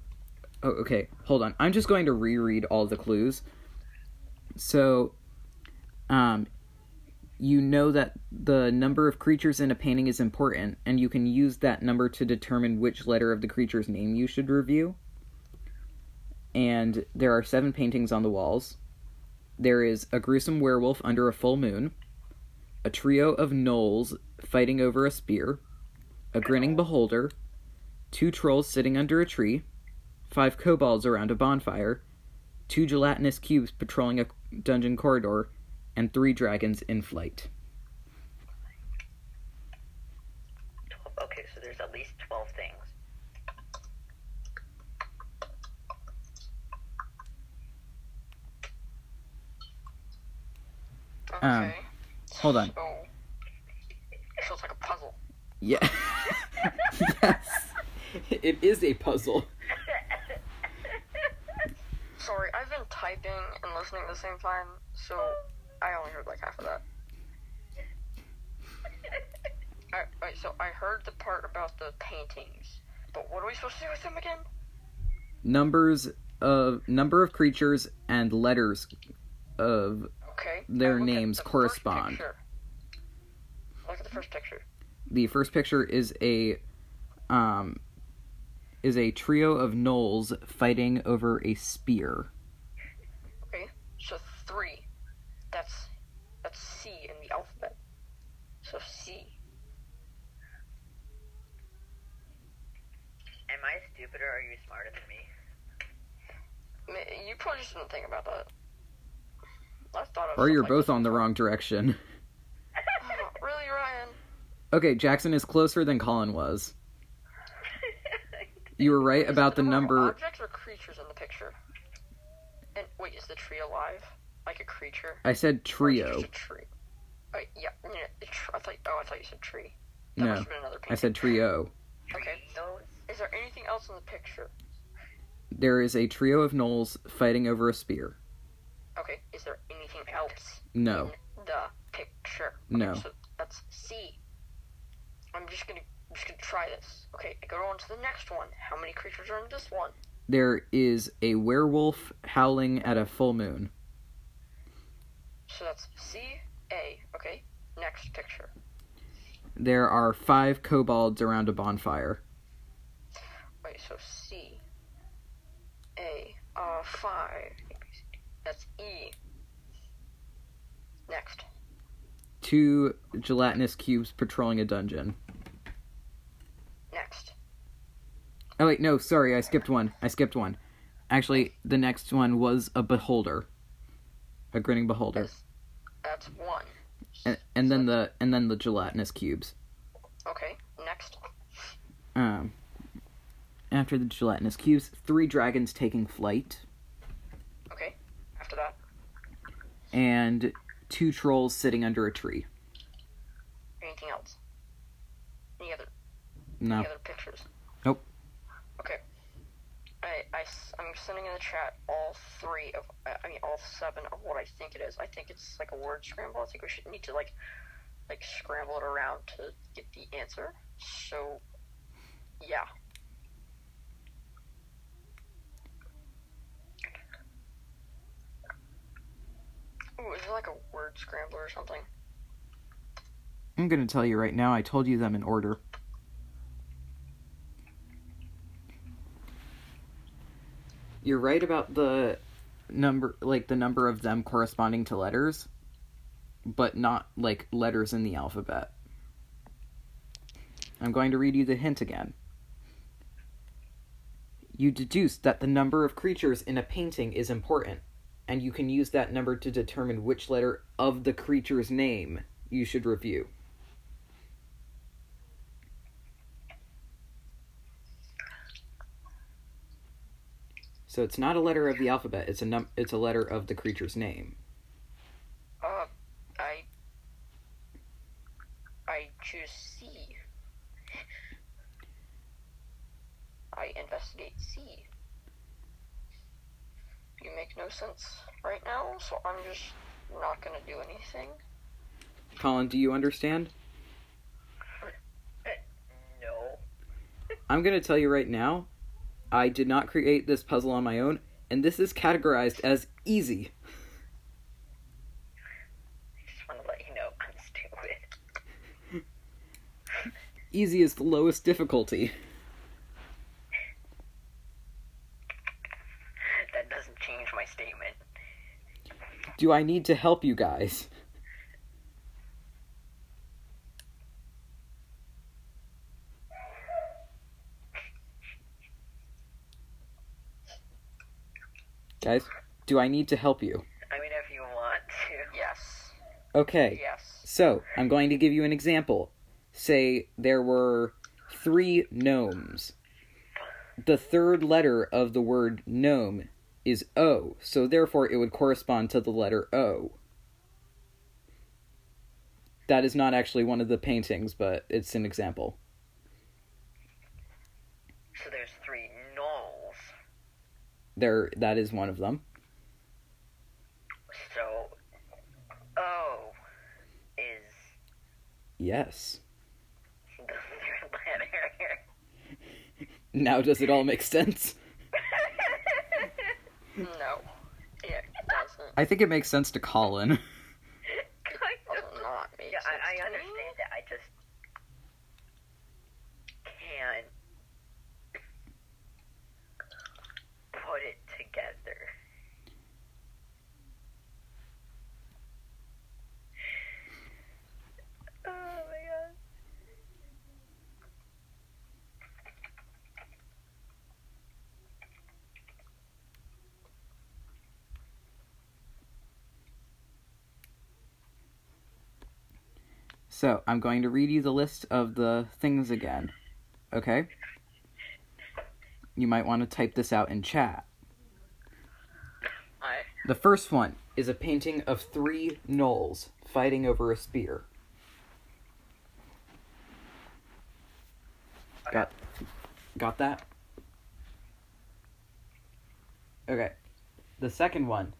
Speaker 1: Oh, okay, hold on. I'm just going to reread all the clues. So, um, you know that the number of creatures in a painting is important, and you can use that number to determine which letter of the creature's name you should review and there are seven paintings on the walls. There is a gruesome werewolf under a full moon, a trio of gnolls fighting over a spear, a grinning beholder, two trolls sitting under a tree, five kobolds around a bonfire, two gelatinous cubes patrolling a dungeon corridor, and three dragons in flight.
Speaker 3: 12, okay, so there's at least 12 things.
Speaker 4: Okay.
Speaker 1: Um, Hold on.
Speaker 4: So, so it's like a puzzle.
Speaker 1: Yeah. yes. It is a puzzle.
Speaker 4: Sorry, I've been typing and listening at the same time, so I only heard like half of that. I, right, so I heard the part about the paintings, but what are we supposed to do with them again?
Speaker 1: Numbers of number of creatures and letters of
Speaker 4: Okay.
Speaker 1: Their
Speaker 4: I look at
Speaker 1: names
Speaker 4: the first
Speaker 1: correspond.
Speaker 4: picture. Look at the first picture.
Speaker 1: the first picture is a um is a trio of gnolls fighting over a spear.
Speaker 4: Okay, so three. That's that's C in the alphabet. So C.
Speaker 3: Am I stupid or are you smarter than me?
Speaker 4: Ma- You probably just didn't think about that. I thought. Of
Speaker 1: Or you're
Speaker 4: something like
Speaker 1: both on the wrong direction.
Speaker 4: that. Oh, really, Ryan?
Speaker 1: Okay, Jackson is closer than Colin was. You were right
Speaker 4: Is
Speaker 1: about the
Speaker 4: there
Speaker 1: number.
Speaker 4: Objects or creatures in the picture. And wait, is the tree alive? Like a creature?
Speaker 1: I said
Speaker 4: Or is it
Speaker 1: trio.
Speaker 4: just a tree. Uh, yeah, yeah, a tr- I thought. Oh, I thought you said tree. That must
Speaker 1: No,
Speaker 4: have been another
Speaker 1: I
Speaker 4: painting.
Speaker 1: said trio.
Speaker 4: Okay.
Speaker 3: Those?
Speaker 4: Is there anything else in the picture?
Speaker 1: There is a trio of gnolls fighting over a spear.
Speaker 4: Okay. Is there anything else
Speaker 1: No,
Speaker 4: in the picture?
Speaker 1: No.
Speaker 4: So that's C. I'm just gonna I'm just gonna try this. Okay, I go on to the next one. How many creatures are in this one?
Speaker 1: there is a werewolf howling at a full moon.
Speaker 4: So that's C A. Okay. Next picture.
Speaker 1: There are five kobolds around a bonfire.
Speaker 4: Wait, so C, A, uh, five. That's E. Next.
Speaker 1: Two gelatinous cubes patrolling a dungeon.
Speaker 4: Next.
Speaker 1: Oh wait, no, sorry, I skipped one. I skipped one. Actually, the next one was a beholder, a grinning beholder,
Speaker 4: That's, that's one.
Speaker 1: and, and then the and then the gelatinous cubes.
Speaker 4: Okay. Next.
Speaker 1: Um, after the gelatinous cubes, three dragons taking flight,
Speaker 4: Okay. After that.
Speaker 1: and two trolls sitting under a tree.
Speaker 4: Anything else? Any other
Speaker 1: No,
Speaker 4: any other pictures?
Speaker 1: Nope.
Speaker 4: Okay. I, I, am sending in the chat all three of, uh, I mean, all seven of what I think it is. I think it's like a word scramble. I think we should need to like, like scramble it around to get the answer. So, yeah. Ooh, is it like a word scrambler or something?
Speaker 1: I'm going to tell you right now, I told you them in order. You're right about the number like the number of them corresponding to letters, but not like letters in the alphabet. I'm going to read you the hint again. You deduce that the number of creatures in a painting is important, and you can use that number to determine which letter of the creature's name you should review. So it's not a letter of the alphabet. It's a num- It's a letter of the creature's name.
Speaker 4: Uh, I, I choose C. I investigate C. You make no sense right now, so I'm just not gonna do anything.
Speaker 1: Colin, do you understand?
Speaker 3: No.
Speaker 1: I'm going to tell you right now, I did not create this puzzle on my own, and this is categorized as easy.
Speaker 3: I just want to let you know I'm stupid.
Speaker 1: Easy is the lowest difficulty.
Speaker 3: That doesn't change my statement.
Speaker 1: Do I need to help you guys? Guys, do I need to help you?
Speaker 3: I mean, if you want to.
Speaker 4: Yes.
Speaker 1: Okay.
Speaker 4: Yes.
Speaker 1: So, I'm going to give you an example. Say there were three gnomes. The third letter of the word gnome is O, so therefore it would correspond to the letter O. That is not actually one of the paintings, but it's an example.
Speaker 3: So there's three nulls.
Speaker 1: There, that is one of them.
Speaker 3: So O is
Speaker 1: Yes.
Speaker 3: the third letter.
Speaker 1: Now, does it all make sense?
Speaker 4: No. Yeah, it doesn't.
Speaker 1: I think it makes sense to Colin.
Speaker 3: kind
Speaker 4: Does not make
Speaker 3: Yeah,
Speaker 4: sense.
Speaker 3: I, I
Speaker 4: to me.
Speaker 3: understand that. I just can't put it together. Oh my god.
Speaker 1: So I'm going to read you the list of the things again. Okay? You might want to type this out in chat.
Speaker 4: I
Speaker 1: The first one is a painting of three gnolls fighting over a spear. Got got that? Okay. The second one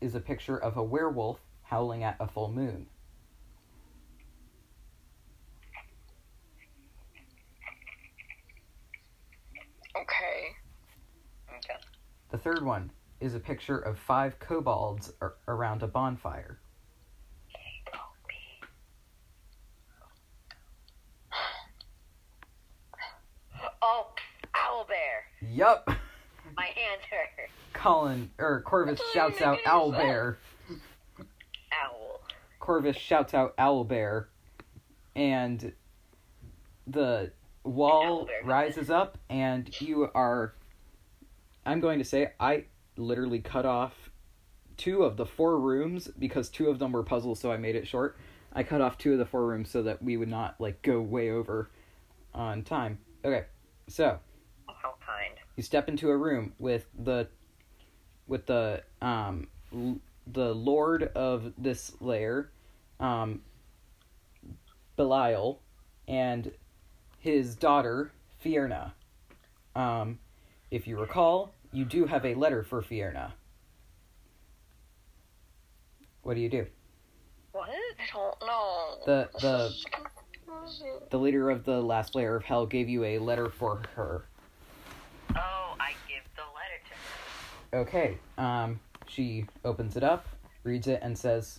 Speaker 1: is a picture of a werewolf howling at a full moon.
Speaker 4: okay.
Speaker 3: Okay.
Speaker 1: The third one is a picture of five kobolds ar- around a bonfire.
Speaker 3: Oh, owl bear.
Speaker 1: Yup.
Speaker 3: My hands hurt.
Speaker 1: Colin or Corvus
Speaker 4: That doesn't
Speaker 1: shouts
Speaker 4: even
Speaker 1: out
Speaker 4: make any
Speaker 1: owl
Speaker 4: sense.
Speaker 1: bear.
Speaker 3: Owl.
Speaker 1: Corvus shouts out owl bear, and the wall
Speaker 3: Owlbear.
Speaker 1: rises up, and you are. I'm going to say I literally cut off two of the four rooms because two of them were puzzles, so I made it short. I cut off two of the four rooms so that we would not like go way over on time. Okay, so
Speaker 3: How kind.
Speaker 1: you step into a room with the with the um l- the lord of this lair um belial and his daughter fierna um if you recall you do have a letter for Fiona. What do you do?
Speaker 4: What? I don't know.
Speaker 1: The- the-
Speaker 4: This is confusing.
Speaker 1: The leader of the last layer of hell gave you a letter for her.
Speaker 3: Oh, I give the letter to her.
Speaker 1: Okay. Um, she opens it up, reads it, and says,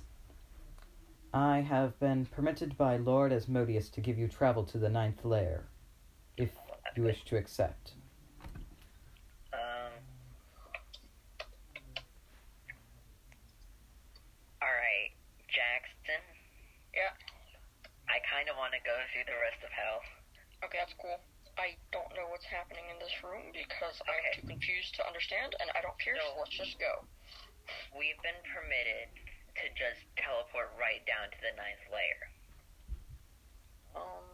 Speaker 1: I have been permitted by Lord Asmodeus to give you travel to the ninth layer, if you wish to accept.
Speaker 3: Um. All right, Jackson.
Speaker 4: Yeah.
Speaker 3: I kind of want to go through the rest of hell.
Speaker 4: Okay, that's cool. I don't know what's happening in this room because I'm
Speaker 3: Okay.
Speaker 4: too confused to understand, and I don't care. So
Speaker 3: No.
Speaker 4: let's just go.
Speaker 3: We've been permitted to just teleport right down to the ninth layer.
Speaker 4: Um.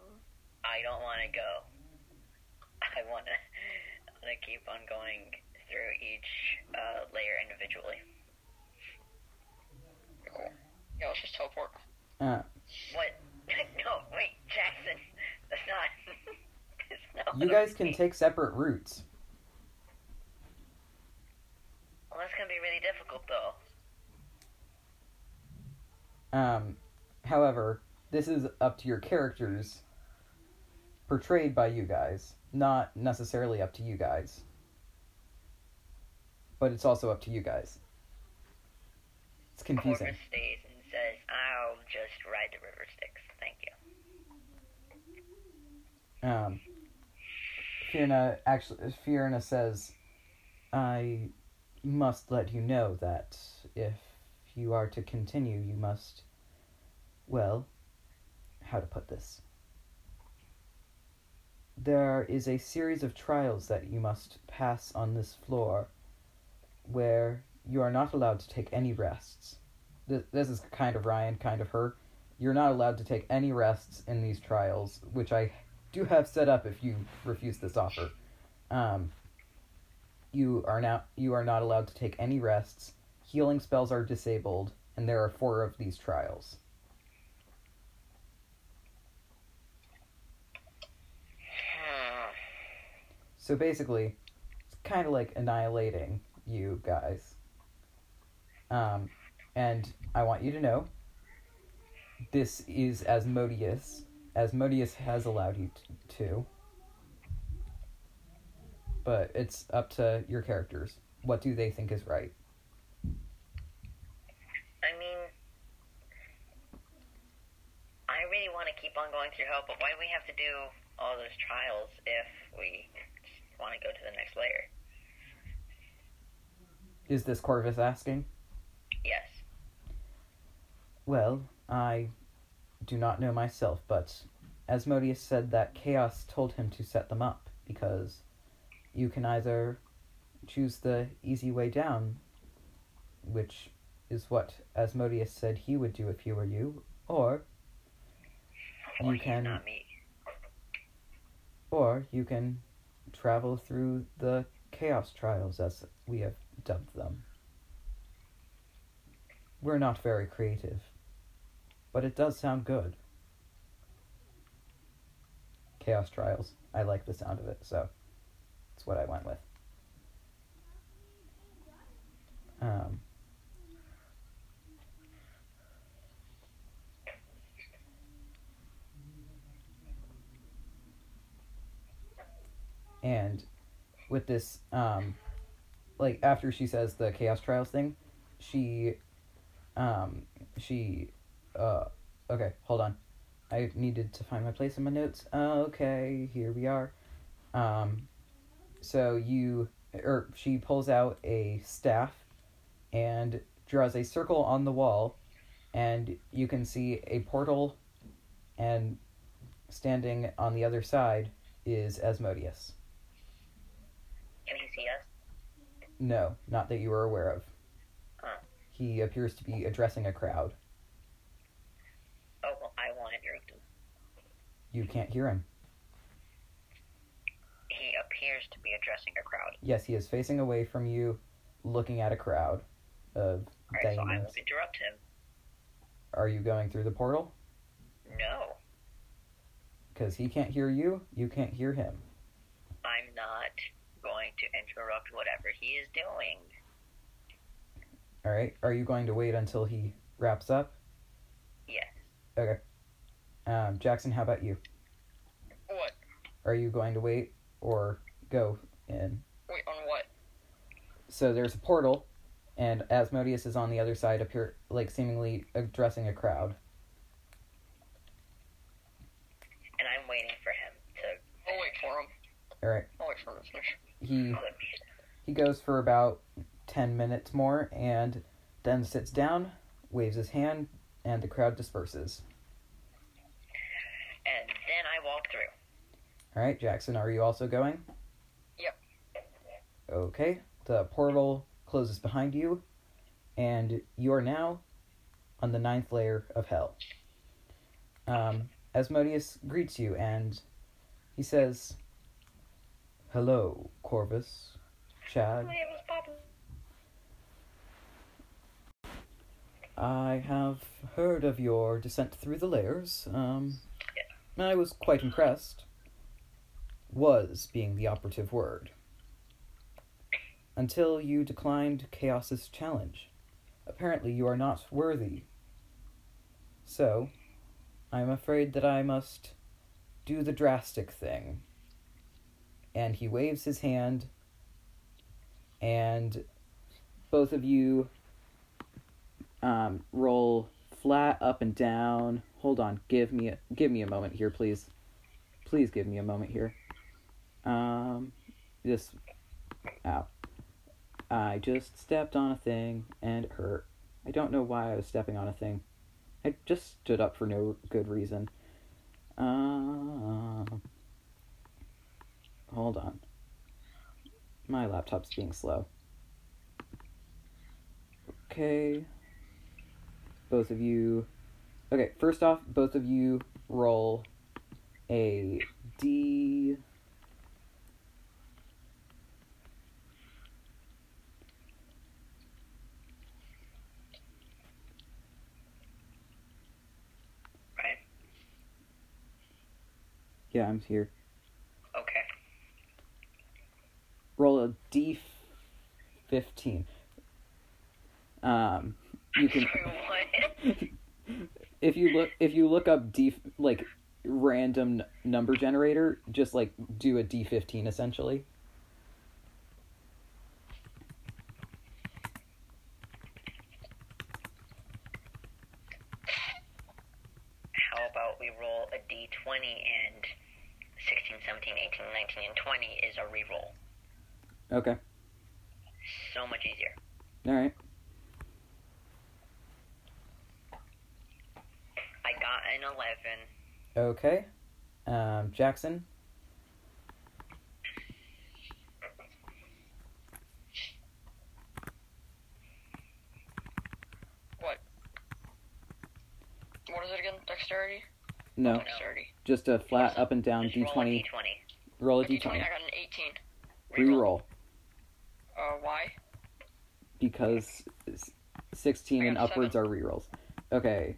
Speaker 3: I don't want to go. I want to want to keep on going through each uh, layer individually.
Speaker 4: Cool. Yeah, let's just teleport.
Speaker 1: Uh,
Speaker 3: What? no, wait, Jackson. That's not. that's not
Speaker 1: you
Speaker 3: what I'm
Speaker 1: guys can
Speaker 3: saying.
Speaker 1: take separate routes.
Speaker 3: Well, that's gonna be really difficult, though.
Speaker 1: Um, however, this is up to your characters, portrayed by you guys, not necessarily up to you guys. But it's also up to you guys. It's confusing.
Speaker 3: Corvus stays and says, "I'll just ride the river Styx. Thank you."
Speaker 1: Um, Fiona actually, Fiona says, "I must let you know that if you are to continue, you must, well, how to put this. There is a series of trials that you must pass on this floor, where you are not allowed to take any rests. This, this is kind of Ryan, kind of her. You're not allowed to take any rests in these trials, which I do have set up if you refuse this offer. Um, you are now you are not allowed to take any rests. Healing spells are disabled, and there are four of these trials.
Speaker 3: Hmm.
Speaker 1: So basically, it's kind of like annihilating you guys. Um, and I want you to know this is Asmodeus. Asmodeus has allowed you t- to. But it's up to your characters. What do they think is right?
Speaker 3: I mean, I really want to keep on going through hell, but why do we have to do all those trials if we want to go to the next layer?
Speaker 1: Is this Corvus asking?
Speaker 3: Yes.
Speaker 1: Well, I do not know myself, but Asmodeus said that Chaos told him to set them up because you can either choose the easy way down, which is what Asmodeus said he would do if he were you, or
Speaker 3: Well,
Speaker 1: you
Speaker 3: he's
Speaker 1: can
Speaker 3: Not me.
Speaker 1: or you can travel through the chaos trials as we have dubbed them. We're not very creative, but it does sound good. Chaos trials. I like the sound of it, so it's what I went with. Um, and with this um like after she says the chaos trials thing she um she uh okay hold on i needed to find my place in my notes okay here we are um so you or she pulls out a staff and draws a circle on the wall and you can see a portal and standing on the other side is asmodeus
Speaker 3: Can he see us?
Speaker 1: No, not that you are aware of.
Speaker 3: Huh.
Speaker 1: He appears to be addressing a crowd.
Speaker 3: Oh, well, I want to hear him.
Speaker 1: You can't hear him.
Speaker 3: He appears to be addressing a crowd.
Speaker 1: Yes, he is facing away from you, looking at a crowd of
Speaker 3: All right, so I
Speaker 1: demons.
Speaker 3: will interrupt him.
Speaker 1: Are you going through the portal?
Speaker 3: No,
Speaker 1: Because he can't hear you, you can't hear him.
Speaker 3: I'm not going going to interrupt whatever he is doing.
Speaker 1: All right. Are you going to wait until he wraps up?
Speaker 3: Yes.
Speaker 1: Okay. Um, Jackson, how about you?
Speaker 4: What?
Speaker 1: Are you going to wait or go in?
Speaker 4: Wait, on what?
Speaker 1: So there's a portal, and Asmodeus is on the other side, appear like seemingly addressing a crowd.
Speaker 3: And I'm waiting for him to.
Speaker 4: I'll wait for him.
Speaker 1: All right.
Speaker 4: I'll Oh, wait for him to finish.
Speaker 1: He he goes for about ten minutes more, and then sits down, waves his hand, and the crowd disperses.
Speaker 3: And then I walk through.
Speaker 1: All right, Jackson, are you also going?
Speaker 4: Yep.
Speaker 1: Okay. The portal closes behind you, and you are now on the ninth layer of hell. Um, Asmodeus greets you, and he says, "Hello, Corvus, Chad.
Speaker 3: It was Papa.
Speaker 1: I have heard of your descent through the layers. Um, I was quite impressed. Was being the operative word. Until you declined Chaos's challenge. Apparently, you are not worthy. So, I'm afraid that I must do the drastic thing. And he waves his hand, and both of you um, roll flat up and down. Hold on, give me a, give me a moment here, please. Please give me a moment here. Um, this, ow. I just stepped on a thing and it hurt. I don't know why I was stepping on a thing. I just stood up for no good reason. Um, hold on. My laptop's being slow. Okay both of you. Okay, first off, both of you roll a D.
Speaker 3: Right.
Speaker 1: Yeah, I'm here.
Speaker 3: Okay.
Speaker 1: Roll a D fifteen. Um, you can
Speaker 3: what?
Speaker 1: if you look if you look up D like random n- number generator, just like do a D fifteen essentially.
Speaker 3: How about we roll a d20 and 16, 17, 18, 19, and 20 is a reroll.
Speaker 1: Okay.
Speaker 3: So much easier.
Speaker 1: All right.
Speaker 3: I got an 11.
Speaker 1: Okay. Um, Jackson.
Speaker 4: What is it again? Dexterity?
Speaker 1: No,
Speaker 4: Dexterity.
Speaker 1: just a flat up and down
Speaker 3: Just
Speaker 1: D
Speaker 3: roll a
Speaker 1: twenty.
Speaker 3: d20.
Speaker 1: Roll a
Speaker 4: A
Speaker 1: D
Speaker 4: D20,
Speaker 1: twenty.
Speaker 4: I got an 18.
Speaker 1: Reroll
Speaker 4: Uh, why?
Speaker 1: because s- sixteen and upwards are rerolls. Okay.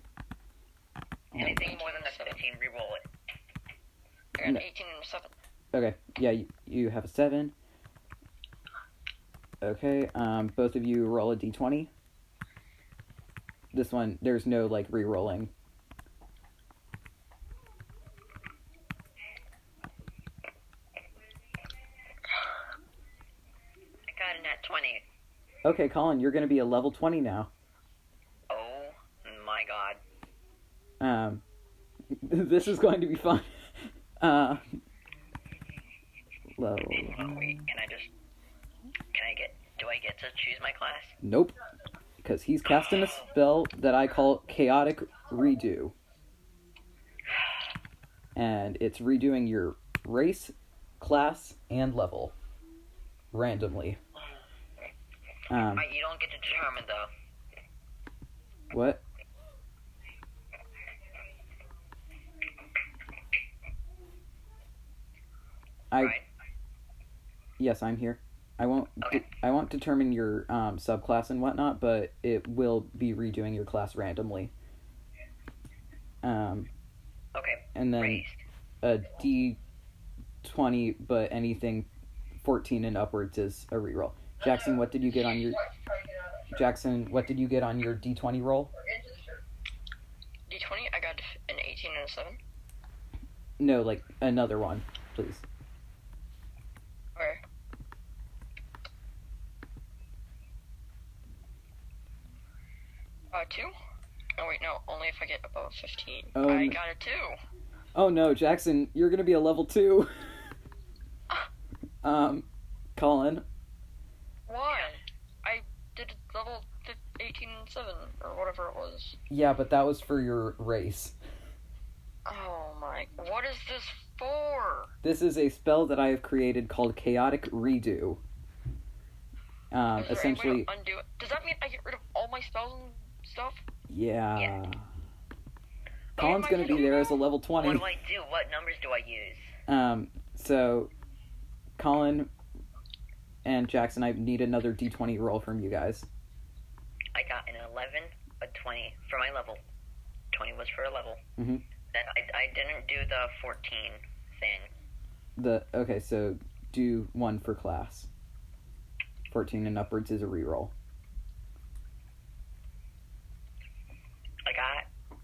Speaker 3: Anything more than a 17, reroll it.
Speaker 4: I got an
Speaker 1: No.
Speaker 4: 18 and a 7.
Speaker 1: Okay. Yeah, you, you have a seven. Okay. Um, both of you roll a d20. This one, there's no like re-rolling.
Speaker 3: I got a nat 20.
Speaker 1: Okay, Colin, you're gonna be a level twenty now.
Speaker 3: Oh my god.
Speaker 1: Um, this is going to be fun. Uh, level.
Speaker 3: Oh, wait, can I just. Can I get. Do I get to choose my class?
Speaker 1: Nope. Because he's casting a spell that I call Chaotic Redo. And it's redoing your race, class, and level randomly. Um,
Speaker 3: I, you don't get to determine, though.
Speaker 1: what? I
Speaker 3: right?
Speaker 1: yes, I'm here. I won't
Speaker 3: Okay.
Speaker 1: I won't determine your um, subclass and whatnot, but it will be redoing your class randomly. Um,
Speaker 3: Okay.
Speaker 1: and then
Speaker 3: Raised.
Speaker 1: a D twenty, but anything 14 and upwards is a reroll. Jackson, what did you get on your Jackson, what did you get on your d20 roll?
Speaker 4: D20, I got an 18 and a 7.
Speaker 1: No, like another one, please.
Speaker 4: Where? Uh, 2? Oh, wait, no, only if I get above 15.
Speaker 1: Oh,
Speaker 4: I
Speaker 1: n-
Speaker 4: got a 2.
Speaker 1: Oh no, Jackson, you're going to be a level 2. um Colin,
Speaker 4: Why? I did level fif- 18 and 7, or whatever it was.
Speaker 1: yeah, but that was for your race.
Speaker 4: Oh my. What is this for?
Speaker 1: This is a spell that I have created called Chaotic Redo. Um,
Speaker 4: Is there any way to
Speaker 1: essentially,
Speaker 4: undo it? Does that mean I get rid of all my spells and stuff?
Speaker 1: yeah.
Speaker 3: Yeah.
Speaker 1: Colin's gonna be there as a level
Speaker 3: What
Speaker 1: twenty.
Speaker 3: do I do? What numbers do I use?
Speaker 1: Um, so, Colin and Jackson, I need another D twenty roll from you guys.
Speaker 3: I got an 11, a 20 for my level. 20 was for a level.
Speaker 1: Mhm.
Speaker 3: Then I, I didn't do the 14 thing.
Speaker 1: The okay, so do one for class. Fourteen and upwards is a reroll.
Speaker 3: I got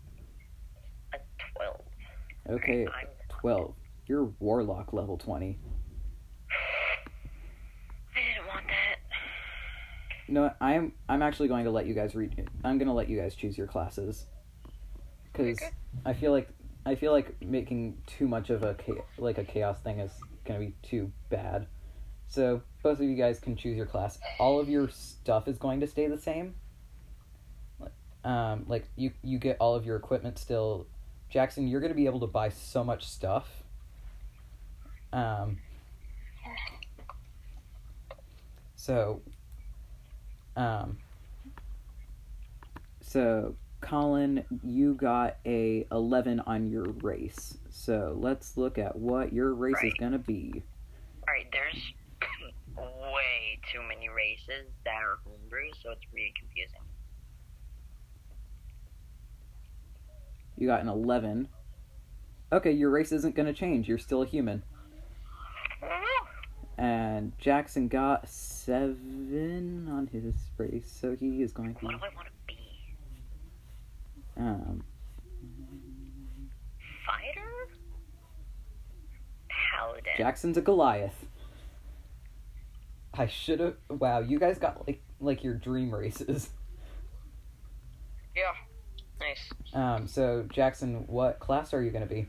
Speaker 3: a 12.
Speaker 1: Okay,
Speaker 3: I'm,
Speaker 1: twelve. You're warlock level twenty.
Speaker 3: I didn't want that.
Speaker 1: No, I'm I'm actually going to let you guys read. I'm going to let you guys choose your classes, because
Speaker 4: Okay.
Speaker 1: I feel like I feel like making too much of a cha- like a chaos thing is going to be too bad. So both of you guys can choose your class. All of your stuff is going to stay the same. Like, Um, like you you get all of your equipment still. Jackson, you're going to be able to buy so much stuff. Um. So um, so Colin, you got a eleven on your race. So let's look at what your race is
Speaker 3: Right.
Speaker 1: gonna be.
Speaker 3: Alright, there's way too many races that are homebrew, so it's really confusing.
Speaker 1: You got an eleven. Okay, your race isn't gonna change. You're still a human. And Jackson got seven on his race, so he is going to
Speaker 3: What
Speaker 1: be
Speaker 3: do I want to be?
Speaker 1: um
Speaker 3: Fighter? Paladin.
Speaker 1: Jackson's a Goliath. I should have. Wow, you guys got like like your dream races.
Speaker 4: Yeah. Nice.
Speaker 1: Um, so Jackson, what class are you gonna be?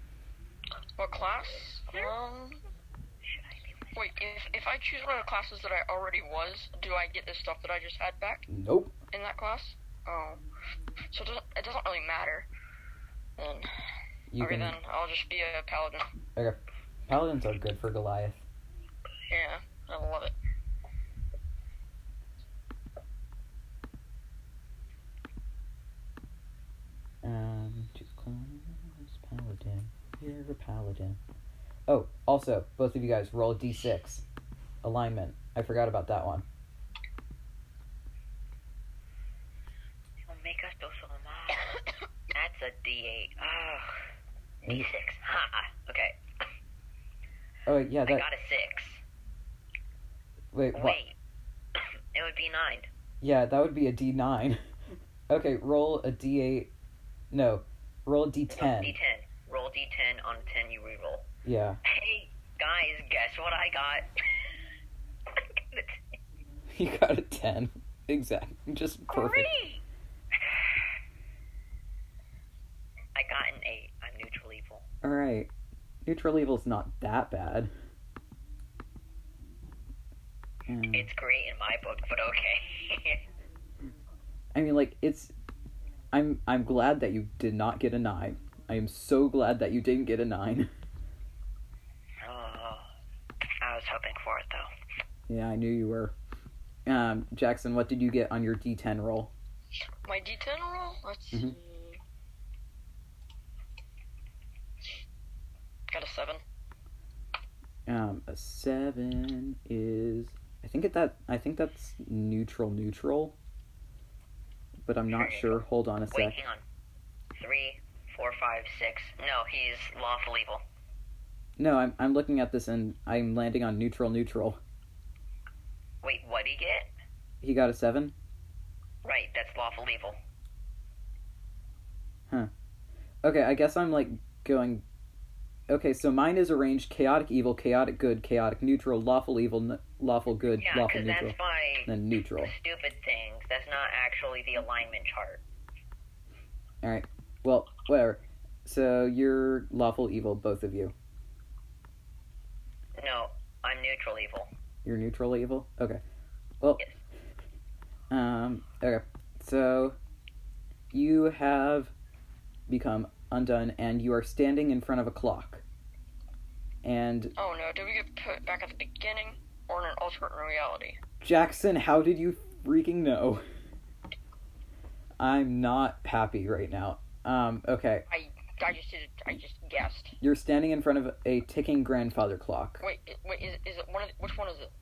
Speaker 4: What class? Um. Wait, if, if I choose one of the classes that I already was, do I get the stuff that I just had back
Speaker 1: Nope.
Speaker 4: in that class? Oh. So it doesn't, it doesn't really matter. Then.
Speaker 1: You
Speaker 4: okay,
Speaker 1: can.
Speaker 4: then. I'll just be a paladin.
Speaker 1: Okay. Paladins are good for Goliath.
Speaker 4: Yeah. I love it.
Speaker 1: Um, choose class, paladin. You're a paladin. Oh, also, both of you guys roll d6. Alignment. I forgot about that one.
Speaker 3: Omega Dosoloma. That's a D8. Oh. D6. Ha. Okay.
Speaker 1: Oh wait, yeah,
Speaker 3: I
Speaker 1: that.
Speaker 3: got a 6.
Speaker 1: Wait, what?
Speaker 3: Wait. It would be 9.
Speaker 1: Yeah, that would be a d9. okay, roll a d8. No, roll a
Speaker 3: Roll
Speaker 1: d10.
Speaker 3: D10. Roll D10. On a 10, you reroll.
Speaker 1: Yeah.
Speaker 3: Hey, guys, guess what I got? I got
Speaker 1: You got a
Speaker 3: a 10.
Speaker 1: 10. Exactly. Just perfect.
Speaker 3: Great. I got an 8. I'm neutral evil.
Speaker 1: All right. Neutral evil's not that bad. Um,
Speaker 3: It's great in my book, but okay.
Speaker 1: I mean, like it's. I'm I'm glad that you did not get a nine. I am so glad that you didn't get a nine.
Speaker 3: oh. I was hoping for it, though.
Speaker 1: yeah, I knew you were. Um, Jackson, what did you get on your D10 roll?
Speaker 4: My D10 roll? Let's
Speaker 1: Mhm.
Speaker 4: see. Got a 7.
Speaker 1: Um, a seven is. I think it that I think that's neutral neutral. But I'm not sure. Hold on a
Speaker 3: Wait,
Speaker 1: sec.
Speaker 3: hang on. Three, four, five, six. No, he's lawful evil.
Speaker 1: No, I'm I'm looking at this and I'm landing on neutral neutral.
Speaker 3: Wait, what'd he get?
Speaker 1: He got a seven.
Speaker 3: Right, that's lawful evil.
Speaker 1: Okay, I guess I'm like going. Okay, so mine is arranged: chaotic evil, chaotic good, chaotic neutral, lawful evil, n- lawful good,
Speaker 3: Yeah,
Speaker 1: lawful
Speaker 3: because
Speaker 1: neutral,
Speaker 3: that's my
Speaker 1: and then neutral.
Speaker 3: stupid things. That's not actually the alignment chart.
Speaker 1: All right. Well, whatever. So you're lawful evil, both of you.
Speaker 3: No, I'm neutral evil.
Speaker 1: You're neutral evil. Okay. Well.
Speaker 3: Yes.
Speaker 1: Um. Okay. So you have become undone, and you are standing in front of a clock. And
Speaker 4: Oh no, do we get put back at the beginning or in an alternate reality?
Speaker 1: Jackson, how did you freaking know? I'm not happy right now. Um. Okay.
Speaker 4: I just did. I just guessed.
Speaker 1: You're standing in front of a ticking grandfather clock.
Speaker 4: Wait, i- wait, is, is it one of the- which one is it?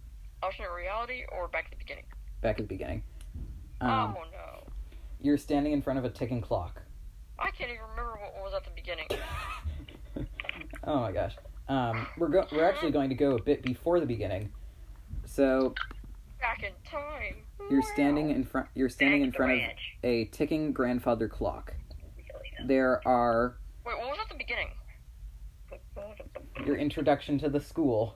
Speaker 4: Alternate reality or back at the beginning?
Speaker 1: Back at the beginning. Um,
Speaker 4: oh no,
Speaker 1: You're standing in front of a ticking clock.
Speaker 4: I can't even remember what was at the beginning.
Speaker 1: Oh my gosh. Um, we're go- we're actually going to go a bit before the beginning. So
Speaker 4: Back in time.
Speaker 1: you're standing in front. You're standing
Speaker 3: Back
Speaker 1: in
Speaker 3: to
Speaker 1: front
Speaker 3: the
Speaker 1: of
Speaker 3: ranch.
Speaker 1: a ticking grandfather clock.
Speaker 3: Really, no.
Speaker 1: There are
Speaker 4: Wait, what was at the beginning?
Speaker 1: your introduction to the school.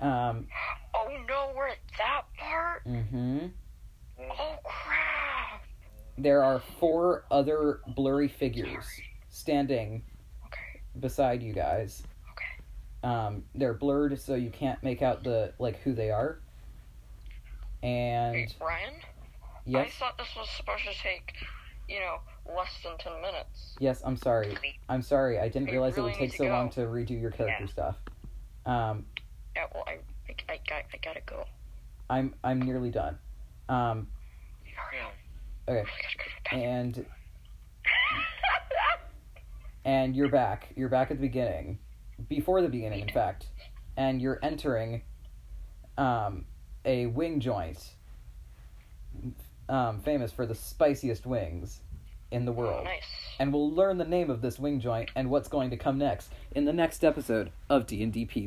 Speaker 1: Um.
Speaker 4: Oh no, we're at that part.
Speaker 1: hmm
Speaker 4: Oh crap.
Speaker 1: There are four other blurry figures standing
Speaker 4: Okay.
Speaker 1: beside you guys. Um, they're blurred, so you can't make out the like who they are. And
Speaker 4: Wait, Ryan, I
Speaker 1: yes,
Speaker 4: thought this was supposed to take, you know, less than ten minutes.
Speaker 1: Yes, I'm sorry. I'm sorry. I didn't
Speaker 4: You
Speaker 1: realize it
Speaker 4: really
Speaker 1: would take
Speaker 4: need
Speaker 1: so
Speaker 4: to go.
Speaker 1: long to redo your character
Speaker 3: Yeah.
Speaker 1: stuff. Um,
Speaker 4: Yeah, well, I, I, I, got- I gotta go.
Speaker 1: I'm I'm nearly done. Um,
Speaker 4: Hurry up.
Speaker 1: Okay.
Speaker 4: Oh my gosh, gosh, gosh.
Speaker 1: and and you're back. You're back at the beginning, before the beginning, in fact. And you're entering um, a wing joint, um, famous for the spiciest wings in the world.
Speaker 4: Nice.
Speaker 1: And we'll learn the name of this wing joint and what's going to come next in the next episode of D and D Peeps.